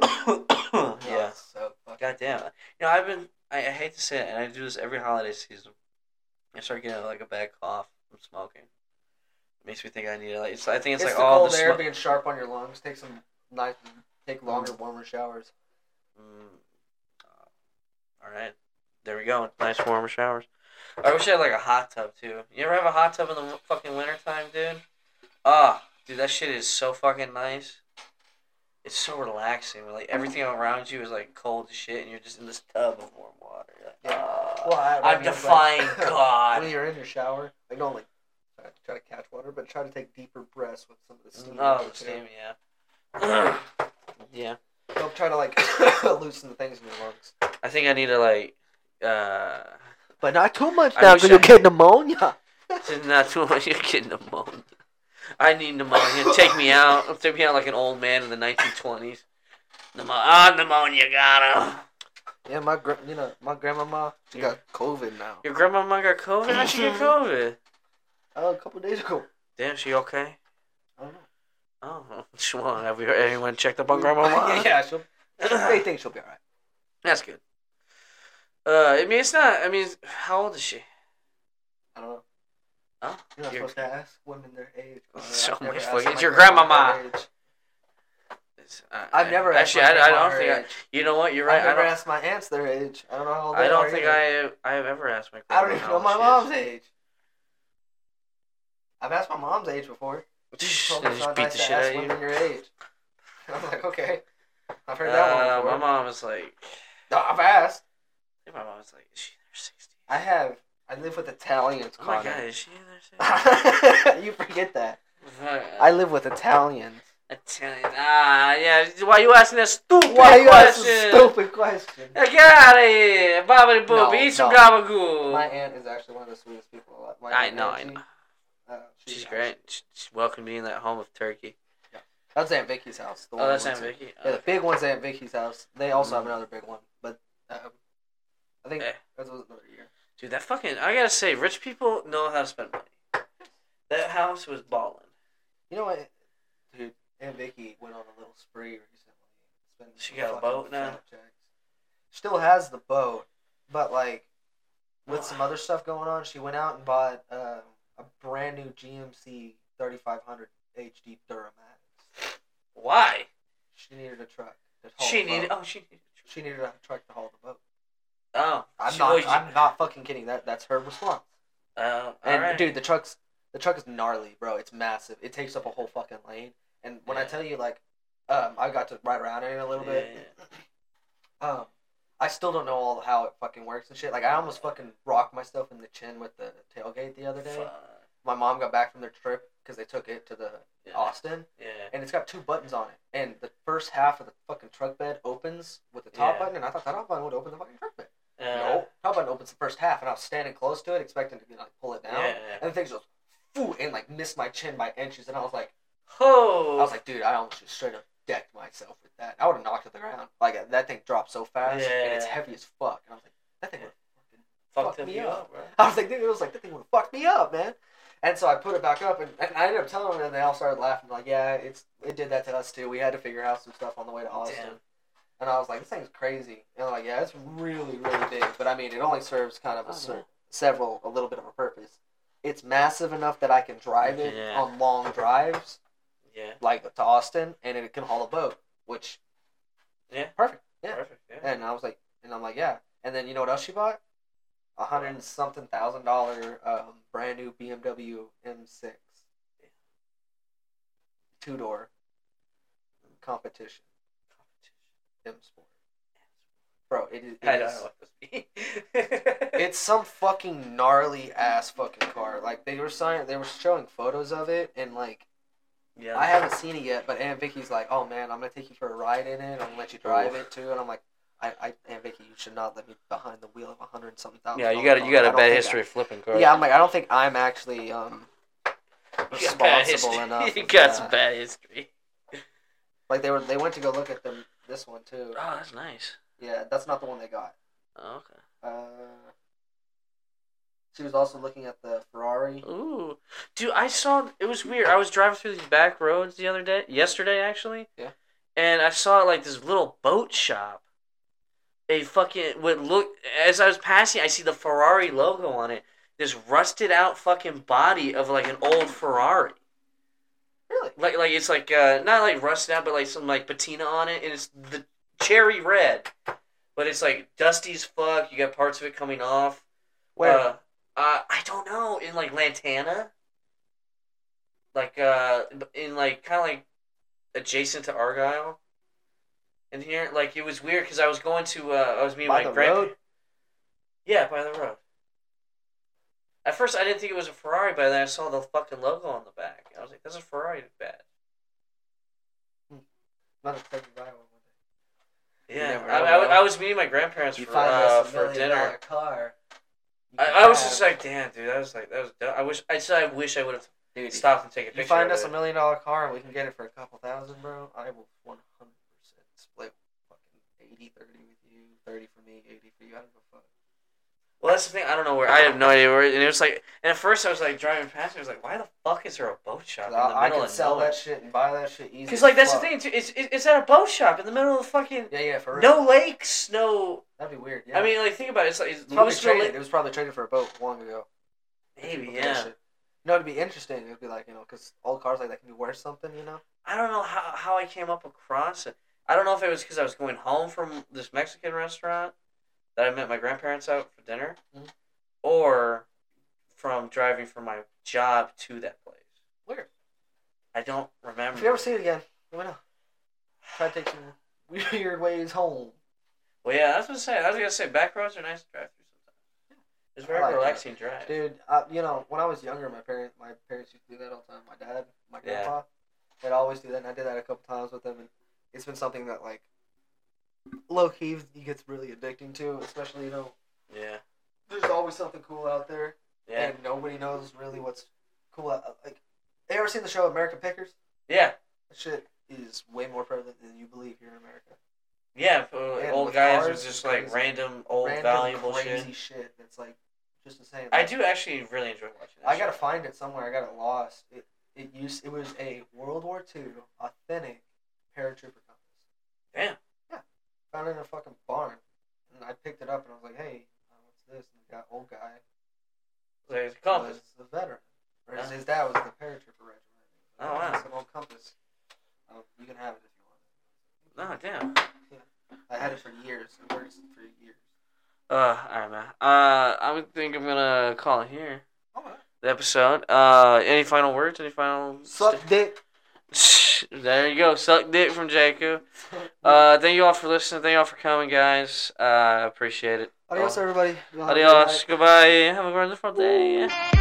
Speaker 2: yeah.
Speaker 3: So fucking
Speaker 2: God damn. it. You know, I've been. I, I hate to say it, and I do this every holiday season. I start getting like a bad cough from smoking. makes me think I need to like. It's, I think
Speaker 3: it's,
Speaker 2: it's, like
Speaker 3: the
Speaker 2: all
Speaker 3: cold
Speaker 2: the
Speaker 3: air
Speaker 2: smoke.
Speaker 3: being sharp on your lungs. Take some nice, take longer, warmer showers.
Speaker 2: Mm. All right, there we go. Nice warmer showers. I wish I had like a hot tub too. You ever have a hot tub in the w- fucking wintertime, dude? Ah, dude, that shit is so fucking nice. It's so relaxing. Like everything around you is like cold as shit, and you're just in this tub of warm water. You're like,
Speaker 3: Yeah.
Speaker 2: ah,
Speaker 3: Well, I, I
Speaker 2: I'm
Speaker 3: mean, it's
Speaker 2: defying
Speaker 3: like- when
Speaker 2: God.
Speaker 3: you're in your shower, like don't like try to, try to catch water, but try to take deeper breaths with some of the steam.
Speaker 2: Oh,
Speaker 3: too.
Speaker 2: the steam, yeah. yeah.
Speaker 3: Don't try to like loosen the things in your lungs.
Speaker 2: I think I need to like. Uh,
Speaker 1: But not too much
Speaker 2: I
Speaker 1: now
Speaker 2: wish I-
Speaker 1: because you'll get pneumonia.
Speaker 2: It's not too much. You're getting pneumonia. I need pneumonia. Take me out. Take me out like an old man in the 1920s. Pneumonia. Ah, pneumonia got him.
Speaker 3: Yeah, my gr- you know my grandmama she got COVID now.
Speaker 2: Your grandmama got COVID? How'd she get
Speaker 3: Mm-hmm.
Speaker 2: COVID?
Speaker 3: Oh, a couple days ago.
Speaker 2: Damn, she okay?
Speaker 3: I don't know.
Speaker 2: Oh, she won't. Have we anyone checked up on grandmama?
Speaker 3: yeah, yeah, she'll. They think she'll be all right.
Speaker 2: That's good. Uh, I mean, it's not. I mean, how old is she?
Speaker 3: I don't know.
Speaker 2: Huh?
Speaker 3: It You're not
Speaker 2: Your-
Speaker 3: supposed to ask women their age. but
Speaker 2: So
Speaker 3: I've never
Speaker 2: much
Speaker 3: asked
Speaker 2: fucking-
Speaker 3: my
Speaker 2: it's your grandmama.
Speaker 3: their age.
Speaker 2: It's- I-
Speaker 3: I've
Speaker 2: I-
Speaker 3: never asked
Speaker 2: actually.
Speaker 3: my
Speaker 2: I, I
Speaker 3: grandma
Speaker 2: don't
Speaker 3: her
Speaker 2: think. I,
Speaker 3: age.
Speaker 2: you know what? You're right.
Speaker 3: I've
Speaker 2: I
Speaker 3: never
Speaker 2: don't.
Speaker 3: asked my aunts their age. I don't know how old
Speaker 2: I
Speaker 3: they
Speaker 2: don't
Speaker 3: are
Speaker 2: think
Speaker 3: either.
Speaker 2: I I have ever asked my.
Speaker 3: I don't
Speaker 2: grandma
Speaker 3: even
Speaker 2: how
Speaker 3: know
Speaker 2: old
Speaker 3: my
Speaker 2: she
Speaker 3: mom's
Speaker 2: is.
Speaker 3: age. I've asked my mom's age before.
Speaker 2: They
Speaker 3: She
Speaker 2: just
Speaker 3: told me it's not
Speaker 2: beat
Speaker 3: nice
Speaker 2: the
Speaker 3: to
Speaker 2: shit
Speaker 3: ask
Speaker 2: out of you.
Speaker 3: women your age. I was like, okay. I've heard that one
Speaker 2: Uh,
Speaker 3: before.
Speaker 2: my mom is like.
Speaker 3: No, I've asked.
Speaker 2: I think my mom is like. Is she in her sixties?
Speaker 3: I have. I live with Italians,
Speaker 2: Oh my
Speaker 3: Connor.
Speaker 2: god, is she in her sixties?
Speaker 3: you forget that.
Speaker 2: Fuck.
Speaker 3: I live with Italians.
Speaker 2: Italian. Ah, yeah. Why you asking that stupid
Speaker 3: Why you ask
Speaker 2: question?
Speaker 3: a stupid question?
Speaker 2: Yeah, Get out of here, Bobbity Boop.
Speaker 3: No,
Speaker 2: Eat some
Speaker 3: no.
Speaker 2: gabagool.
Speaker 3: My aunt is actually one of the sweetest people. alive. My
Speaker 2: I
Speaker 3: aunt
Speaker 2: know, I
Speaker 3: Nancy,
Speaker 2: know.
Speaker 3: uh, she-
Speaker 2: She's great. She, she welcomed me in that home of turkey.
Speaker 3: That's Aunt Vicky's house. the
Speaker 2: Oh,
Speaker 3: one we
Speaker 2: that's
Speaker 3: went
Speaker 2: Aunt
Speaker 3: to.
Speaker 2: Vicky.
Speaker 3: Yeah, the big one's Aunt Vicky's house. They also have
Speaker 2: Mhm.
Speaker 3: another big one, but um, I think
Speaker 2: Eh.
Speaker 3: that was another year.
Speaker 2: Dude, that fucking. I gotta say, rich people know how to spend money. That house was balling.
Speaker 3: You know what, dude? Aunt Vicky went on a little spree recently. Spent
Speaker 2: She got a
Speaker 3: fucking
Speaker 2: boat now?
Speaker 3: fat checks. Still has the boat, but like with some other stuff going on, she went out and bought um, a brand new GMC 3500 HD Duramax.
Speaker 2: Why?
Speaker 3: She needed a truck. To haul
Speaker 2: she
Speaker 3: the
Speaker 2: needed.
Speaker 3: boat.
Speaker 2: Oh, she needed.
Speaker 3: She needed a truck to haul the boat.
Speaker 2: Oh,
Speaker 3: I'm
Speaker 2: she-
Speaker 3: not.
Speaker 2: well, you-
Speaker 3: I'm not fucking kidding. That that's her response.
Speaker 2: Oh,
Speaker 3: And
Speaker 2: alright.
Speaker 3: dude, the truck's the truck is gnarly, bro. It's massive. It takes up a whole fucking lane. And when I
Speaker 2: Yeah.
Speaker 3: tell you, like, um, I got to ride around in it a little bit. Um, I still don't know all how it fucking works and shit. Like, I almost fucking rocked myself in the chin with the tailgate the other day.
Speaker 2: Fuck.
Speaker 3: My mom got back from their trip because they took it to the
Speaker 2: Yeah.
Speaker 3: Austin,
Speaker 2: Yeah.
Speaker 3: and it's got two buttons on it. And the first half of the fucking truck bed opens with the top
Speaker 2: Yeah.
Speaker 3: button, and I thought that top button would open the fucking truck bed.
Speaker 2: Uh,
Speaker 3: no, top button opens the first half, and I was standing close to it, expecting to you know, like pull it down.
Speaker 2: Yeah.
Speaker 3: And the thing just foo and like missed my chin by inches and I was like I
Speaker 2: Oh.
Speaker 3: was like, dude, I almost just straight up decked myself with that. I would have knocked it to the ground. Like that thing dropped so fast and it's
Speaker 2: Yeah.
Speaker 3: heavy as fuck. And I was like, that thing
Speaker 2: Yeah.
Speaker 3: would
Speaker 2: fucked
Speaker 3: fuck
Speaker 2: up
Speaker 3: me
Speaker 2: you
Speaker 3: up.
Speaker 2: up, bro.
Speaker 3: I was like, dude, it was like that thing would have fucked me up, man. And so I put it back up and, and I ended up telling them and they all started laughing, like, yeah, it's it did that to us too. We had to figure out some stuff on the way to Austin.
Speaker 2: Damn.
Speaker 3: And I was like, this thing's crazy. And I'm like, yeah, it's really, really big. But I mean, it only serves kind of a
Speaker 2: Oh,
Speaker 3: cer-
Speaker 2: yeah.
Speaker 3: several, a little bit of a purpose. It's massive enough that I can drive it
Speaker 2: Yeah.
Speaker 3: on long drives,
Speaker 2: Yeah.
Speaker 3: like to Austin, and it can haul a boat, which
Speaker 2: Yeah.
Speaker 3: perfect. Yeah.
Speaker 2: Perfect. Yeah.
Speaker 3: And I was like, and I'm like, yeah. And then you know what else she bought? A hundred and something thousand dollar um, brand new BMW M6, two door, competition M Sport. Bro, it is. it
Speaker 2: I don't
Speaker 3: is-
Speaker 2: know what this means.
Speaker 3: It's some fucking gnarly ass fucking car. Like they were sign- they were showing photos of it, and like
Speaker 2: yeah.
Speaker 3: I haven't seen it yet. But Aunt Vicky's like, "Oh man, I'm gonna take you for a ride in it. I'm gonna let you drive it too." And I'm like, "I, I Aunt Vicky, you should not let me behind the wheel of a hundred and something thousand.
Speaker 2: Yeah, you
Speaker 3: dollar
Speaker 2: got you
Speaker 3: car.
Speaker 2: got
Speaker 3: I
Speaker 2: a
Speaker 3: don't
Speaker 2: bad
Speaker 3: think
Speaker 2: history of flipping
Speaker 3: I-
Speaker 2: cars.
Speaker 3: yeah, I'm like, I don't think I'm actually um
Speaker 2: You got
Speaker 3: responsible
Speaker 2: bad history.
Speaker 3: enough.
Speaker 2: You
Speaker 3: for
Speaker 2: got
Speaker 3: that.
Speaker 2: some bad history.
Speaker 3: Like they were, they went to go look at them. This one too.
Speaker 2: Oh, that's nice.
Speaker 3: Yeah, that's not the one they got.
Speaker 2: Oh, okay.
Speaker 3: Uh, she was also looking at the Ferrari.
Speaker 2: Ooh, dude, I saw it was weird. I was driving through these back roads the other day, yesterday actually.
Speaker 3: Yeah.
Speaker 2: And I saw like this little boat shop. A fucking would look as I was passing, I see the Ferrari logo on it. This rusted out fucking body of like an old Ferrari.
Speaker 3: Really?
Speaker 2: Like like it's like uh not like rusted out, but like some like patina on it, and it's the cherry red. But it's like dusty as fuck. You got parts of it coming off.
Speaker 3: Where?
Speaker 2: Uh, uh, I don't know. In like Lantana. Like uh, in like kind of like adjacent to Argyle. In here, like it was weird because I was going to uh, I was meeting
Speaker 3: By
Speaker 2: my
Speaker 3: the
Speaker 2: grandpa.
Speaker 3: road?
Speaker 2: Yeah, by the road. At first, I didn't think it was a Ferrari, but then I saw the fucking logo on the back. I was like, "That's a Ferrari badge."
Speaker 3: not expecting to buy one. one day.
Speaker 2: Yeah,
Speaker 3: never
Speaker 2: I,
Speaker 3: know,
Speaker 2: I, was-
Speaker 3: bro.
Speaker 2: I was meeting my grandparents
Speaker 3: you
Speaker 2: for,
Speaker 3: find
Speaker 2: uh,
Speaker 3: us a
Speaker 2: for
Speaker 3: million
Speaker 2: dinner.
Speaker 3: dollar car. you
Speaker 2: I,
Speaker 3: can
Speaker 2: I was
Speaker 3: have-
Speaker 2: just like, "Damn, dude, that was like that was." Dumb. I wish I said I wish I would have
Speaker 3: dude,
Speaker 2: stopped and taken a
Speaker 3: You
Speaker 2: picture.
Speaker 3: find
Speaker 2: of
Speaker 3: us
Speaker 2: it.
Speaker 3: a million dollar car and we can get it for a couple thousand, bro. I will one hundred percent split fucking 80, 30 with you, thirty for me, eighty for you. I don't give a fuck.
Speaker 2: Well, that's the thing. I don't know where. I have no idea where. And it was like, and at first I was like driving past. and I was like, why the fuck is there a boat shop in
Speaker 3: 'Cause
Speaker 2: the
Speaker 3: I, I
Speaker 2: middle
Speaker 3: can
Speaker 2: of
Speaker 3: sell
Speaker 2: nowhere?
Speaker 3: that shit and buy that shit easy.
Speaker 2: Because
Speaker 3: as
Speaker 2: like that's
Speaker 3: fuck.
Speaker 2: the thing. Too, it's it, it's at a boat shop in the middle of the fucking
Speaker 3: Yeah, yeah, for real.
Speaker 2: no lakes, no.
Speaker 3: that'd be weird. Yeah.
Speaker 2: I mean, like think about it. It's like it's
Speaker 3: It's probably
Speaker 2: Louisville
Speaker 3: traded.
Speaker 2: Lake-
Speaker 3: It was probably traded for a boat long ago.
Speaker 2: Maybe
Speaker 3: People did that
Speaker 2: yeah.
Speaker 3: shit. No, it'd be interesting. It'd be like you know, because old cars like that can be worth something, you know.
Speaker 2: I don't know how, how I came up across it. I don't know if it was because I was going home from this Mexican restaurant that I met my grandparents out for dinner,
Speaker 3: Mhm.
Speaker 2: or from driving from my job to that place.
Speaker 3: Where?
Speaker 2: I don't remember.
Speaker 3: If you ever see it again, let me know. Try to take some weird ways home.
Speaker 2: well, yeah, that's what I was saying. I was gonna say back roads are nice to drive through sometimes.
Speaker 3: I
Speaker 2: It's a very
Speaker 3: like that.
Speaker 2: relaxing drive.
Speaker 3: Dude, uh, you know, when I was younger, my parents, my parents used to do that all the time. My dad, my
Speaker 2: Yeah.
Speaker 3: grandpa, they'd always do that, and I did that a couple times with them, and it's been something that like low key gets really addicting to, especially you know,
Speaker 2: Yeah,
Speaker 3: there's always something cool out there,
Speaker 2: yeah,
Speaker 3: and nobody knows really what's cool. Out, like, you ever seen the show American Pickers?
Speaker 2: yeah,
Speaker 3: That shit is way more prevalent than you believe here in America.
Speaker 2: yeah. uh,
Speaker 3: And
Speaker 2: old
Speaker 3: with
Speaker 2: guys
Speaker 3: cars,
Speaker 2: with just like
Speaker 3: crazy-
Speaker 2: random old
Speaker 3: Random
Speaker 2: valuable
Speaker 3: crazy
Speaker 2: shit.
Speaker 3: that's like just insane.
Speaker 2: I
Speaker 3: Like,
Speaker 2: do actually really enjoy watching. That
Speaker 3: I gotta
Speaker 2: show.
Speaker 3: find it somewhere. I got it lost. It it used it was a World War II authentic paratrooper compass.
Speaker 2: Damn.
Speaker 3: Yeah. Found it in a fucking barn, and I picked it up and I was like, "Hey, uh, what's this?" And the guy, old guy
Speaker 2: There's a compass.
Speaker 3: was the veteran, or his,
Speaker 2: Yeah.
Speaker 3: his dad was the paratrooper regiment.
Speaker 2: Oh, wow.
Speaker 3: It's an old compass. Um, you can have it if you want.
Speaker 2: No, damn.
Speaker 3: I had it for years. It works for years.
Speaker 2: Uh, all right, man. Uh, I would think I'm gonna call it here.
Speaker 3: Oh, wow.
Speaker 2: The episode. Uh, any final words? Any final?
Speaker 3: Suck dick.
Speaker 2: there you go. Suck dick from Jacob. Uh, thank you all for listening. Thank you all for coming, guys. Uh, appreciate it.
Speaker 3: Adios, everybody. Y'all have a good night.
Speaker 2: Adios. Goodbye. Have a wonderful day.